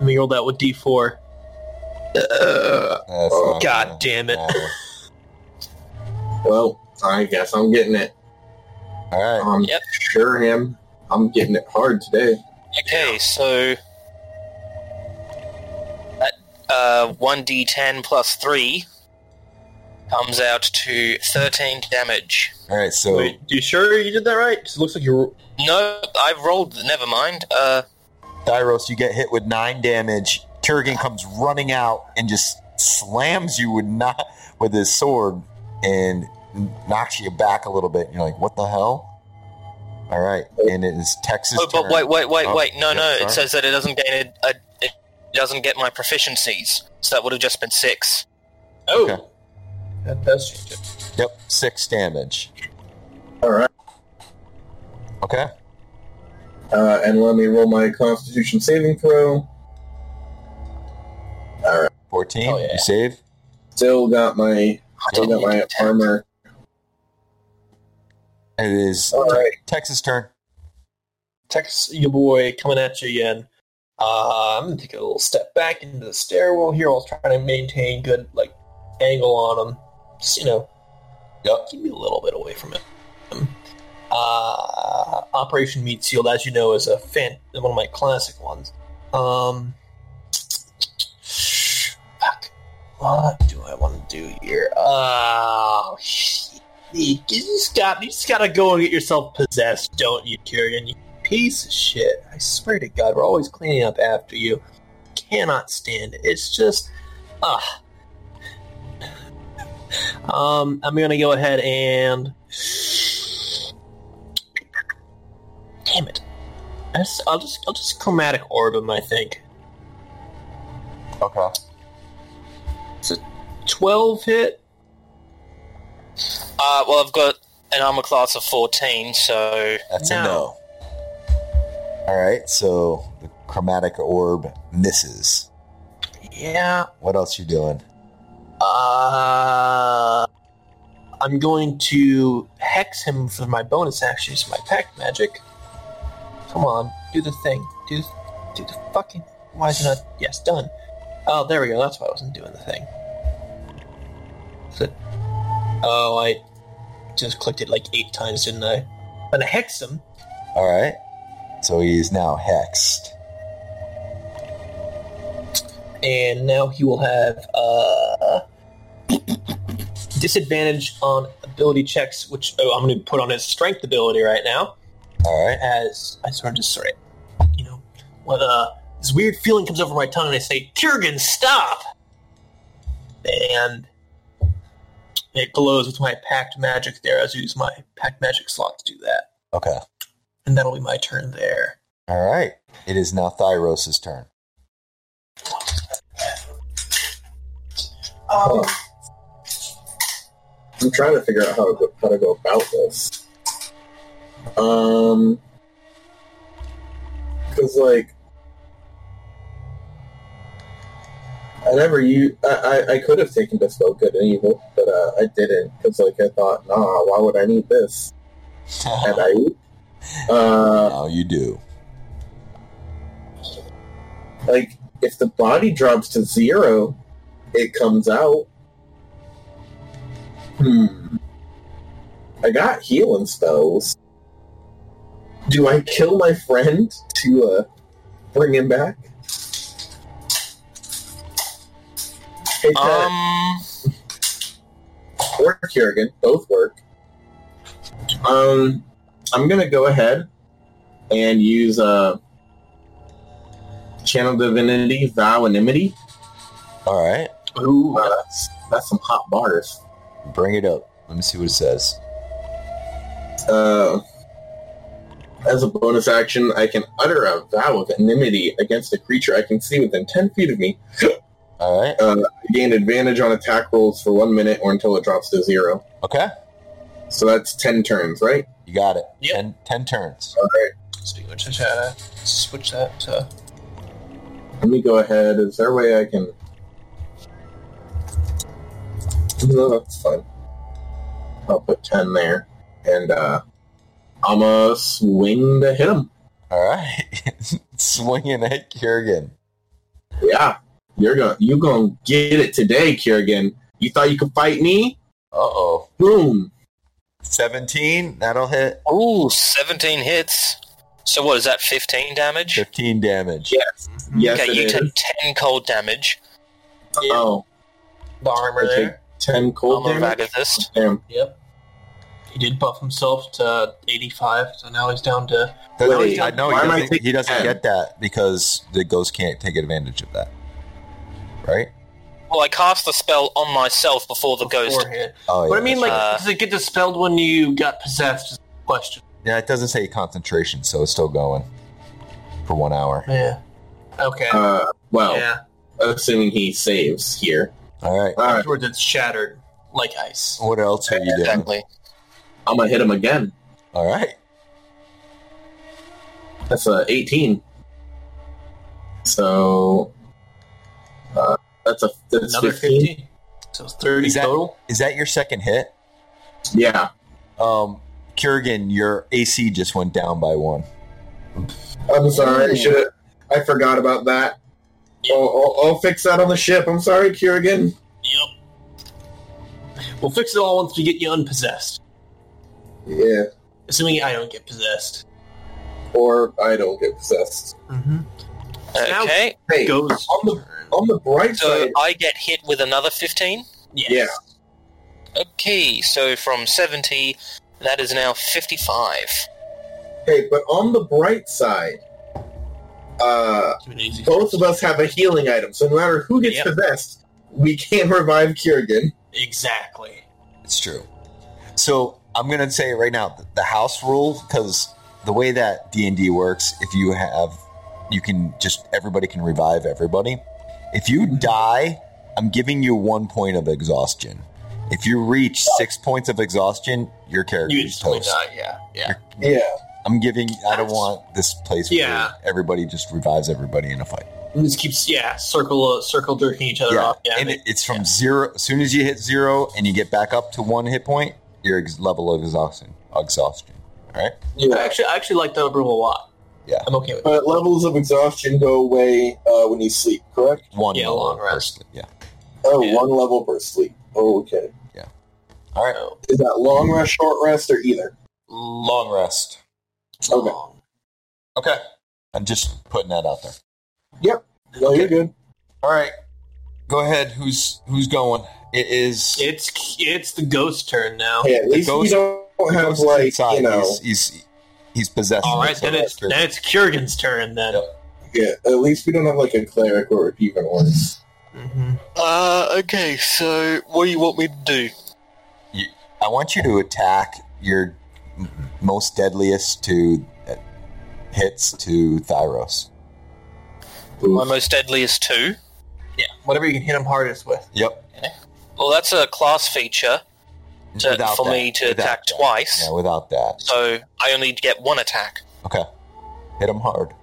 Speaker 2: Let me roll that with D4. Uh,
Speaker 4: That's
Speaker 5: Oh,
Speaker 4: not
Speaker 2: God
Speaker 4: gonna
Speaker 2: damn it.
Speaker 4: matter.
Speaker 5: Well, I guess I'm getting it.
Speaker 4: All right.
Speaker 5: Um,
Speaker 3: Yep.
Speaker 5: Sure am. I'm getting it hard today.
Speaker 3: Okay, so that uh, one d10 plus three comes out to thirteen damage.
Speaker 4: All right. So
Speaker 2: wait, you sure you did that right? 'Cause it looks like you're.
Speaker 3: No, I've rolled. Never mind. Uh,
Speaker 4: Thyros, you get hit with nine damage. Turrican comes running out and just slams you with not with his sword and knocks you back a little bit. You're like, what the hell? All right, and it is Texas.
Speaker 3: oh, but
Speaker 4: turn.
Speaker 3: wait, wait, wait,
Speaker 4: Oh,
Speaker 3: wait. No,
Speaker 4: yeah,
Speaker 3: no. It
Speaker 4: sorry.
Speaker 3: says that it doesn't gain a, a. It doesn't get my proficiencies, so that would have just been six.
Speaker 2: Oh!
Speaker 4: Okay.
Speaker 2: That does change it.
Speaker 4: Yep, six damage.
Speaker 5: All right.
Speaker 4: Okay.
Speaker 5: Uh, and let me roll my Constitution saving throw.
Speaker 4: 14.
Speaker 2: Oh, yeah.
Speaker 4: You save.
Speaker 5: Still got my still got my armor.
Speaker 4: It is
Speaker 5: All right.
Speaker 4: Texas turn.
Speaker 2: Text your boy coming at you again. Uh, I'm gonna take a little step back into the stairwell here while trying to maintain good like angle on him. Just you know,
Speaker 4: Yep.
Speaker 2: keep me a little bit away from it. Um, Uh, Operation Meat Shield, as you know, is a fan one of my classic ones. Um, fuck. What do I want to do here? Oh, shit. you just got you just gotta go and get yourself possessed, don't you, Tyrion? You piece of shit! I swear to God, we're always cleaning up after you. Cannot stand it. It's just, ah. Um, I'm gonna go ahead and. Damn it! I just, I'll just I'll just chromatic orb him. I think
Speaker 4: Okay.
Speaker 2: twelve hit.
Speaker 3: Uh, well, I've got an armor class of fourteen, so
Speaker 4: That's a no.
Speaker 2: No.
Speaker 4: All right. So the chromatic orb misses.
Speaker 2: Yeah.
Speaker 4: What else you doing?
Speaker 2: Uh, I'm going to hex him for my bonus action. Use my pack magic. Come on, do the thing. Do do the fucking. Why is it not? Yes, done. Oh, there we go. That's why I wasn't doing the thing. Is it- Oh, I just clicked it like eight times, didn't I? But a hexum.
Speaker 4: All right. So he's now hexed.
Speaker 2: and now he will have uh, disadvantage on ability checks, which oh, I'm going to put on his strength ability right now.
Speaker 4: All right.
Speaker 2: As I sort of just sort of, you know, what uh, this weird feeling comes over my tongue, and I say, "Kurgan, stop!" And it glows with my packed magic there. As I use my packed magic slot to do that,
Speaker 4: Okay.
Speaker 2: and that'll be my turn there.
Speaker 4: All right. It is now Thyros' turn.
Speaker 5: Um, I'm trying to figure out how to go, how to go about this. Um, because like I never you I, I I could have taken this both good and evil, but uh, I didn't because like I thought, nah, why would I need this? And I, uh,
Speaker 4: now you do.
Speaker 5: like if the body drops to zero, it comes out. Hmm. I got healing spells. Do I kill my friend to uh, bring him back? Hey, Ted,
Speaker 3: Um,
Speaker 5: or Kurgan, both work. Um, I'm gonna go ahead and use uh, channel divinity, vow, animity.
Speaker 4: All right.
Speaker 2: Ooh,
Speaker 5: Wow, that's that's some hot bars.
Speaker 4: Bring it up. Let me see what it says.
Speaker 5: Uh, as a bonus action, I can utter a vow of enmity against a creature I can see within ten feet of me. Uh,
Speaker 4: All right.
Speaker 5: I gain advantage on attack rolls for one minute or until it drops to zero.
Speaker 4: Okay.
Speaker 5: So that's ten turns, right?
Speaker 4: You got it.
Speaker 2: Yep.
Speaker 4: Ten, ten turns.
Speaker 5: All right.
Speaker 2: so you want to try to switch that to
Speaker 5: Let me go ahead. Is there a way I can? No, that's fine. I'll put ten there, and uh, I'ma swing to hit him.
Speaker 4: All right. Swinging at Kurgan.
Speaker 5: Yeah, you're gonna you gonna get it today, Kerrigan. You thought you could fight me?
Speaker 4: Uh oh.
Speaker 5: Boom!
Speaker 4: 17. That'll hit.
Speaker 3: Um, ooh, 17 hits. So what is that? 15 damage.
Speaker 4: 15 damage.
Speaker 5: Yes,
Speaker 2: Mm-hmm.
Speaker 5: yes,
Speaker 3: okay,
Speaker 5: it
Speaker 3: you
Speaker 5: is.
Speaker 3: take 10 cold damage.
Speaker 5: oh,
Speaker 2: the armor
Speaker 5: I take
Speaker 2: there?
Speaker 5: ten cold
Speaker 3: I'm a
Speaker 5: damage.
Speaker 3: vagabist.
Speaker 5: Damn.
Speaker 2: Yep. He did buff himself to 85, so now he's down to.
Speaker 4: Doesn't-
Speaker 5: Wait,
Speaker 4: I know
Speaker 5: why
Speaker 4: he
Speaker 5: am I
Speaker 4: doesn't,
Speaker 5: taking
Speaker 4: he doesn't
Speaker 5: 10?
Speaker 4: get that because the ghost can't take advantage of that. Right?
Speaker 3: Well, I cast the spell on myself before the ghost.
Speaker 2: Beforehand.
Speaker 4: Oh, yeah.
Speaker 2: But I mean, like,
Speaker 4: that's
Speaker 3: Uh,
Speaker 2: does it get dispelled when you got possessed? Is the question.
Speaker 4: right. yeah, it doesn't say concentration, so it's still going for one hour.
Speaker 2: Yeah. Okay.
Speaker 5: Uh, well,
Speaker 2: yeah.
Speaker 5: assuming he saves here.
Speaker 4: All right.
Speaker 5: All right,
Speaker 2: Afterwards, it's shattered like ice.
Speaker 4: What else are you doing?
Speaker 3: Exactly.
Speaker 5: I'm gonna hit him again.
Speaker 4: All right.
Speaker 5: That's a eighteen. So, uh, that's a that's
Speaker 2: Another
Speaker 5: 15.
Speaker 2: 15. So 30
Speaker 4: Is that-
Speaker 2: total.
Speaker 4: Is that your second hit?
Speaker 5: Yeah.
Speaker 4: Um, Kurgan, your AC just went down by one.
Speaker 5: I'm sorry. I should have. I forgot about that. I'll, I'll, I'll fix that on the ship. I'm sorry, Kerrigan.
Speaker 2: Yep. We'll fix it all once we get you unpossessed.
Speaker 5: Yeah.
Speaker 2: Assuming I don't get possessed.
Speaker 5: or I don't get possessed.
Speaker 2: Mm-hmm. Now-
Speaker 3: Okay,
Speaker 5: Hey,
Speaker 2: Goes.
Speaker 5: on the- on the bright
Speaker 3: so
Speaker 5: side,
Speaker 3: I get hit with another 15.
Speaker 2: Yes.
Speaker 5: yeah,
Speaker 3: Okay, so from 70, that is now 55.
Speaker 5: hey, but on the bright side, uh,
Speaker 2: Keep it easy.
Speaker 5: both of us have a healing item, so no matter who gets
Speaker 2: Yep.
Speaker 5: possessed, we can revive Kiergan.
Speaker 2: Exactly.
Speaker 4: It's true. So I'm going to say right now the house rule because the way that D and D works, if you have, you can just everybody can revive everybody. If you die, I'm giving you one point of exhaustion. If you reach six points of exhaustion, your character
Speaker 2: You
Speaker 4: is
Speaker 2: instantly
Speaker 4: toast.
Speaker 2: die. Yeah. Yeah.
Speaker 5: Yeah.
Speaker 4: I'm giving. I don't want this place
Speaker 2: Yeah.
Speaker 4: where everybody just revives everybody in a fight.
Speaker 2: And this keeps yeah circle uh, circle jerking each other
Speaker 4: Yeah,
Speaker 2: off. Yeah,
Speaker 4: and
Speaker 2: make-
Speaker 4: it, it's from zero. As soon as you hit zero and you get back up to one hit point, your ex- level of exhaustion, exhaustion. All right.
Speaker 2: I actually I actually like that rule a lot.
Speaker 4: Yeah.
Speaker 2: I'm okay with it.
Speaker 5: But levels of exhaustion go away uh, when you sleep, correct?
Speaker 4: One
Speaker 2: Yeah,
Speaker 4: level
Speaker 2: long
Speaker 4: per
Speaker 2: rest.
Speaker 4: sleep, Yeah.
Speaker 5: Oh, one
Speaker 2: Yeah.
Speaker 5: level per sleep. Oh, okay.
Speaker 4: All right.
Speaker 2: No.
Speaker 5: Is that long rest, short rest, or either?
Speaker 4: Long rest.
Speaker 5: Okay.
Speaker 4: Okay. I'm just putting that out there.
Speaker 5: No, you're good.
Speaker 4: All right. Go ahead. Who's who's going? It is
Speaker 2: It's it's the ghost turn now.
Speaker 5: Hey, at least
Speaker 4: ghost-
Speaker 5: you don't
Speaker 4: the
Speaker 5: have
Speaker 4: ghost is
Speaker 5: like
Speaker 4: inside.
Speaker 5: you know.
Speaker 4: he's he's, he's possessed.
Speaker 2: All right,
Speaker 4: So
Speaker 2: then it's
Speaker 4: after-
Speaker 2: then it's Kurgan's turn then.
Speaker 4: Yep.
Speaker 5: Yeah, at least we don't have like a cleric or even worse.
Speaker 2: hmm
Speaker 3: Uh, okay, so what do you want me to do?
Speaker 4: I want you to attack your m- most deadliest to uh, hits to Thyros.
Speaker 3: My most deadliest two.
Speaker 2: Yeah, whatever you can hit him hardest with.
Speaker 4: Yep.
Speaker 3: Well, that's a class feature to,
Speaker 4: Without
Speaker 3: for
Speaker 4: that.
Speaker 3: me to
Speaker 4: Without
Speaker 3: attack
Speaker 4: that.
Speaker 3: twice,
Speaker 4: Yeah, without that.
Speaker 3: so I only get one attack.
Speaker 4: Okay. Hit him hard.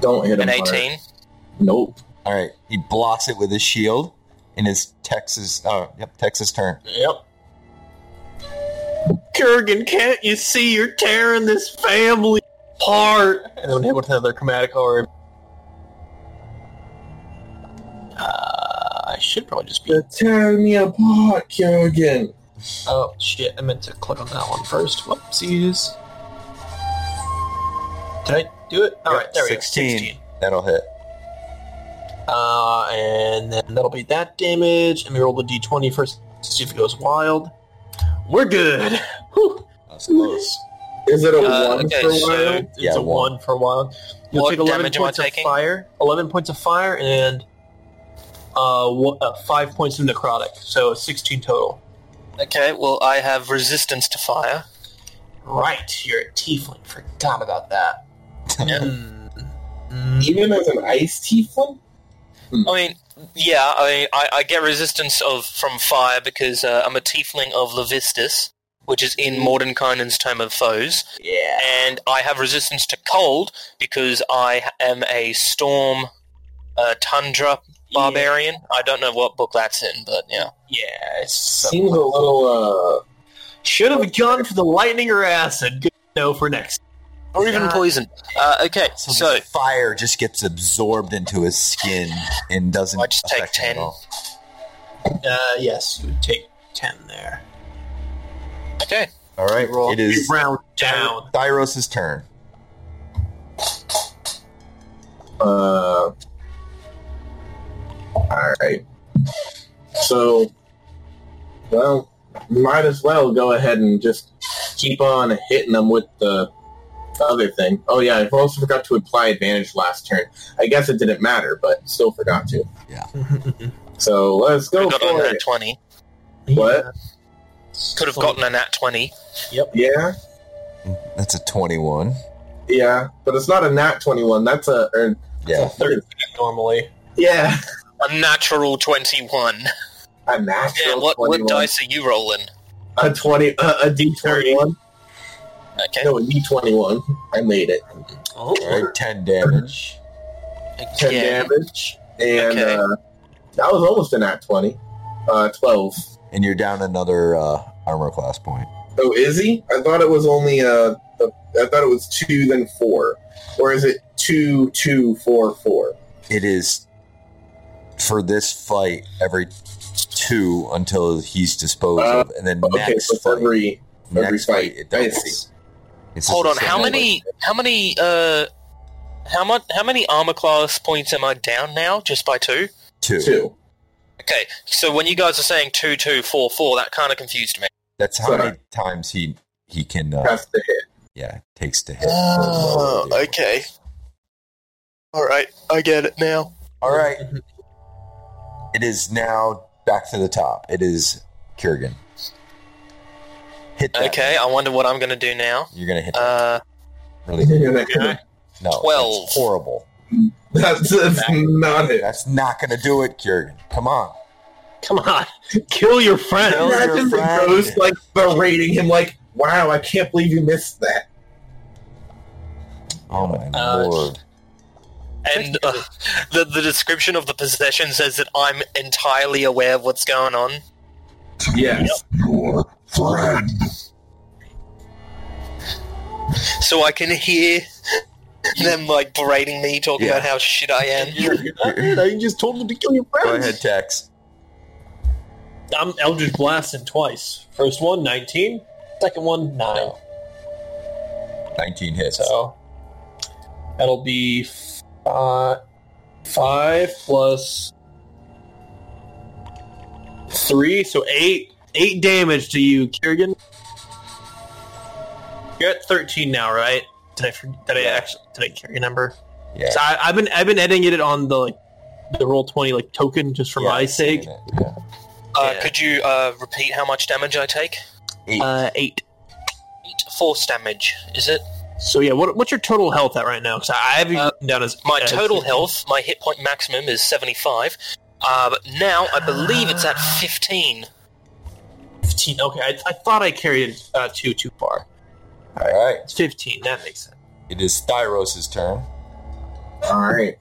Speaker 5: Don't hit him.
Speaker 3: An
Speaker 5: hard.
Speaker 3: 18.
Speaker 5: Nope.
Speaker 4: All right. He blocks it with his shield in his Texas. Uh, yep. Texas turn.
Speaker 2: Yep. Kurgan, can't you see you're tearing this family apart? And then hit with another chromatic orb. Uh, I should probably just be.
Speaker 5: You're tearing me apart, Kurgan.
Speaker 2: Oh shit! I meant to click on that one first. Whoopsies. Did I do it? All right, there we go. Sixteen.
Speaker 4: That'll hit.
Speaker 2: Uh, and then that'll be that damage. And we roll the d20 first to see if it goes wild. We're good. Whew.
Speaker 4: That's close.
Speaker 5: Is it a
Speaker 3: Uh,
Speaker 5: one
Speaker 3: okay,
Speaker 5: for a
Speaker 3: so-
Speaker 5: while?
Speaker 2: It's
Speaker 4: Yeah,
Speaker 2: a
Speaker 4: one.
Speaker 2: one. for a while. You'll
Speaker 3: What
Speaker 2: take 11
Speaker 3: damage am I
Speaker 2: points of
Speaker 3: taking?
Speaker 2: fire. 11 points of fire and uh, wha- uh, 5 points of necrotic. So 16 total.
Speaker 3: Okay, well, I have resistance to fire.
Speaker 2: Right, you're a tiefling. Forgot about that. Mm. Mm.
Speaker 5: Even as an ice tiefling?
Speaker 3: I mean, yeah, I, I, I get resistance of from fire because uh, I'm a tiefling of Levistus, which is
Speaker 5: Mm.
Speaker 3: in Mordenkainen's Tome of Foes,
Speaker 2: Yeah.
Speaker 3: and I have resistance to cold because I am a storm uh, tundra barbarian. I don't know what book that's in, but yeah.
Speaker 2: Yeah. It's
Speaker 5: Seems a little
Speaker 2: Should have gone for the lightning or acid. Good to know for next.
Speaker 3: Or even
Speaker 2: Yeah.
Speaker 3: poison. Uh, okay,
Speaker 4: So,
Speaker 3: so
Speaker 4: the fire just gets absorbed into his skin and doesn't.
Speaker 3: I just take
Speaker 4: affect him at
Speaker 3: 10.
Speaker 4: all.
Speaker 2: Uh, yes, you would take 10 there.
Speaker 3: okay.
Speaker 4: All right. It is
Speaker 2: round down.
Speaker 4: Thyros' turn.
Speaker 5: uh uh Alright. So well, might as well go ahead and just keep on hitting them with the other thing. Oh yeah, I also forgot to apply advantage last turn. I guess it didn't matter, but still forgot to. So let's go
Speaker 3: I got a
Speaker 5: for
Speaker 3: nat
Speaker 5: it.
Speaker 3: twenty.
Speaker 5: What?
Speaker 3: Could have gotten a nat twenty.
Speaker 5: Yeah,
Speaker 4: That's a 21.
Speaker 5: yeah, but it's not a nat twenty-one. That's a or,
Speaker 4: Yeah.
Speaker 2: normally.
Speaker 5: yeah,
Speaker 3: A natural twenty-one.
Speaker 5: a natural
Speaker 3: Yeah, what
Speaker 5: 21.
Speaker 3: what dice are you rolling?
Speaker 5: A twenty, uh, a D twenty-one.
Speaker 3: Okay.
Speaker 5: No, a D twenty-one. I made it.
Speaker 2: Oh.
Speaker 4: All right. 10 damage.
Speaker 5: Ten
Speaker 3: Yeah.
Speaker 5: damage, and
Speaker 3: Okay.
Speaker 5: uh, that was almost a nat twenty. Uh, twelve.
Speaker 4: And you're down another uh, armor class point.
Speaker 5: Oh, is he? I thought it was only uh, the, I thought it was two then four, or is it two two four four?
Speaker 4: It is for this fight every two until he's disposed of. And then
Speaker 5: Okay,
Speaker 4: next
Speaker 5: so it's
Speaker 4: fight.
Speaker 5: every every
Speaker 4: next
Speaker 5: fight.
Speaker 4: fight, it
Speaker 5: I
Speaker 4: doubles.
Speaker 5: see.
Speaker 4: It's
Speaker 3: Hold on.
Speaker 4: just the
Speaker 3: How
Speaker 4: same
Speaker 3: many? How many? Uh, how much? How many armor class points am I down now? Just by two.
Speaker 4: Two.
Speaker 5: Two.
Speaker 3: Okay. So when you guys are saying two, two, four, four, that kind of confused me.
Speaker 4: That's how many times he he can, uh,
Speaker 5: That's the hit.
Speaker 4: yeah, takes to hit. for
Speaker 5: Oh,
Speaker 4: lower damage.
Speaker 3: Uh, okay. All right, I get it now.
Speaker 4: All right. It is now back to the top. It is Kurgan. Hit that.
Speaker 3: Okay, I wonder what I'm gonna do now.
Speaker 4: You're going to hit that
Speaker 3: Uh,
Speaker 4: really good.
Speaker 2: Yeah.
Speaker 4: No, that's
Speaker 3: 12.
Speaker 4: horrible.
Speaker 5: That's, that's not it.
Speaker 4: That's not going to do it, Kurgan. Come on.
Speaker 2: Come on. Kill your friend.
Speaker 4: Kill your
Speaker 5: Imagine the
Speaker 4: friend.
Speaker 5: ghost like berating him, like, "Wow, I can't believe you missed that."
Speaker 4: Oh my
Speaker 2: Uh,
Speaker 4: lord.
Speaker 3: and uh, the the description of the possession says that I'm entirely aware of what's going on.
Speaker 5: Yes.
Speaker 1: Your friend.
Speaker 3: so I can hear them like berating me, talking
Speaker 4: Yeah.
Speaker 3: about how shit I am.
Speaker 5: I just told them to kill your friends.
Speaker 4: Go ahead, Tex.
Speaker 2: I'm Eldritch Blasting twice. First one, 19. Second one, 9.
Speaker 4: 19 hits.
Speaker 2: So that'll be uh, 5 plus 3, so 8. 8 damage to you, Kirigan. You're at 13 now, right? Did I for- did I actually did I carry a number?
Speaker 4: Yeah.
Speaker 2: So I, I've been I've been editing it on the like the roll twenty like token just for
Speaker 4: Yeah,
Speaker 2: my
Speaker 4: I've
Speaker 2: sake.
Speaker 4: seen it, yeah.
Speaker 3: Uh,
Speaker 2: Yeah.
Speaker 3: Could you uh, repeat how much damage I take?
Speaker 4: Eight.
Speaker 2: Uh, eight.
Speaker 3: Eight force damage, is it?
Speaker 2: So yeah, what, what's your total health at right now? Because I have you
Speaker 3: Uh,
Speaker 2: written down as
Speaker 3: My
Speaker 2: as-
Speaker 3: total health, my hit point maximum is 75. Uh, but now I believe it's at 15.
Speaker 2: Fifteen. Okay, I, I thought I carried uh, two too far.
Speaker 4: All right.
Speaker 2: It's fifteen. That makes sense.
Speaker 4: It is Styros' turn.
Speaker 5: All right.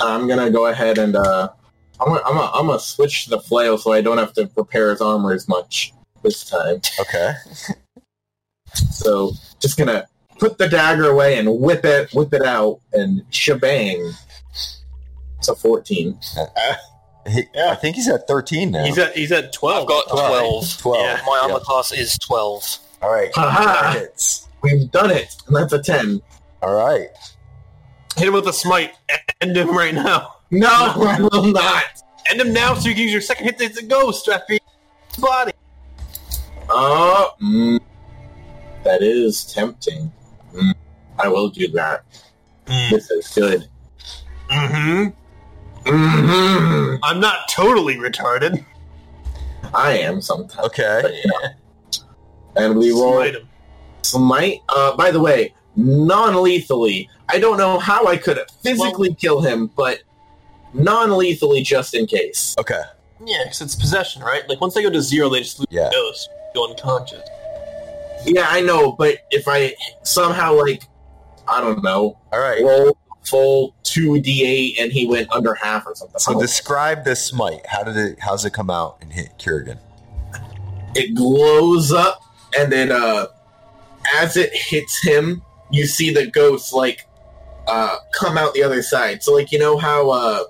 Speaker 5: I'm gonna go ahead and uh, I'm gonna, I'm gonna, I'm gonna switch to the flail so I don't have to repair his armor as much this time.
Speaker 4: Okay.
Speaker 5: So just gonna put the dagger away and whip it, whip it out, and shebang. It's a 14.
Speaker 4: He, I think he's at 13 now.
Speaker 2: He's at he's at twelve.
Speaker 3: I've got 12.
Speaker 4: Twelve. 12.
Speaker 2: Yeah.
Speaker 3: My armor
Speaker 4: Yeah.
Speaker 3: class is 12.
Speaker 4: All right.
Speaker 5: Haha.
Speaker 4: Hits.
Speaker 5: We've done it, and that's a 10.
Speaker 4: All right.
Speaker 2: Hit him with a smite. End him right now.
Speaker 5: No, I will not.
Speaker 2: End him now, so you can use your second hit. It's a ghost after his body.
Speaker 5: Oh, mm, that is tempting. Mm, I will do that. This is good.
Speaker 2: Mm. Mm-hmm.
Speaker 5: Mhm.
Speaker 2: I'm not totally retarded.
Speaker 5: I am sometimes. but,
Speaker 4: Okay.
Speaker 5: you know. And we roll
Speaker 2: Smite
Speaker 5: smite.
Speaker 2: him.
Speaker 5: Uh, by the way, non-lethally. I don't know how I could physically kill him, but non-lethally just in case.
Speaker 4: Okay.
Speaker 2: Yeah, because it's possession, right? Like once they go to zero, they just lose
Speaker 4: Yeah.
Speaker 2: the ghost, go unconscious.
Speaker 5: Yeah, I know, but if I somehow like, I don't know,
Speaker 4: All right.
Speaker 5: roll full two d8 and he went under half or something.
Speaker 4: So describe this smite. How did it? How's it come out and hit Kurgan?
Speaker 5: it glows up and then uh as it hits him you see the ghost like uh come out the other side so like you know how uh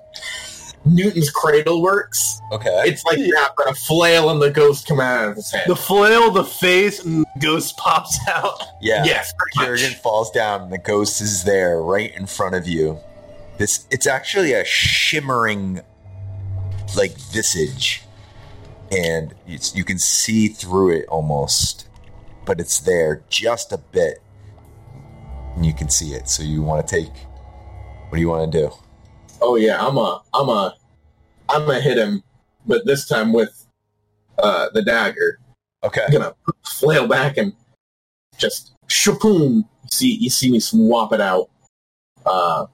Speaker 5: newton's cradle works
Speaker 4: Okay.
Speaker 5: it's like that but a flail and the ghost come out of his head
Speaker 2: The flail, the face, and the ghost pops out.
Speaker 4: yeah.
Speaker 5: yes pretty much.
Speaker 4: Kurgan falls down. and The ghost is there, right in front of you. This. It's actually a shimmering, like visage, and it's, you can see through it almost, but it's there just a bit, and you can see it. So you want to take. What do you want to do?
Speaker 5: oh yeah i'm a i'm a i'm a hit him but this time with uh the dagger
Speaker 4: Okay.
Speaker 5: i'm gonna flail back and just shapoom see you see me swap it out uh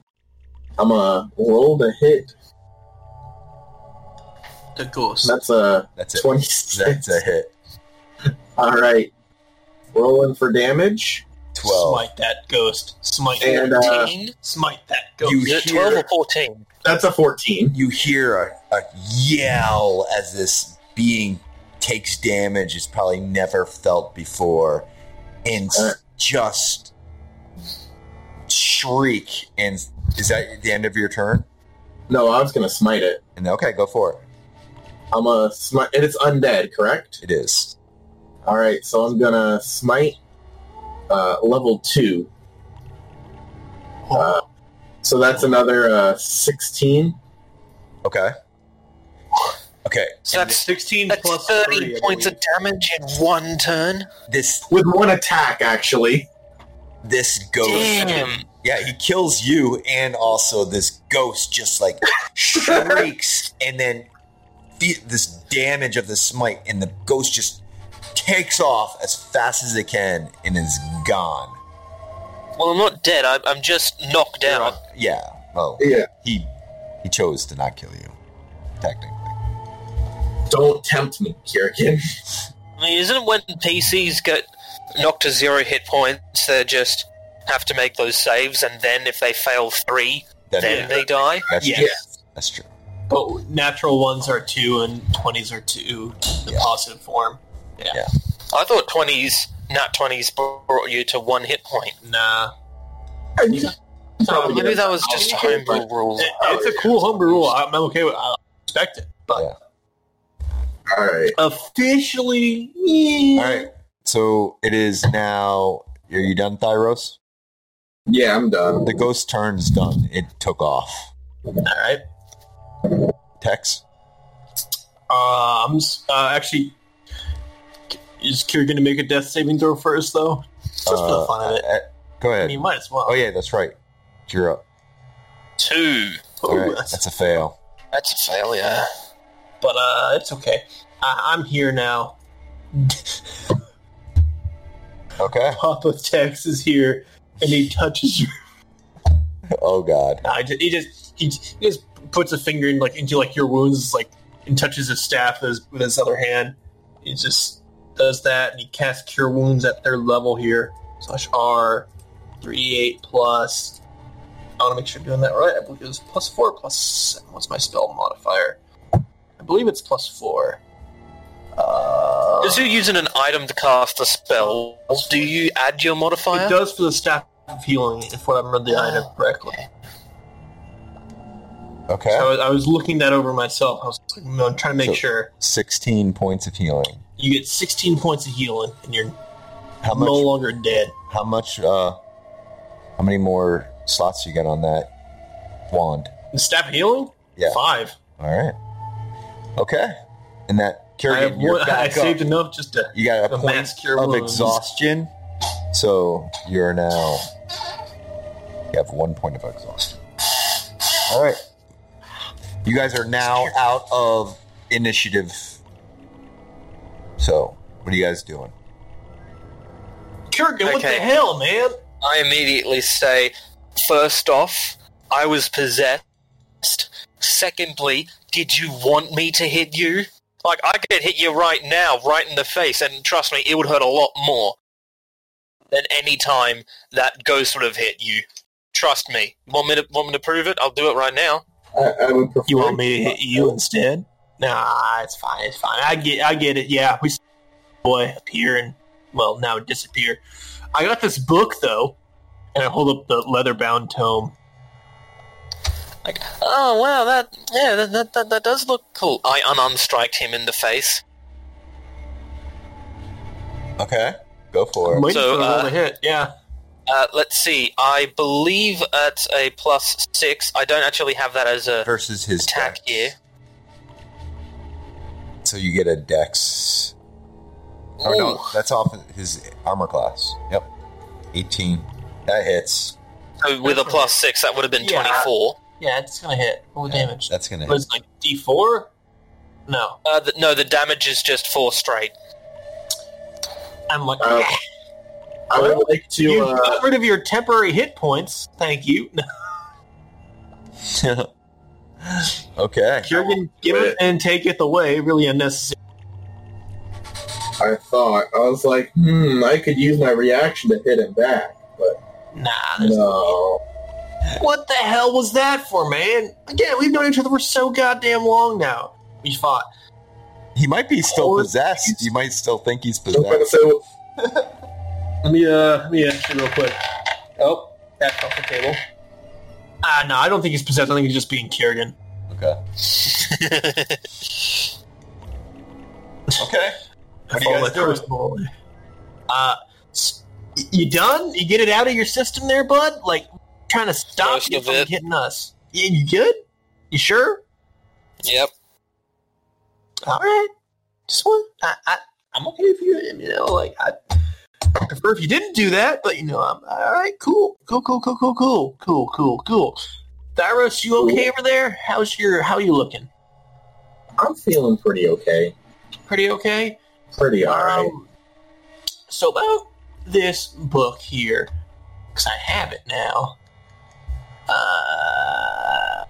Speaker 5: i'm a roll the hit
Speaker 2: The ghost.
Speaker 5: That's a
Speaker 4: That's it.
Speaker 5: 26.
Speaker 4: That's a hit.
Speaker 5: All right. Rolling for damage.
Speaker 4: Twelve.
Speaker 2: Smite that ghost. Smite
Speaker 5: And,
Speaker 2: that.
Speaker 5: uh,
Speaker 3: Teen?
Speaker 2: Smite that ghost.
Speaker 4: you
Speaker 3: Is it
Speaker 4: hear-
Speaker 3: 12 or 14?
Speaker 5: That's a 14.
Speaker 4: you hear a, a yell as this being takes damage it's probably never felt before and s-
Speaker 5: Uh.
Speaker 4: just shriek and is that the end of your turn
Speaker 5: No, I was going to smite it.
Speaker 4: and okay go for it
Speaker 5: I'm going to smite. And it's undead, correct?
Speaker 4: it is
Speaker 5: All right. So I'm going to smite uh, level 2. Uh, so that's another uh, 16.
Speaker 4: okay okay
Speaker 3: So that's,
Speaker 2: 16
Speaker 3: that's
Speaker 2: plus
Speaker 3: 30
Speaker 2: three, I
Speaker 3: points of
Speaker 2: believe.
Speaker 3: damage in one turn.
Speaker 4: this
Speaker 5: With one attack, actually.
Speaker 4: this
Speaker 2: Oh,
Speaker 4: ghost
Speaker 3: Damn.
Speaker 4: Yeah, he kills you, and also this ghost just like shrieks, and then fe- this damage of the smite, and the ghost just takes off as fast as it can and is gone.
Speaker 3: Well, I'm not dead. I'm, I'm just knocked out.
Speaker 4: Yeah, well,
Speaker 5: Yeah.
Speaker 4: he he chose to not kill you, technically.
Speaker 5: Don't tempt me, Kirikin.
Speaker 3: I mean, isn't it when PCs get knocked to zero hit points, they just have to make those saves, and then if they fail three,
Speaker 4: That-
Speaker 3: then they die?
Speaker 4: that's,
Speaker 2: Yes.
Speaker 4: true. that's true.
Speaker 2: But oh, natural ones are 2 and 20s are 2 in the
Speaker 4: Yeah.
Speaker 2: positive form.
Speaker 4: Yeah.
Speaker 3: I thought 20s nat 20s brought you to one hit point.
Speaker 2: Nah.
Speaker 5: Probably
Speaker 3: Maybe
Speaker 5: get
Speaker 3: that
Speaker 5: a-
Speaker 3: was just
Speaker 5: I'll-
Speaker 3: homebrew rules. Uh,
Speaker 2: It- it's a cool homebrew rule. I'm okay with I respect it. But
Speaker 4: Yeah.
Speaker 5: All right.
Speaker 2: officially,
Speaker 4: All right. So it is now. Are you done, Thyros?
Speaker 5: Yeah, I'm done.
Speaker 4: The ghost turn's done. It took off.
Speaker 2: all right.
Speaker 4: Tex?
Speaker 2: Uh, I'm s- uh, actually. Is Kira going to make a death saving throw first, though? Just for the
Speaker 4: uh,
Speaker 2: fun of it.
Speaker 4: uh, Go
Speaker 2: I
Speaker 4: ahead.
Speaker 2: mean, you might as well.
Speaker 4: Oh, yeah, that's right. You're up.
Speaker 3: Two.
Speaker 4: All right.
Speaker 2: Ooh, that's-
Speaker 4: That's a fail.
Speaker 3: That's a failure.
Speaker 2: but uh, it's okay. I- I'm here now.
Speaker 4: Okay.
Speaker 2: Papa Tex is here, and he touches her.
Speaker 4: Oh, God.
Speaker 2: Nah, he just he just, he, j- he just puts a finger in like into like your wounds, like and touches his staff with his, with his other hand. He just does that, and he casts Cure Wounds at their level here. Slash R, three eight plus. I want to make sure I'm doing that right. I believe it was plus four plus. Seven. What's my spell modifier? I believe it's plus four. Uh,
Speaker 3: Is you using an item to cast a spell? Do you add your modifier?
Speaker 2: It does for the staff of healing, if what I remember the item correctly.
Speaker 4: Okay.
Speaker 2: I, was, I was looking that over myself. I was like, no, I'm trying to make
Speaker 4: So-
Speaker 2: sure.
Speaker 4: 16 points of healing.
Speaker 2: You get 16 points of healing, and you're
Speaker 4: How
Speaker 2: no
Speaker 4: much?
Speaker 2: longer dead.
Speaker 4: How much? Uh, how many more slots you got on that wand?
Speaker 2: The staff of healing?
Speaker 4: Yeah.
Speaker 2: Five.
Speaker 4: All right. Okay. And that
Speaker 2: I, have
Speaker 4: Kerrigan, you're
Speaker 2: one, I
Speaker 4: back up.
Speaker 2: saved enough just to.
Speaker 4: You got a
Speaker 2: The
Speaker 4: point
Speaker 2: mass cure
Speaker 4: of
Speaker 2: wounds.
Speaker 4: exhaustion. So you're now. You have one point of exhaustion. All right. You guys are now out of initiative. So, what are you guys doing?
Speaker 2: Kurgan, what the
Speaker 3: Okay.
Speaker 2: hell, man?
Speaker 3: I immediately say, first off, I was possessed. Secondly, did you want me to hit you? Like, I could hit you right now, right in the face, and trust me, it would hurt a lot more than any time that ghost would have hit you. Trust me. Want me to, want me to prove it? I'll do it right now.
Speaker 5: I, I would prefer.
Speaker 2: You want me to hit you instead? Nah, it's fine. It's fine. I get. I get it. Yeah, we s- boy appear and well now disappear. I got this book though, and I hold up the leather bound tome.
Speaker 3: Like, oh, wow, that, yeah, that, that, that, that does look cool. I ununstriked him in the face.
Speaker 4: Okay. Go for it.
Speaker 2: I'm waiting
Speaker 3: So,
Speaker 2: for the roll
Speaker 3: uh,
Speaker 2: to hit. Yeah.
Speaker 3: Uh, let's see. I believe at a plus six. I don't actually have that as a
Speaker 4: Versus his
Speaker 3: attack
Speaker 4: dex.
Speaker 3: here.
Speaker 4: So you get a dex. Oh, no.
Speaker 3: Ooh.
Speaker 4: That's off his armor class. Yep. 18. That hits.
Speaker 3: So with a plus six, that would have been
Speaker 2: Yeah.
Speaker 3: 24.
Speaker 2: Yeah, it's gonna hit. Roll the damage.
Speaker 4: That's going to
Speaker 2: It
Speaker 4: hit.
Speaker 2: was like D four. No,
Speaker 3: Uh, th- no, the damage is just four straight.
Speaker 2: I'm like
Speaker 5: Uh, I would like to.
Speaker 2: you
Speaker 5: Uh,
Speaker 2: got rid of your temporary hit points. Thank you.
Speaker 4: okay.
Speaker 2: Kurgan giveth and taketh away. Really unnecessary.
Speaker 5: I thought I was like, hmm, I could use my reaction to hit him back, but
Speaker 2: Nah. There's
Speaker 5: no.
Speaker 2: What the hell was that for, man? Again, we've known each other for so goddamn long now. We fought.
Speaker 4: He might be still
Speaker 2: Or-
Speaker 4: possessed. You might still think he's
Speaker 5: So,
Speaker 4: possessed.
Speaker 5: so
Speaker 2: Let me uh, let me actually real quick. Oh, that's off the table. Ah, no, I don't think he's possessed. I think he's just being Kerrigan.
Speaker 4: Okay. Okay. What are you guys doing?
Speaker 2: doing? Uh, s- y- you done? You get it out of your system there, bud? Like trying to stop
Speaker 3: Most
Speaker 2: you
Speaker 3: of
Speaker 2: from
Speaker 3: it.
Speaker 2: hitting us. You, you good? You sure?
Speaker 3: yep.
Speaker 2: all right, just one. I, I, I'm okay if you, you know, like I prefer if you didn't do that, but you know, I'm all right. Cool, cool, cool, cool, cool, cool, cool, cool, cool. Thyros, you okay over there? How's your? How you looking?
Speaker 5: I'm feeling pretty okay,
Speaker 2: Pretty okay.
Speaker 5: pretty alright.
Speaker 2: Um, so about this book here, because I have it now. Uh,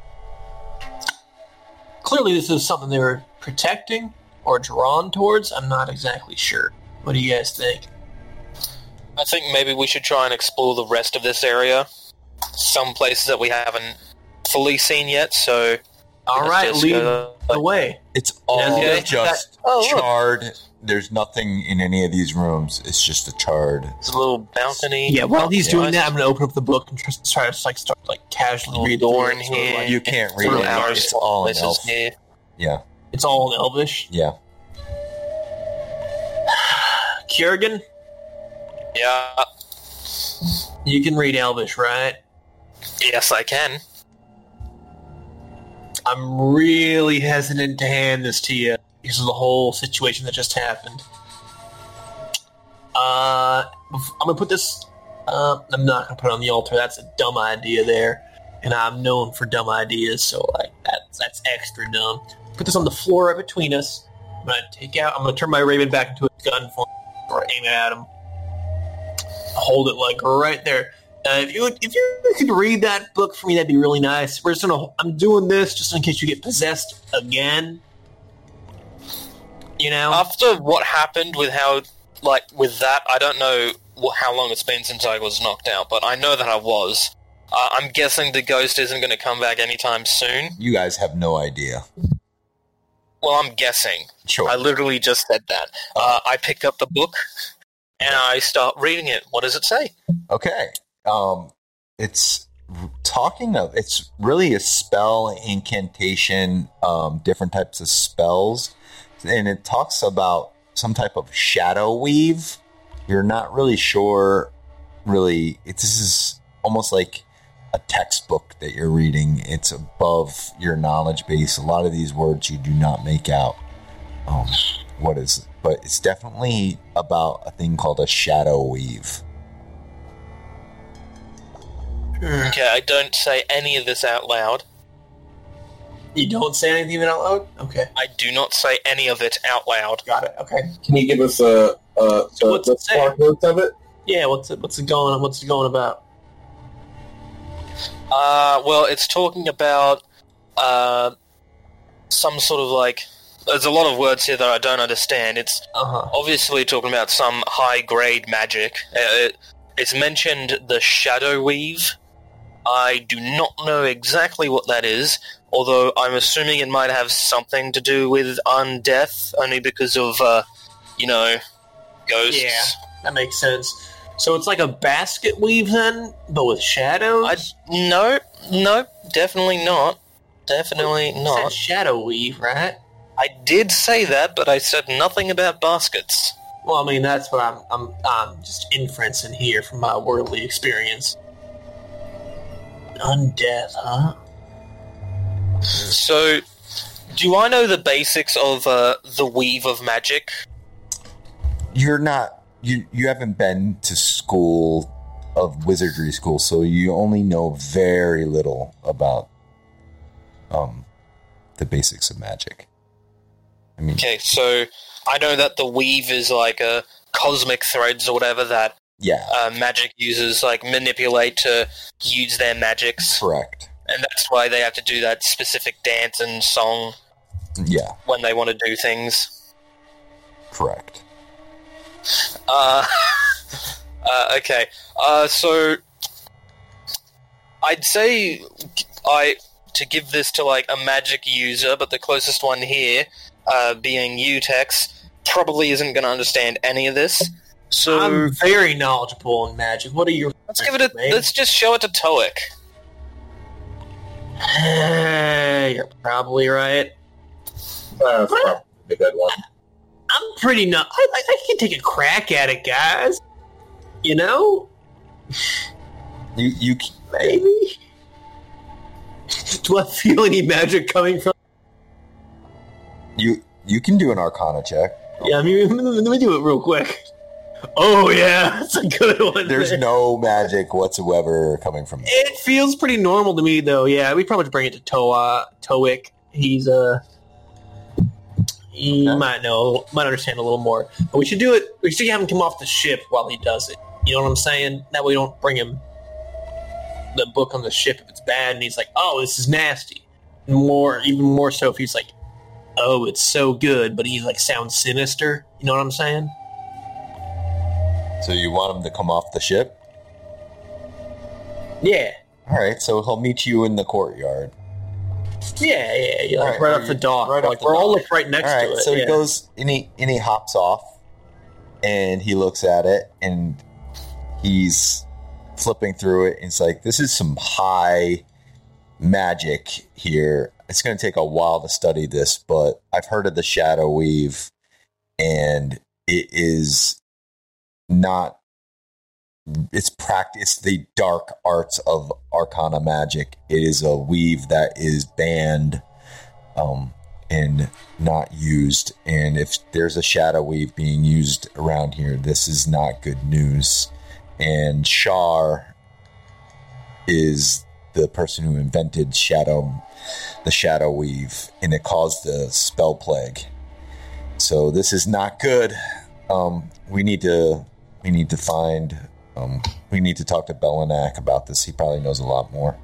Speaker 2: clearly, this is something they were protecting or drawn towards. I'm not exactly sure. What do you guys think?
Speaker 3: I think maybe we should try and explore the rest of this area. Some places that we haven't fully seen yet, so.
Speaker 2: All
Speaker 3: let's
Speaker 2: right,
Speaker 3: just
Speaker 2: lead
Speaker 3: go
Speaker 2: away.
Speaker 4: It's all
Speaker 2: Okay.
Speaker 4: just
Speaker 3: Oh, look.
Speaker 4: charred. There's nothing in any of these rooms. It's just a charred.
Speaker 3: It's a little balcony.
Speaker 2: Yeah, while he's
Speaker 3: Yeah.
Speaker 2: doing that, I'm gonna open up the book and tr- try to like start like casually
Speaker 3: Read
Speaker 2: through
Speaker 3: door
Speaker 2: it,
Speaker 3: in
Speaker 2: sort of
Speaker 3: here.
Speaker 2: like-
Speaker 4: You can't read
Speaker 3: Sort of
Speaker 4: it.
Speaker 3: dark
Speaker 4: It's all in
Speaker 3: places
Speaker 4: elf.
Speaker 3: here.
Speaker 4: Yeah,
Speaker 2: it's all in Elvish.
Speaker 4: yeah.
Speaker 2: Kiergan,
Speaker 3: Yeah.
Speaker 2: you can read Elvish, right?
Speaker 3: Yes, I can.
Speaker 2: I'm really hesitant to hand this to you because of the whole situation that just happened. Uh, bef- I'm gonna put this. Uh, I'm not gonna put it on the altar. That's a dumb idea there, and I'm known for dumb ideas, so like that's that's extra dumb. Put this on the floor right between us. I'm gonna take out. I'm gonna turn my raven back into a gun form or aim it at him. Hold it like right there. Uh, if you if you could read that book for me, that'd be really nice. We're just gonna. I'm doing this just in case you get possessed again. You know.
Speaker 3: After what happened with how, like, with that, I don't know wh- how long it's been since I was knocked out, but I know that I was. Uh, I'm guessing the ghost isn't going to come back anytime soon.
Speaker 4: You guys have no idea.
Speaker 3: Well, I'm guessing.
Speaker 4: Sure.
Speaker 3: I literally just said that. Uh, I pick up the book and I start reading it. What does it say?
Speaker 4: Okay. Um, it's talking of it's really a spell incantation, um, different types of spells, and it talks about some type of shadow weave. You're not really sure. Really, it, this is almost like a textbook that you're reading. It's above your knowledge base. A lot of these words you do not make out. Um, what is? But it's definitely about a thing called a shadow weave.
Speaker 3: Okay, I don't say any of this out loud.
Speaker 2: You don't say anything even out loud? Okay.
Speaker 3: I do not say any of it out loud.
Speaker 2: Got it. Okay.
Speaker 5: Can you give us a, a,
Speaker 2: So
Speaker 5: a-
Speaker 2: what's
Speaker 5: the
Speaker 2: it say?
Speaker 5: spark notes of it?
Speaker 2: Yeah, what's it what's it going what's it going about?
Speaker 3: Uh, well, it's talking about uh, some sort of like. There's a lot of words here that I don't understand. It's
Speaker 2: Uh-huh.
Speaker 3: obviously talking about some high grade magic. Uh, it, it's mentioned the Shadow Weave. I do not know exactly what that is, although I'm assuming it might have something to do with undeath, only because of, uh, you know, ghosts.
Speaker 2: Yeah. That makes sense. So it's like a basket weave then, but with shadows?
Speaker 3: I, no, no, definitely not. Definitely
Speaker 2: You said
Speaker 3: not.
Speaker 2: shadow weave, right?
Speaker 3: I did say that, but I said nothing about baskets.
Speaker 2: Well, I mean that's what I'm I'm I'm just inferencing here from my worldly experience. Undeath, huh?
Speaker 3: So, do I know the basics of uh, the weave of magic?
Speaker 4: you're not you you haven't been to school of wizardry school so you only know very little about um the basics of magic i mean
Speaker 3: Okay, so I know that the weave is like a cosmic threads or whatever that
Speaker 4: yeah
Speaker 3: uh, magic users like manipulate to use their magics,
Speaker 4: correct
Speaker 3: and that's why they have to do that specific dance and song
Speaker 4: yeah
Speaker 3: when they want to do things.
Speaker 4: correct
Speaker 3: Uh, uh, okay, uh, so I'd say I to give this to like a magic user, but the closest one here uh, being you, Tex, probably isn't going to understand any of this. So
Speaker 2: I'm very knowledgeable in magic. What are your
Speaker 3: Let's give it a. Let's just show it to Toic.
Speaker 2: You're probably right.
Speaker 5: Uh, that's probably a good one.
Speaker 2: I'm pretty no. I, I, I can take a crack at it, guys. You know,
Speaker 4: you you
Speaker 2: maybe. Do I feel any magic coming from?
Speaker 4: you you can do an arcana check
Speaker 2: Yeah, I mean, let me do it real quick. Oh yeah, that's a good one.
Speaker 4: there's
Speaker 2: there.
Speaker 4: no magic whatsoever coming from
Speaker 2: It feels pretty normal to me, though. Yeah, we probably bring it to Toa Toic. He's uh, he
Speaker 4: Okay.
Speaker 2: might know, might understand a little more. But we should do it. We should have him come off the ship while he does it. You know what I'm saying? That way, we don't bring him the book on the ship if it's bad, and he's like, "Oh, this is nasty." More, even more so if he's like, "Oh, it's so good," but he like sounds sinister. You know what I'm saying?
Speaker 4: so you want him to come off the ship
Speaker 2: Yeah.
Speaker 4: all right so he'll meet you in the courtyard
Speaker 2: Yeah, yeah, yeah.
Speaker 4: All
Speaker 2: Like
Speaker 4: right,
Speaker 2: right,
Speaker 4: are
Speaker 2: off the
Speaker 4: you-
Speaker 2: dock.
Speaker 4: right off
Speaker 2: like
Speaker 4: the
Speaker 2: we're all
Speaker 4: dock.
Speaker 2: like right next
Speaker 4: All right,
Speaker 2: to it.
Speaker 4: so
Speaker 2: yeah.
Speaker 4: he goes and he and he hops off, and he looks at it and he's flipping through it. And it's like this is some high magic here. It's going to take a while to study this, but I've heard of the shadow weave, and it is not. It's practice the dark arts of arcana magic. It is a weave that is banned. Um, and not used. And if there's a shadow weave being used around here, this is not good news. And Shar is the person who invented shadow, the shadow weave, and it caused the spell plague. So this is not good. Um, we need to we need to find um, we need to talk to Belinak about this. He probably knows a lot more.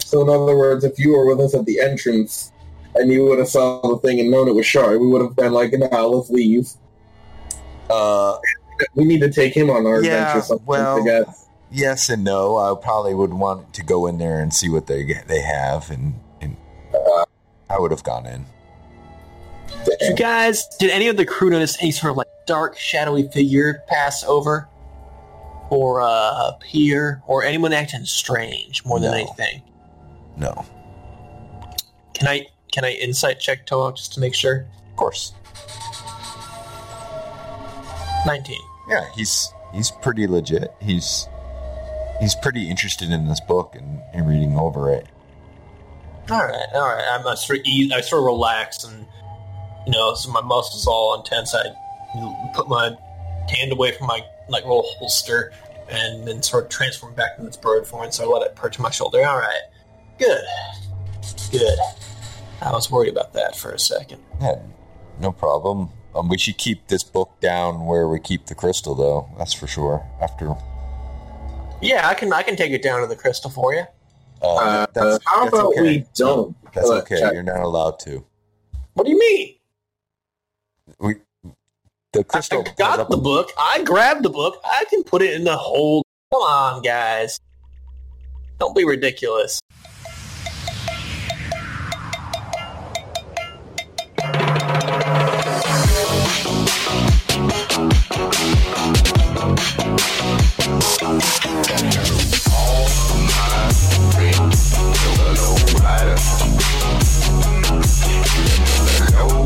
Speaker 5: So in other words, if you were with us at the entrance and you would have saw the thing and known it was Shar, we would have been like, nah, let's leave.
Speaker 4: Uh,
Speaker 5: We need to take him on our
Speaker 4: Yeah,
Speaker 5: adventure sometimes,
Speaker 4: well-
Speaker 5: I guess.
Speaker 4: yes and no. I probably would want to go in there and see what they they have, and, and I would have gone in.
Speaker 2: Did you guys, did any of the crew notice any sort of like dark, shadowy figure pass over, or uh, appear, or anyone acting strange more than
Speaker 4: No.
Speaker 2: anything?
Speaker 4: No,
Speaker 2: Can I can I insight check Toa just to make sure?
Speaker 4: of course.
Speaker 2: Nineteen.
Speaker 4: Yeah, he's he's pretty legit. He's he's pretty interested in this book and, and reading over it.
Speaker 2: All right, all right. I'm uh, sort of ease, I sort of relax and you know, so my muscles all intense. I you know, put my hand away from my like little holster and then sort of transform back into its bird form. So I let it perch on my shoulder. All right, good, good. I was worried about that for a second.
Speaker 4: Yeah, no problem. Um, we should keep this book down where we keep the crystal, though. That's for sure. After uh,
Speaker 2: Yeah, I can I can take it down to the crystal for you.
Speaker 5: Uh,
Speaker 4: that's,
Speaker 5: how
Speaker 4: that's
Speaker 5: about
Speaker 4: okay.
Speaker 5: we don't?
Speaker 4: That's
Speaker 5: Look,
Speaker 4: okay.
Speaker 5: check.
Speaker 4: You're not allowed to.
Speaker 2: What do you mean?
Speaker 4: The crystal.
Speaker 2: I got the book. I grabbed the book. I can put it in the hole. Come on, guys. Don't be ridiculous.
Speaker 1: No